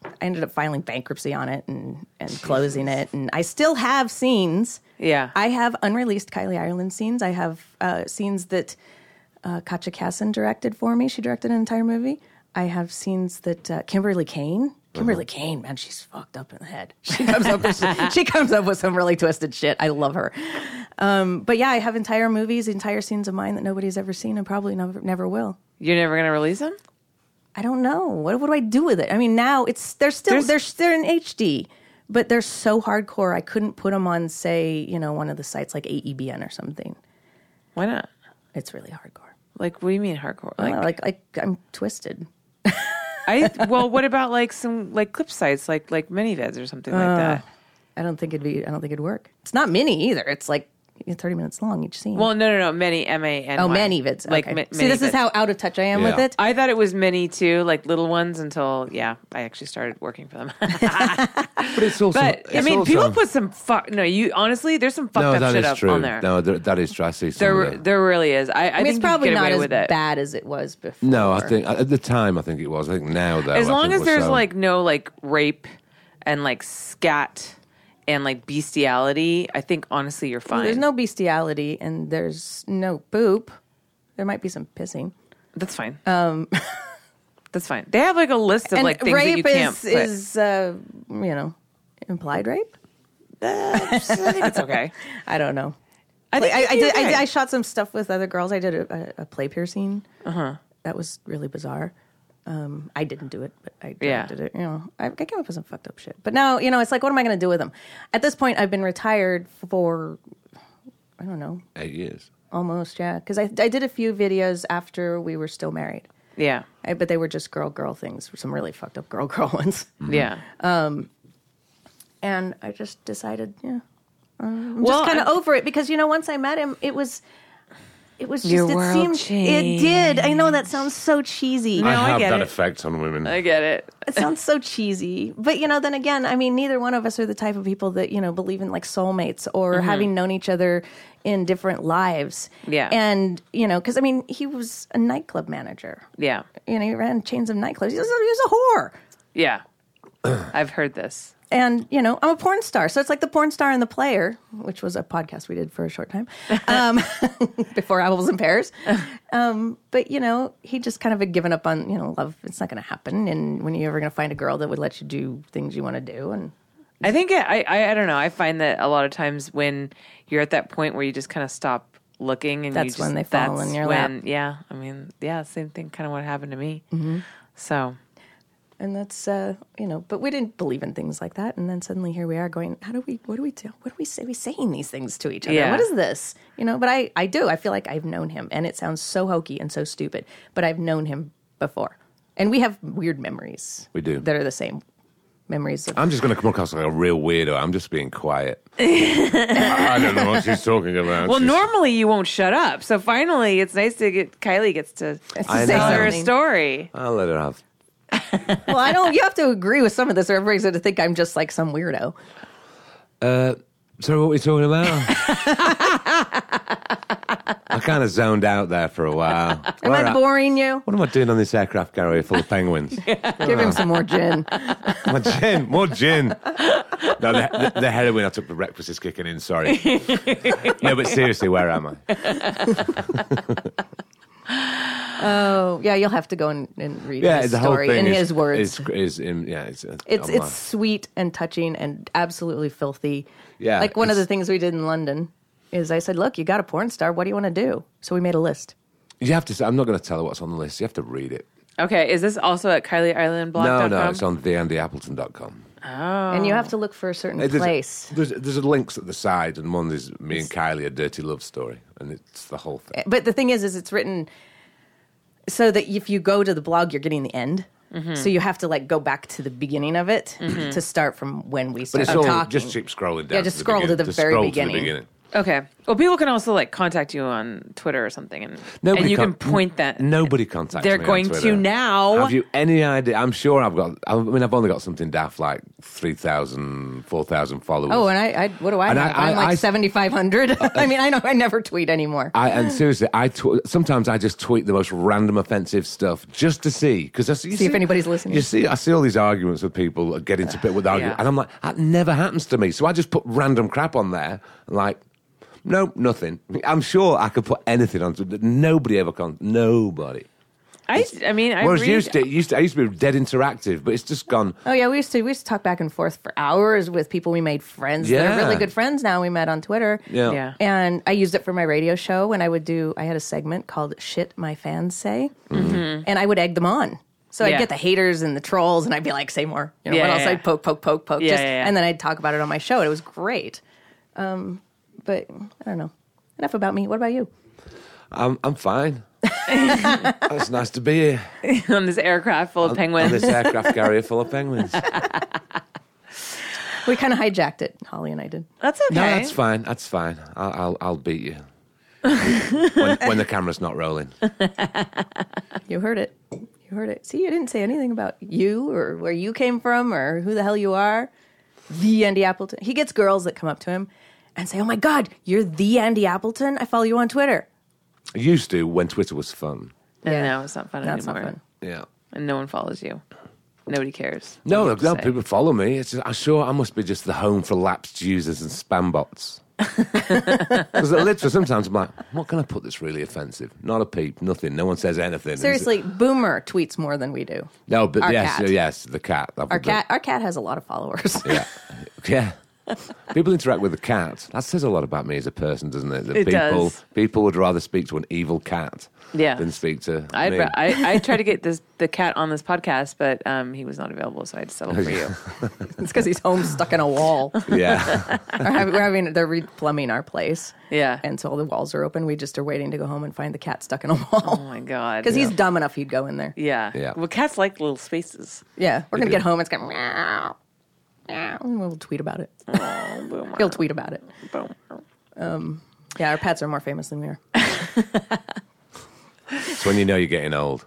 Speaker 2: I ended up filing bankruptcy on it and and closing it, and I still have scenes.
Speaker 1: Yeah.
Speaker 2: I have unreleased Kylie Ireland scenes. I have uh, scenes that uh, Katja Kasson directed for me. She directed an entire movie. I have scenes that uh, Kimberly Kane. Kimberly Kane, man, she's fucked up in the head. She comes up, with, she comes up with some really twisted shit. I love her. Um, but yeah, I have entire movies, entire scenes of mine that nobody's ever seen and probably never, never will.
Speaker 1: You're never going to release them?
Speaker 2: I don't know. What, what do I do with it? I mean, now it's they're still they're they're in HD, but they're so hardcore. I couldn't put them on, say, you know, one of the sites like AEBN or something.
Speaker 1: Why not?
Speaker 2: It's really hardcore.
Speaker 1: Like, what do you mean hardcore? Like,
Speaker 2: Like like, like I'm twisted.
Speaker 1: I, well, what about like some like clip sites, like, like Minivids or something like that?
Speaker 2: Oh. I don't think it'd be. I don't think it'd work. It's not mini either. It's like thirty minutes long each scene.
Speaker 1: Well, no, no, no. Many, M A N.
Speaker 2: oh, many vids.
Speaker 1: Like,
Speaker 2: Okay.
Speaker 1: mi-
Speaker 2: see, this
Speaker 1: minivids.
Speaker 2: is how out of touch I am with
Speaker 3: Yeah.
Speaker 2: it.
Speaker 1: I thought it was many too, like little ones until, yeah, I actually started working for them. <laughs>
Speaker 3: But it's also.
Speaker 1: But I
Speaker 3: it's
Speaker 1: mean,
Speaker 3: also-
Speaker 1: people put some fuck. No, you honestly, there's some fucked
Speaker 3: No,
Speaker 1: up
Speaker 3: that
Speaker 1: shit
Speaker 3: is
Speaker 1: up
Speaker 3: true.
Speaker 1: on there.
Speaker 3: No, there, that is true. I see some
Speaker 1: there,
Speaker 3: of it.
Speaker 1: there really is. I, I,
Speaker 2: I mean,
Speaker 1: think
Speaker 2: it's
Speaker 1: you can
Speaker 2: probably
Speaker 1: get away
Speaker 2: not as
Speaker 1: with it.
Speaker 2: bad as it was before.
Speaker 3: No, I think at the time I think it was. I think now though.
Speaker 1: As
Speaker 3: I
Speaker 1: long
Speaker 3: think
Speaker 1: as
Speaker 3: we're
Speaker 1: there's
Speaker 3: so-
Speaker 1: like no like rape and like scat and like bestiality, I think honestly you're fine.
Speaker 2: there's no bestiality and there's no poop. There might be some pissing.
Speaker 1: That's fine. Um, <laughs> that's fine. They have like a list of like things that you
Speaker 2: rape
Speaker 1: can't.
Speaker 2: is,
Speaker 1: put.
Speaker 2: is uh, you know implied rape.
Speaker 1: I think it's okay.
Speaker 2: I don't know.
Speaker 1: I think
Speaker 2: <laughs> I, I,
Speaker 1: you're
Speaker 2: did, I did.
Speaker 1: okay.
Speaker 2: I shot some stuff with other girls. I did a, a, a play piercing. Uh
Speaker 1: Uh-huh.
Speaker 2: huh. That was really bizarre. Um, I didn't do it, but I
Speaker 1: Yeah.
Speaker 2: did it. You know, I, I came up with some fucked up shit. But now, you know, it's like, what am I going to do with them? At this point, I've been retired for I don't know,
Speaker 3: eight years.
Speaker 2: almost yeah. Because I I did a few videos after we were still married,
Speaker 1: Yeah.
Speaker 2: I, but they were just girl girl things. Some really fucked up girl <laughs> girl ones.
Speaker 1: Yeah.
Speaker 2: and I just decided, yeah, I'm
Speaker 1: Well,
Speaker 2: just kind of
Speaker 1: I'm-
Speaker 2: over it because you know, once I met him, it was, it was just
Speaker 1: Your
Speaker 2: it
Speaker 1: world
Speaker 2: seemed it did. I know that sounds so cheesy.
Speaker 3: I have
Speaker 1: get
Speaker 3: that
Speaker 1: it.
Speaker 3: effect on women.
Speaker 1: I get it.
Speaker 2: It sounds so cheesy, but you know, then again, I mean, neither one of us are the type of people that you know believe in like soulmates or
Speaker 1: Mm-hmm.
Speaker 2: having known each other in different lives.
Speaker 1: Yeah.
Speaker 2: and you know, because I mean, he was a nightclub manager.
Speaker 1: Yeah.
Speaker 2: You know, he ran chains of nightclubs. He was, he was a whore.
Speaker 1: Yeah. <clears throat> I've heard this.
Speaker 2: and you know i'm a porn star so it's like the porn star and the player which was a podcast we did for a short time um, <laughs> before apples and pears um, but you know he just kind of had given up on you know love it's not going to happen and when are you ever going to find a girl that would let you do things you want to do and
Speaker 1: I think it, I, I I don't know. I find that a lot of times when you're at that point where you just kind of stop looking and you
Speaker 2: That's
Speaker 1: just,
Speaker 2: when they fall
Speaker 1: that's
Speaker 2: in your
Speaker 1: when,
Speaker 2: lap. Mm-hmm.
Speaker 1: Yeah, I mean, yeah, same thing. Kind of what happened to me. So
Speaker 2: and that's uh, you know but we didn't believe in things like that and then suddenly here we are going how do we what do we do what do we say we saying these things to each other
Speaker 1: Yeah.
Speaker 2: what is this you know but i i do i feel like i've known him and it sounds so hokey and so stupid but i've known him before and we have weird memories
Speaker 3: We do.
Speaker 2: that are the same memories of
Speaker 3: I'm just going to come across like a real weirdo. I'm just being
Speaker 1: <laughs>
Speaker 3: quiet. I I don't know what she's talking about.
Speaker 1: well,
Speaker 3: She's-
Speaker 1: normally you won't shut up. So finally, it's nice to get Kylie gets to
Speaker 3: I
Speaker 2: Say
Speaker 3: know.
Speaker 1: tell her a
Speaker 2: something.
Speaker 1: story.
Speaker 3: I'll let her have.
Speaker 2: <laughs> well i don't you have to agree with some of this or everybody's going to think i'm just like some weirdo <laughs>
Speaker 3: Sorry, what were we talking about? I I kind of zoned out there for a while.
Speaker 2: Am
Speaker 3: Where
Speaker 2: I boring you?
Speaker 3: What am I doing on this aircraft carrier full of penguins?
Speaker 2: <laughs> Give him some
Speaker 3: <laughs>
Speaker 2: more gin.
Speaker 3: More gin, more
Speaker 2: <laughs>
Speaker 3: gin. No, the, the, the heroin I took for breakfast is kicking in. Sorry.
Speaker 2: <laughs>
Speaker 3: no, but seriously, where am I?
Speaker 2: Oh, yeah, you'll have to go and, and read
Speaker 3: Yeah,
Speaker 2: his
Speaker 3: the whole
Speaker 2: story
Speaker 3: thing
Speaker 2: in
Speaker 3: is,
Speaker 2: his
Speaker 3: Is,
Speaker 2: words.
Speaker 3: is in, yeah, it's uh,
Speaker 2: It's
Speaker 3: online.
Speaker 2: it's sweet and touching and absolutely filthy.
Speaker 3: Yeah,
Speaker 2: Like one of
Speaker 3: it's-
Speaker 2: the things we did in London is I said, "Look, you got a porn star. What do you want to do?" So we made a list.
Speaker 3: You have to. Say, I'm not going to tell her what's on the list. You have to read it.
Speaker 1: Okay, is this also at Kylie Island blog?
Speaker 3: No, no, it's on theandyapleton.com.
Speaker 2: And you have to look for a certain
Speaker 3: There's-
Speaker 2: place.
Speaker 3: There's, there's a links at the side, and one is me and Kylie a dirty love story, and it's the whole thing.
Speaker 2: But the thing is is it's written so that if you go to the blog, you're getting the end. So you have to like go back to the beginning of it to start from when we
Speaker 3: But
Speaker 2: started
Speaker 3: it's all
Speaker 2: talking.
Speaker 3: just keep scrolling down.
Speaker 2: Yeah, just
Speaker 3: the
Speaker 2: scroll to
Speaker 3: beginning.
Speaker 2: the
Speaker 3: Just
Speaker 2: very
Speaker 3: scroll
Speaker 2: beginning.
Speaker 3: To the beginning.
Speaker 1: Okay. Well, people can also like contact you on Twitter or something, and, and you can
Speaker 3: con-
Speaker 1: point that.
Speaker 3: Nobody contacts
Speaker 1: They're
Speaker 3: me on
Speaker 1: going to
Speaker 3: Twitter.
Speaker 1: now.
Speaker 3: Have you any idea? I'm sure I've got. I mean, I've only got something daft like 3,000, 4,000 followers.
Speaker 2: Oh, and I, I what do I
Speaker 3: And
Speaker 2: have?
Speaker 3: I-
Speaker 2: I, am
Speaker 3: I- I-
Speaker 2: like seventy five hundred. <laughs> I mean, I know I never tweet anymore.
Speaker 3: I, and seriously, I tw- sometimes I just tweet the most random offensive stuff just to see because I see, you
Speaker 2: See if anybody's listening. Uh,
Speaker 3: You see, I see all these arguments with people that get into bit with argument,
Speaker 1: Yeah.
Speaker 3: and I'm like, that never happens to me. So I just put random crap on there, and like, no, nothing. I'm sure I could put anything on. Nobody ever con. Nobody.
Speaker 1: I, I mean, I
Speaker 3: Whereas
Speaker 1: read,
Speaker 3: used to, it used to, I used to be dead interactive, but it's just gone.
Speaker 2: Oh yeah, we used to we used to talk back and forth for hours with people we made friends. They're
Speaker 3: Yeah.
Speaker 2: really good friends now. We met on Twitter.
Speaker 3: Yeah.
Speaker 1: Yeah.
Speaker 2: And I used it for my radio show when I would do I had a segment called Shit My Fans Say. And I would egg them on. So
Speaker 1: Mm-hmm. Yeah.
Speaker 2: I'd get the haters and the trolls and I'd be like, say more. You know,
Speaker 1: Yeah,
Speaker 2: what else?
Speaker 1: yeah, yeah.
Speaker 2: I'd poke, poke, poke, poke.
Speaker 1: Yeah,
Speaker 2: just,
Speaker 1: yeah, yeah.
Speaker 2: And then I'd talk about it on my show. And it was great. Um, but I don't know. Enough about me. What about you?
Speaker 3: I'm, I'm
Speaker 1: <laughs>
Speaker 3: fine. It's nice to be here
Speaker 1: on this aircraft full of
Speaker 3: on
Speaker 1: penguins.
Speaker 3: this aircraft carrier full
Speaker 1: <laughs>
Speaker 3: of penguins.
Speaker 2: We kind of hijacked it, Holly and I did.
Speaker 1: That's okay.
Speaker 3: No, that's fine. That's fine. I'll I'll, I'll
Speaker 1: <laughs>
Speaker 3: beat you when, when the camera's not rolling.
Speaker 2: You heard it. You heard it. See, you didn't say anything about you or where you came from or who the hell you are. The Andy Appleton. He gets girls that come up to him and say, Oh my God, you're the Andy Appleton. I follow you on Twitter.
Speaker 3: I used to when Twitter was fun.
Speaker 1: No,
Speaker 2: Yeah.
Speaker 1: no, it's not fun
Speaker 2: That's not
Speaker 1: anymore.
Speaker 2: fun.
Speaker 3: Yeah.
Speaker 1: And no one follows you. Nobody cares.
Speaker 3: No,
Speaker 1: What
Speaker 3: no,
Speaker 1: you have to say.
Speaker 3: people follow me. It's just, I'm sure I must be just the home for lapsed users and
Speaker 1: <laughs>
Speaker 3: spam bots. Because literally, sometimes I'm like, what can I put that's really offensive? Not a peep, nothing. No one says anything. It's-
Speaker 2: Seriously, Boomer tweets more than we do.
Speaker 3: No, but
Speaker 2: our
Speaker 3: yes,
Speaker 2: cat.
Speaker 3: yes, the cat.
Speaker 2: Our cat our cat has a lot of followers. <laughs>
Speaker 3: Yeah. <laughs> yeah. People interact with the cat. That says a lot about me as a person, doesn't it? That
Speaker 1: It
Speaker 3: people
Speaker 1: does.
Speaker 3: people would rather speak to an evil cat
Speaker 1: Yeah.
Speaker 3: than speak to
Speaker 1: I'd,
Speaker 3: me.
Speaker 1: ra- I I tried to get this the cat on this podcast, but um, he was not available, so I had to
Speaker 3: <laughs>
Speaker 1: settle for you.
Speaker 2: it's because he's home stuck in a wall.
Speaker 3: <laughs> yeah.
Speaker 2: We're having- we're having they're re plumbing our place.
Speaker 1: Yeah.
Speaker 2: And so all the walls are open. We just are waiting to go home and find the cat stuck in a
Speaker 1: oh
Speaker 2: <laughs> wall.
Speaker 1: my god.
Speaker 2: Because he's dumb enough he'd go in there.
Speaker 1: yeah.
Speaker 3: Yeah.
Speaker 1: Well, cats like little spaces.
Speaker 2: Yeah, we're gonna
Speaker 3: do.
Speaker 2: get home. It's gonna meow, meow. and We'll tweet about it.
Speaker 1: Oh, boomer,
Speaker 2: <laughs> He'll tweet about it.
Speaker 1: boomer.
Speaker 2: Yeah, our pets are more famous than we are.
Speaker 3: It's when you know you're
Speaker 1: <laughs>
Speaker 3: getting old.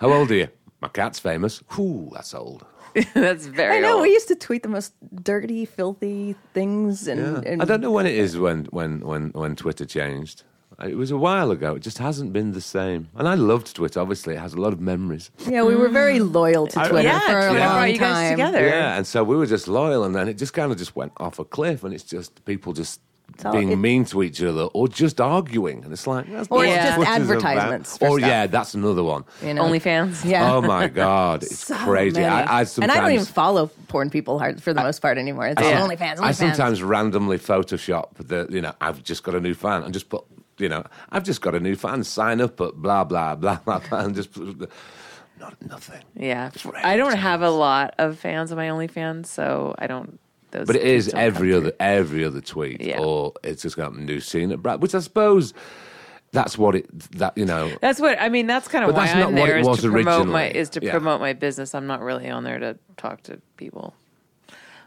Speaker 3: How old are you? My cat's famous. Ooh, that's old.
Speaker 1: <laughs> That's very.
Speaker 2: I know.
Speaker 1: old.
Speaker 2: We used to tweet the most dirty, filthy things, and, and
Speaker 3: I don't know when it is when, when, when, when Twitter changed. It was a while ago. It just hasn't been the same. And I loved Twitter, obviously. It has a lot of memories.
Speaker 2: yeah, we were very loyal to Twitter
Speaker 1: yeah,
Speaker 2: for a
Speaker 1: Twitter
Speaker 2: long
Speaker 1: brought you guys
Speaker 2: time.
Speaker 1: together.
Speaker 3: Yeah, and so we were just loyal, and then it just kind of just went off a cliff, and it's just people just
Speaker 2: all-
Speaker 3: being
Speaker 2: it-
Speaker 3: mean to each other or just arguing, and it's like that's
Speaker 2: Or
Speaker 1: it's
Speaker 3: not what
Speaker 1: just
Speaker 3: Twitter's
Speaker 2: advertisements
Speaker 3: about.
Speaker 2: for
Speaker 3: Or
Speaker 2: stuff.
Speaker 3: yeah, that's another one.
Speaker 2: You
Speaker 1: <laughs>
Speaker 2: know?
Speaker 1: OnlyFans.
Speaker 2: Yeah.
Speaker 3: Oh
Speaker 2: <laughs>
Speaker 3: my god, it's
Speaker 2: So
Speaker 3: crazy.
Speaker 2: many.
Speaker 3: I, I
Speaker 2: and
Speaker 3: sometimes.
Speaker 2: I don't even follow porn people hard for the most part anymore. It's
Speaker 3: Yeah.
Speaker 2: all OnlyFans. OnlyFans.
Speaker 3: I sometimes randomly Photoshop the, you know, I've just got a new fan and just put, you know, I've just got a new fan. Sign up at blah blah blah blah, blah and just put- not nothing.
Speaker 1: Yeah.
Speaker 3: right.
Speaker 1: I don't have a lot of fans on my OnlyFans, so I don't. Those
Speaker 3: But it is
Speaker 1: don't come
Speaker 3: every
Speaker 1: through.
Speaker 3: other every other tweet,
Speaker 1: Yeah.
Speaker 3: or it's just got a new scene at Brad, which I suppose that's what it that you know.
Speaker 1: That's what I mean. That's kind of
Speaker 3: But
Speaker 1: why
Speaker 3: that's not
Speaker 1: I'm
Speaker 3: what
Speaker 1: there
Speaker 3: it
Speaker 1: is
Speaker 3: was
Speaker 1: to promote my
Speaker 3: originally.
Speaker 1: is to
Speaker 3: Yeah.
Speaker 1: promote my business. I'm not really on there to talk to people.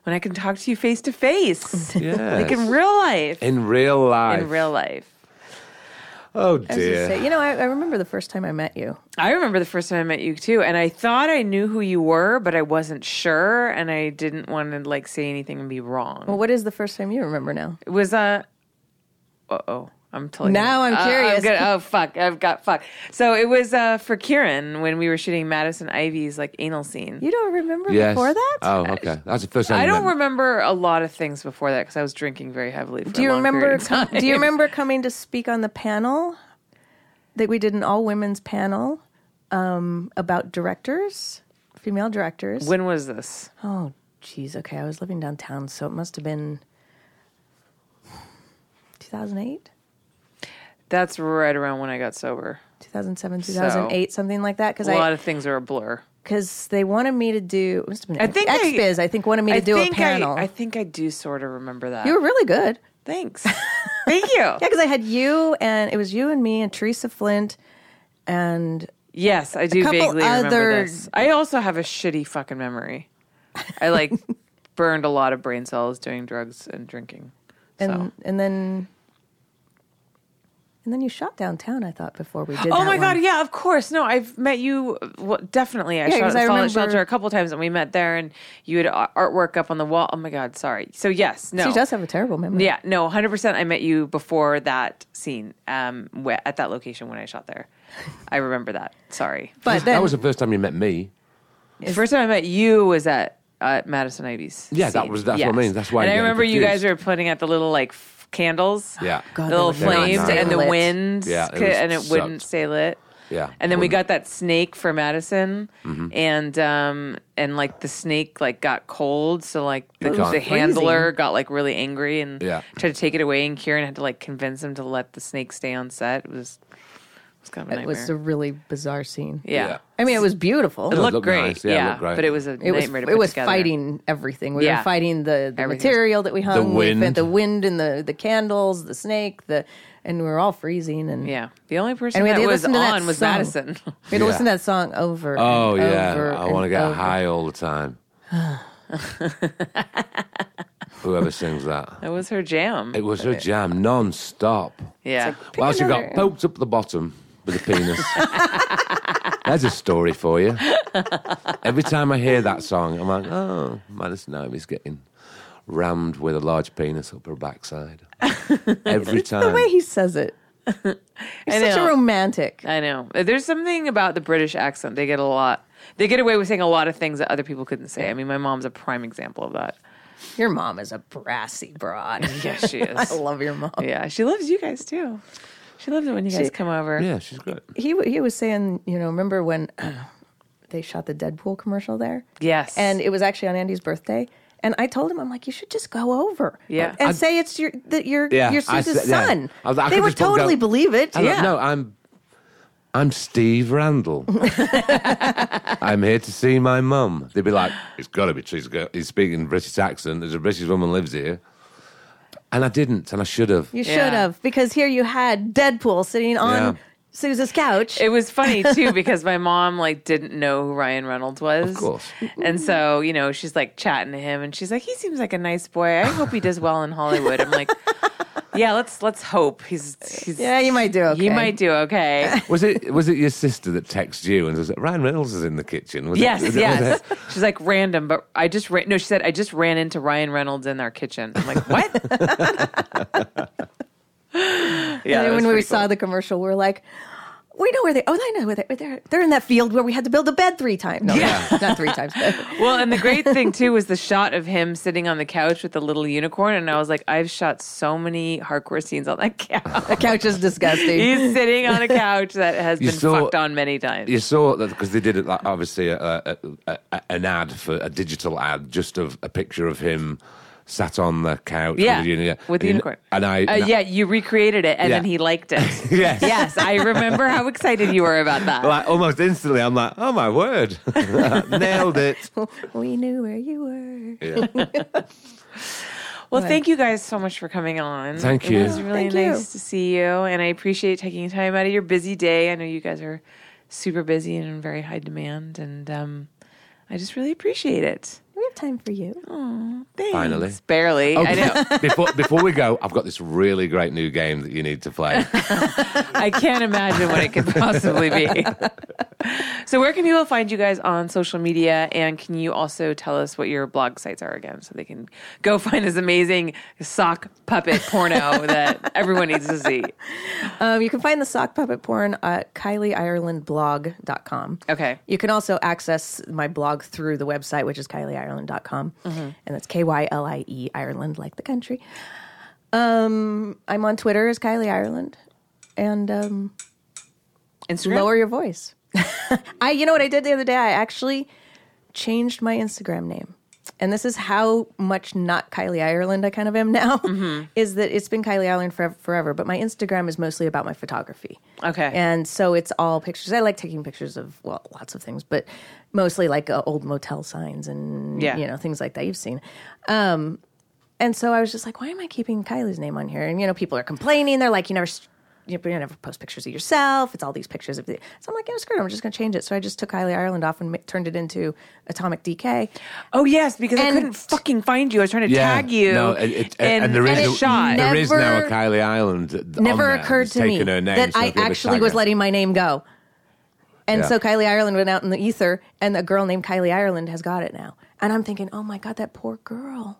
Speaker 1: When I can talk to you face to
Speaker 3: <laughs>
Speaker 1: face, like in
Speaker 3: Yes.
Speaker 1: real life,
Speaker 3: in real life.
Speaker 1: in real life.
Speaker 3: Oh
Speaker 2: I was gonna
Speaker 3: dear.
Speaker 2: say, you know, I, I remember the first time I met you.
Speaker 1: I remember the first time I met you too, and I thought I knew who you were, but I wasn't sure, and I didn't want to like say anything and be wrong.
Speaker 3: Oh.
Speaker 2: Well, what is the first time you remember now?
Speaker 1: It was uh Uh oh. I'm totally
Speaker 2: Now I'm
Speaker 1: Uh,
Speaker 2: curious.
Speaker 1: gonna- oh fuck! I've got fuck. So it was uh, for Kieran when we were shooting Madison Ivy's like anal scene.
Speaker 2: You don't remember
Speaker 3: Yes.
Speaker 2: before that?
Speaker 3: Oh, okay. That's the first time.
Speaker 1: I don't
Speaker 3: remember.
Speaker 1: remember a lot of things before that because I was drinking very heavily. For
Speaker 2: do
Speaker 1: a
Speaker 2: you
Speaker 1: long
Speaker 2: remember?
Speaker 1: period of time.
Speaker 2: <laughs> Do you remember coming to speak on the panel that we did an all women's panel um, about directors, female directors?
Speaker 1: when was this?
Speaker 2: oh, geez. Okay, I was living downtown, so it must have been 2008.
Speaker 1: That's right around when I got sober.
Speaker 2: 2007, 2008, something like that, because
Speaker 1: a lot
Speaker 2: I
Speaker 1: of things are a blur.
Speaker 2: because they wanted me to do. It must have been
Speaker 1: I think I-
Speaker 2: XBiz. I, think wanted me to do a
Speaker 1: think I-
Speaker 2: panel.
Speaker 1: I, think I do sort of remember that.
Speaker 2: you were really good. <laughs>
Speaker 1: Thanks. Thank you.
Speaker 2: Yeah, because I had you, and it was you and me and Teresa Flint, and
Speaker 1: Yes, I do
Speaker 2: couple
Speaker 1: vaguely remember
Speaker 2: other-
Speaker 1: this. I also have a shitty fucking memory. I
Speaker 2: <laughs>
Speaker 1: like burned a lot of brain cells doing drugs and drinking.
Speaker 2: and
Speaker 1: so.
Speaker 2: and then and then you shot downtown. I thought before we did.
Speaker 1: Oh
Speaker 2: that
Speaker 1: my god!
Speaker 2: one.
Speaker 1: Yeah, of course. No, I've met you. Well, definitely, I
Speaker 2: Yeah,
Speaker 1: shot
Speaker 2: 'cause
Speaker 1: at
Speaker 2: I
Speaker 1: Fallout
Speaker 2: remember-
Speaker 1: Shelter a couple times, and we met there, and you had a- artwork up on the wall. Oh my god! Sorry. So yes, no.
Speaker 2: she does have a terrible memory.
Speaker 1: Yeah, no, hundred percent. I met you before that scene, um, wh- at that location when I shot there. I remember that. Sorry.
Speaker 2: but then
Speaker 3: That was the first time you met me.
Speaker 1: The first time I met you was at uh, Madison Ivy's.
Speaker 3: Yeah, that
Speaker 1: scene.
Speaker 3: was- that's what I mean. That's why
Speaker 1: And
Speaker 3: I'm
Speaker 1: I
Speaker 3: getting
Speaker 1: remember you guys
Speaker 3: confused.
Speaker 1: were putting out the little like f- candles.
Speaker 3: Yeah.
Speaker 1: the
Speaker 2: God,
Speaker 1: little
Speaker 2: they were not
Speaker 1: flames
Speaker 3: stay
Speaker 1: and the
Speaker 2: lit.
Speaker 1: wind.
Speaker 3: Yeah, it
Speaker 1: c-
Speaker 3: was
Speaker 1: and it
Speaker 3: sucked.
Speaker 1: wouldn't stay lit.
Speaker 3: Yeah,
Speaker 1: And then we got
Speaker 3: wouldn't.
Speaker 1: that snake for Madison,
Speaker 3: Mm-hmm.
Speaker 1: and um and like the snake like got cold, so like the,
Speaker 3: It got-
Speaker 1: the handler got like really angry and
Speaker 3: Yeah.
Speaker 1: tried to take it away, and Kieran had to like convince him to let the snake stay on set. It was it was kind of a
Speaker 2: it
Speaker 1: nightmare.
Speaker 2: was a really bizarre scene.
Speaker 1: yeah.
Speaker 3: Yeah.
Speaker 2: I mean, it was beautiful.
Speaker 1: It
Speaker 3: No, it
Speaker 1: looked,
Speaker 3: looked
Speaker 1: great,
Speaker 3: nice. Yeah,
Speaker 1: yeah,
Speaker 3: it looked great.
Speaker 1: but it was a
Speaker 2: It was,
Speaker 1: nightmare to
Speaker 2: it
Speaker 1: put
Speaker 2: was
Speaker 1: together.
Speaker 2: fighting everything. We
Speaker 1: Yeah.
Speaker 2: were fighting the, the
Speaker 1: Everything.
Speaker 2: material that we hung, we
Speaker 3: wind.
Speaker 2: fit- the wind, and the, the candles, the snake, the and we were all freezing. And
Speaker 1: Yeah, the only person
Speaker 2: And we had
Speaker 1: that
Speaker 2: to
Speaker 1: was
Speaker 2: listen to that
Speaker 1: on was
Speaker 2: song.
Speaker 1: Madison. <laughs>
Speaker 2: we had to
Speaker 3: Yeah.
Speaker 2: listen to that song over.
Speaker 3: Oh
Speaker 2: and
Speaker 3: yeah,
Speaker 2: over
Speaker 3: I want to
Speaker 2: and
Speaker 3: get
Speaker 2: over.
Speaker 3: high all the time. Whoever sings that,
Speaker 1: that was her jam.
Speaker 3: it was her jam non-stop.
Speaker 1: yeah,
Speaker 3: While she
Speaker 2: another-
Speaker 3: got poked up the bottom with a penis.
Speaker 2: <laughs>
Speaker 3: There's a story for you. Every time I hear that song, I'm like, oh, Madison Ivy's getting rammed with a large penis up her backside. Every
Speaker 2: The
Speaker 3: time.
Speaker 2: way he
Speaker 1: <laughs>
Speaker 2: says it, he's
Speaker 1: I
Speaker 2: such a
Speaker 1: know.
Speaker 2: romantic.
Speaker 1: I know. There's something about the British accent. They get a lot. They get away with saying a lot of things that other people couldn't say. I mean, my mom's a prime example of
Speaker 2: <laughs>
Speaker 1: that.
Speaker 2: Your mom is a brassy broad.
Speaker 1: <laughs> Yeah, she is.
Speaker 2: I love your mom.
Speaker 1: yeah, she loves you guys too. She loves it when you guys come over.
Speaker 3: yeah, she's great.
Speaker 2: He he was saying, you know, remember when <clears throat> they shot the Deadpool commercial there?
Speaker 1: Yes,
Speaker 2: and it was actually on Andy's birthday. And I told him, I'm like, you should just go over,
Speaker 1: Yeah.
Speaker 2: and
Speaker 1: I-
Speaker 2: say it's your that your
Speaker 3: Yeah,
Speaker 2: your
Speaker 3: I
Speaker 2: Seuss's
Speaker 3: said- yeah.
Speaker 2: son.
Speaker 3: I was like, I
Speaker 2: they
Speaker 3: could
Speaker 2: would
Speaker 3: just walk
Speaker 2: totally
Speaker 3: down-
Speaker 2: believe it.
Speaker 3: Hello,
Speaker 2: yeah,
Speaker 3: No, I'm. I'm Steve
Speaker 2: <laughs>
Speaker 3: Randall. I'm here to see my mum. They'd be like, "It's got to be true. He's got- He's speaking British accent. There's a British woman lives here." And I didn't, and I should have.
Speaker 2: you should
Speaker 1: Yeah.
Speaker 2: have because here you had Deadpool sitting on
Speaker 3: Yeah.
Speaker 2: Sousa's couch.
Speaker 1: It was
Speaker 2: <laughs>
Speaker 1: funny too because my mom like didn't know who Ryan Reynolds was. Of
Speaker 3: course.
Speaker 1: And so, you know, she's like chatting to him and she's like, He seems like a nice boy. I hope he does well in Hollywood. I'm like, <laughs> Yeah, let's let's hope. He's he's
Speaker 2: yeah, you might do. Okay.
Speaker 1: He might do
Speaker 2: <laughs>
Speaker 1: okay.
Speaker 3: Was it was it your sister that texted you and was like, Ryan Reynolds is in the kitchen? Was it-
Speaker 1: Yes,
Speaker 3: was it- was
Speaker 1: yes.
Speaker 3: it-
Speaker 1: She's like random, but I just ran. No, she said I just ran into Ryan Reynolds in our kitchen. I'm like, what?
Speaker 3: <laughs>
Speaker 1: yeah.
Speaker 2: And
Speaker 1: that
Speaker 2: then
Speaker 1: was
Speaker 2: when we
Speaker 1: pretty
Speaker 2: saw the commercial, we are like, we know where they. Oh, I know where they. They're, they're in that field where we had to build a bed three times. <laughs> No, not- not three times. But
Speaker 1: cool. Well, and the great thing too was the shot of him sitting on the couch with the little unicorn, and I was like, I've shot so many hardcore scenes on that couch.
Speaker 2: <laughs> the couch is disgusting.
Speaker 1: He's sitting on a couch that has
Speaker 3: You
Speaker 1: been
Speaker 3: saw-
Speaker 1: fucked on many times.
Speaker 3: You saw that because they did it like obviously uh, a, a, a- a, uh, an ad for a digital ad just of a picture of him sat on the couch
Speaker 1: yeah,
Speaker 3: with the, uni-
Speaker 1: with the
Speaker 3: and-
Speaker 1: unicorn.
Speaker 3: and I
Speaker 1: uh, yeah, you recreated it, and
Speaker 3: Yeah.
Speaker 1: then he liked it.
Speaker 3: <laughs> Yes.
Speaker 1: yes, I remember how excited you were about that.
Speaker 3: like almost instantly I'm like oh my word <laughs>
Speaker 1: <laughs>
Speaker 3: nailed it
Speaker 2: we knew where you were.
Speaker 3: yeah.
Speaker 1: Well, thank you guys so much for coming on.
Speaker 3: Thank you.
Speaker 1: It was really
Speaker 2: Thank you.
Speaker 1: nice to see you, and I appreciate taking time out of your busy day. I know you guys are super busy and in very high demand, and um, I just really appreciate it.
Speaker 2: We have time for you.
Speaker 1: Thanks.
Speaker 3: Finally.
Speaker 1: barely. I know.
Speaker 3: before before we go I've got this really great new game that you need to play <laughs>
Speaker 1: I can't imagine what it could possibly be. So, where can people find you guys on social media? And can you also tell us what your blog sites are again so they can go find this amazing sock puppet porno that everyone needs to see?
Speaker 2: Um, you can find the sock puppet porn at KylieIrelandblog.com.
Speaker 1: Okay.
Speaker 2: You can also access my blog through the website, which is KylieIreland.com.
Speaker 1: Mm-hmm.
Speaker 2: And that's K Y L I E Ireland, like the country. Um, I'm on Twitter as Kylie Ireland. And um,
Speaker 1: Instagram.
Speaker 2: lower your voice. <laughs> I, you know what I did the other day? I actually changed my Instagram name. And this is how much not Kylie Ireland I kind of am <laughs> now.
Speaker 1: Mm-hmm.
Speaker 2: Is that it's been Kylie Ireland forever, forever, but my Instagram is mostly about my photography.
Speaker 1: Okay.
Speaker 2: and so it's all pictures. I like taking pictures of well, lots of things, but mostly like uh, old motel signs and
Speaker 1: Yeah.
Speaker 2: you know things like that you've seen. Um, and so I was just like, why am I keeping Kylie's name on here? And you know, people are complaining. They're like, you never. s- You never post pictures of yourself. It's all these pictures of the. So I'm like, you know, screw it. I'm just going to change it. So I just took Kylie Ireland off and ma- turned it into Atomic DK.
Speaker 1: oh, yes, because I
Speaker 2: And-
Speaker 1: couldn't fucking find you. I was trying to tag you.
Speaker 3: No, it, it,
Speaker 1: and,
Speaker 3: and, there is
Speaker 1: and
Speaker 3: no-
Speaker 1: it shot.
Speaker 3: there is now a
Speaker 2: Never-
Speaker 3: Kylie Island. on
Speaker 2: never
Speaker 3: there
Speaker 2: occurred
Speaker 3: that's
Speaker 2: to me
Speaker 3: taken her name,
Speaker 2: that
Speaker 3: so
Speaker 2: I
Speaker 3: if you ever
Speaker 2: actually
Speaker 3: tag
Speaker 2: was
Speaker 3: her-
Speaker 2: letting my name go. And
Speaker 3: Yeah.
Speaker 2: so Kylie Ireland went out in the ether, and a girl named Kylie Ireland has got it now. And I'm thinking, oh my god, that poor girl.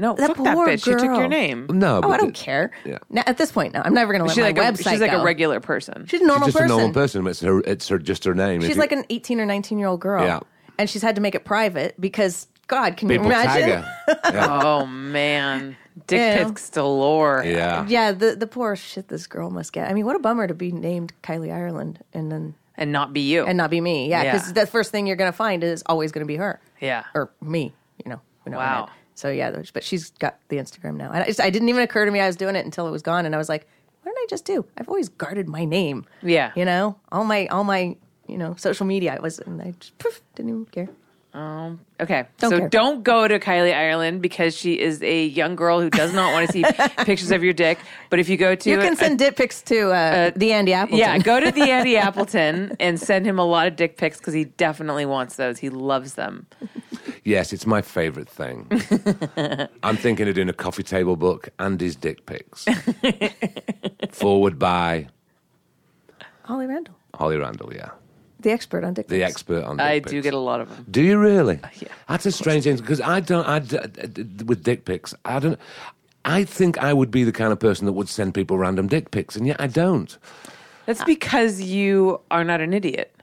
Speaker 1: no,
Speaker 2: that
Speaker 1: fuck that
Speaker 2: poor
Speaker 1: bitch. She took your
Speaker 2: girl.
Speaker 1: name.
Speaker 3: No,
Speaker 2: oh,
Speaker 3: but
Speaker 2: I don't
Speaker 3: it-
Speaker 2: care.
Speaker 3: yeah.
Speaker 2: Now, at this point, no, I'm never going to let
Speaker 1: She's
Speaker 2: my
Speaker 1: like a,
Speaker 2: website
Speaker 1: she's like
Speaker 2: go.
Speaker 1: a regular person.
Speaker 2: She's a normal
Speaker 3: She's just
Speaker 2: person.
Speaker 3: a normal person. It's her. It's her. Just her name.
Speaker 2: She's like an 18 or 19 year old girl.
Speaker 3: Yeah.
Speaker 2: And she's had to make it private because God, can
Speaker 3: people
Speaker 2: you imagine?
Speaker 3: tag her. Yeah.
Speaker 1: <laughs> Oh man, dick
Speaker 2: Yeah.
Speaker 1: pics galore.
Speaker 3: yeah.
Speaker 2: <laughs> Yeah, the the poor shit this girl must get. I mean, what a bummer to be named Kylie Ireland and then
Speaker 1: and not be you.
Speaker 2: and not be me. Yeah,
Speaker 1: Yeah.
Speaker 2: because the first thing you're going to find is always going to be her.
Speaker 1: Yeah.
Speaker 2: or me. You know. you know what I
Speaker 1: Wow.
Speaker 2: meant. So yeah, there's- but she's got the Instagram now. And I just, I didn't even occur to me I was doing it until it was gone, and I was like, what did I just do? I've always guarded my name.
Speaker 1: Yeah.
Speaker 2: You know, all my all my you know social media. It was and I just poof, didn't even care.
Speaker 1: okay,
Speaker 2: Don't
Speaker 1: so
Speaker 2: care.
Speaker 1: don't go to Kylie Ireland because she is a young girl who does not want to
Speaker 2: <laughs>
Speaker 1: see pictures of your dick. But if you go to
Speaker 2: You
Speaker 1: a-
Speaker 2: can send dick pics to uh, the Andy Appleton.
Speaker 1: yeah, go to the
Speaker 2: <laughs>
Speaker 1: Andy Appleton and send him a lot of dick pics because he definitely wants those. He loves them.
Speaker 3: Yes, it's my favourite thing.
Speaker 2: <laughs>
Speaker 3: I'm thinking of doing a coffee table book and his dick pics. Forward by
Speaker 2: Holly Randall,
Speaker 3: Holly Randall. Yeah,
Speaker 2: the expert on dick
Speaker 3: the
Speaker 2: pics.
Speaker 3: expert on. Dick
Speaker 1: I
Speaker 3: pics.
Speaker 1: do get a lot of them.
Speaker 3: Do you
Speaker 2: <laughs>
Speaker 3: really?
Speaker 1: Yeah.
Speaker 3: That's a strange thing because I don't. I d- d- d- with dick pics, I don't. I think I would be the kind of person that would send people random dick pics, and yet I don't.
Speaker 2: Uh.
Speaker 1: That's because you are not an idiot.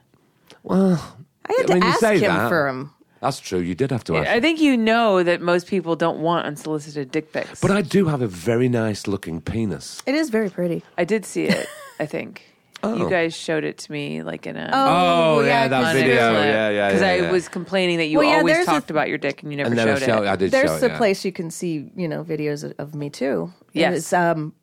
Speaker 3: Well,
Speaker 2: I had to
Speaker 3: mean, you
Speaker 2: ask
Speaker 3: say
Speaker 2: him
Speaker 3: that.
Speaker 2: for him.
Speaker 3: That's true. You did have to ask.
Speaker 1: I think you know that most people don't want unsolicited dick pics.
Speaker 3: but I do have a very nice looking penis.
Speaker 2: It is very pretty.
Speaker 1: I did see it. I think you
Speaker 3: Oh.
Speaker 1: guys showed it to me, like in a
Speaker 2: Oh, yeah, yeah, that
Speaker 1: on
Speaker 2: that's
Speaker 1: a
Speaker 2: video,
Speaker 1: clip, Because I was complaining that you
Speaker 2: Well, yeah,
Speaker 1: always
Speaker 2: there's a-
Speaker 1: talked about your dick and you never
Speaker 3: And then I,
Speaker 1: showed
Speaker 3: show,
Speaker 1: it.
Speaker 3: I did
Speaker 2: There's
Speaker 3: show it.
Speaker 2: a
Speaker 3: yeah.
Speaker 2: place you can see you know videos of, of me too. And
Speaker 1: Yes.
Speaker 2: it's, um,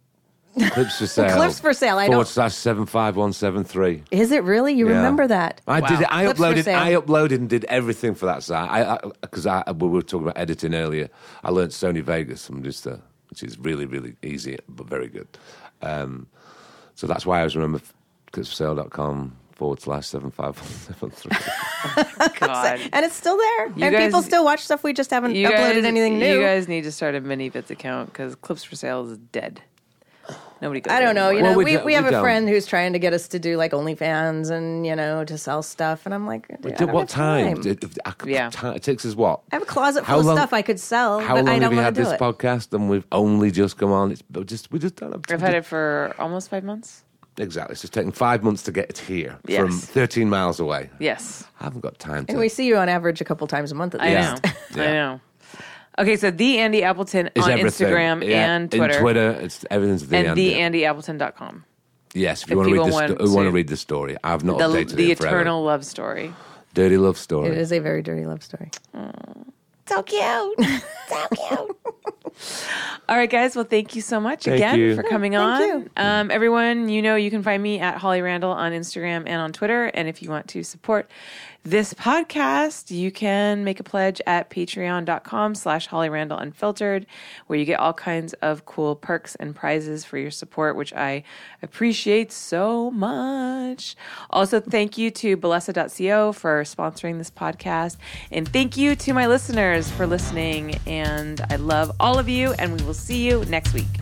Speaker 3: Clips for sale.
Speaker 2: Clips for sale, I don't-
Speaker 3: Forward slash seven five one seven three.
Speaker 2: is it really? You remember that?
Speaker 3: I did. It. I
Speaker 2: Clips for
Speaker 3: uploaded.
Speaker 2: sale.
Speaker 3: I uploaded and did everything for that site. I because I, we were talking about editing earlier. I learned Sony Vegas, and just uh, which is really really easy but very good. Um, so that's why I always remember clipsforsale.com forward slash seven five one seven
Speaker 2: <laughs>
Speaker 3: three.
Speaker 1: God.
Speaker 2: and it's still there. and
Speaker 1: guys-
Speaker 2: people still watch stuff. We just haven't
Speaker 1: You
Speaker 2: uploaded
Speaker 1: guys,
Speaker 2: anything new.
Speaker 1: You guys need to start a MiniVids account because Clips for Sale is dead. Nobody goes.
Speaker 2: I don't know. You
Speaker 3: Well,
Speaker 2: know,
Speaker 3: we
Speaker 2: we, we,
Speaker 3: do- we
Speaker 2: have a
Speaker 3: don't.
Speaker 2: friend who's trying to get us to do like OnlyFans and you know to sell stuff, and I'm like, dude, I
Speaker 3: At
Speaker 2: don't
Speaker 3: what
Speaker 2: have
Speaker 3: time? It, it- I could-
Speaker 1: Yeah.
Speaker 3: ti- it takes us what?
Speaker 2: I have a closet
Speaker 3: How
Speaker 2: full of
Speaker 3: long-
Speaker 2: stuff I could sell,
Speaker 3: How
Speaker 2: Uh, but
Speaker 3: long
Speaker 2: I
Speaker 3: have
Speaker 2: don't
Speaker 3: you
Speaker 2: want
Speaker 3: had
Speaker 2: to do
Speaker 3: this
Speaker 2: it.
Speaker 3: podcast? And we've only just come on. It's but just we just don't have.
Speaker 1: I've had it for almost five months.
Speaker 3: exactly. It's just taken five months to get it here from
Speaker 1: Yes.
Speaker 3: thirteen miles away.
Speaker 1: Yes,
Speaker 3: I haven't got time to.
Speaker 2: and we see you on average a couple times a month at
Speaker 1: I
Speaker 2: least.
Speaker 3: Yeah.
Speaker 1: know. I
Speaker 3: <laughs> Yeah.
Speaker 1: know. Okay, so the Andy Appleton
Speaker 3: It's
Speaker 1: on
Speaker 3: everything.
Speaker 1: Instagram
Speaker 3: Yeah,
Speaker 1: and Twitter,
Speaker 3: In Twitter, it's everything's the
Speaker 1: and
Speaker 3: Andy.
Speaker 1: theandyAppleton.com.
Speaker 3: Yes, if you
Speaker 1: if
Speaker 3: want to
Speaker 1: people
Speaker 3: read
Speaker 1: want
Speaker 3: the sto- who want
Speaker 1: to-
Speaker 3: to read the story, I've not
Speaker 1: The
Speaker 3: updated
Speaker 1: the
Speaker 3: it forever.
Speaker 1: eternal love story.
Speaker 3: dirty love story.
Speaker 2: It is a very dirty love story.
Speaker 1: So cute. So cute. All right, guys. Well, thank you so much
Speaker 3: Thank
Speaker 1: again
Speaker 3: you.
Speaker 1: for coming
Speaker 2: Yeah,
Speaker 1: on.
Speaker 2: thank
Speaker 1: Um, everyone, you know, you can find me at Holly Randall on Instagram and on Twitter. And if you want to support this podcast, you can make a pledge at patreon.com slash Holly Randall Unfiltered, where you get all kinds of cool perks and prizes for your support, which I appreciate so much. Also, thank you to Belessa.co for sponsoring this podcast. And thank you to my listeners for listening. And I love all of you, and we will see you next week.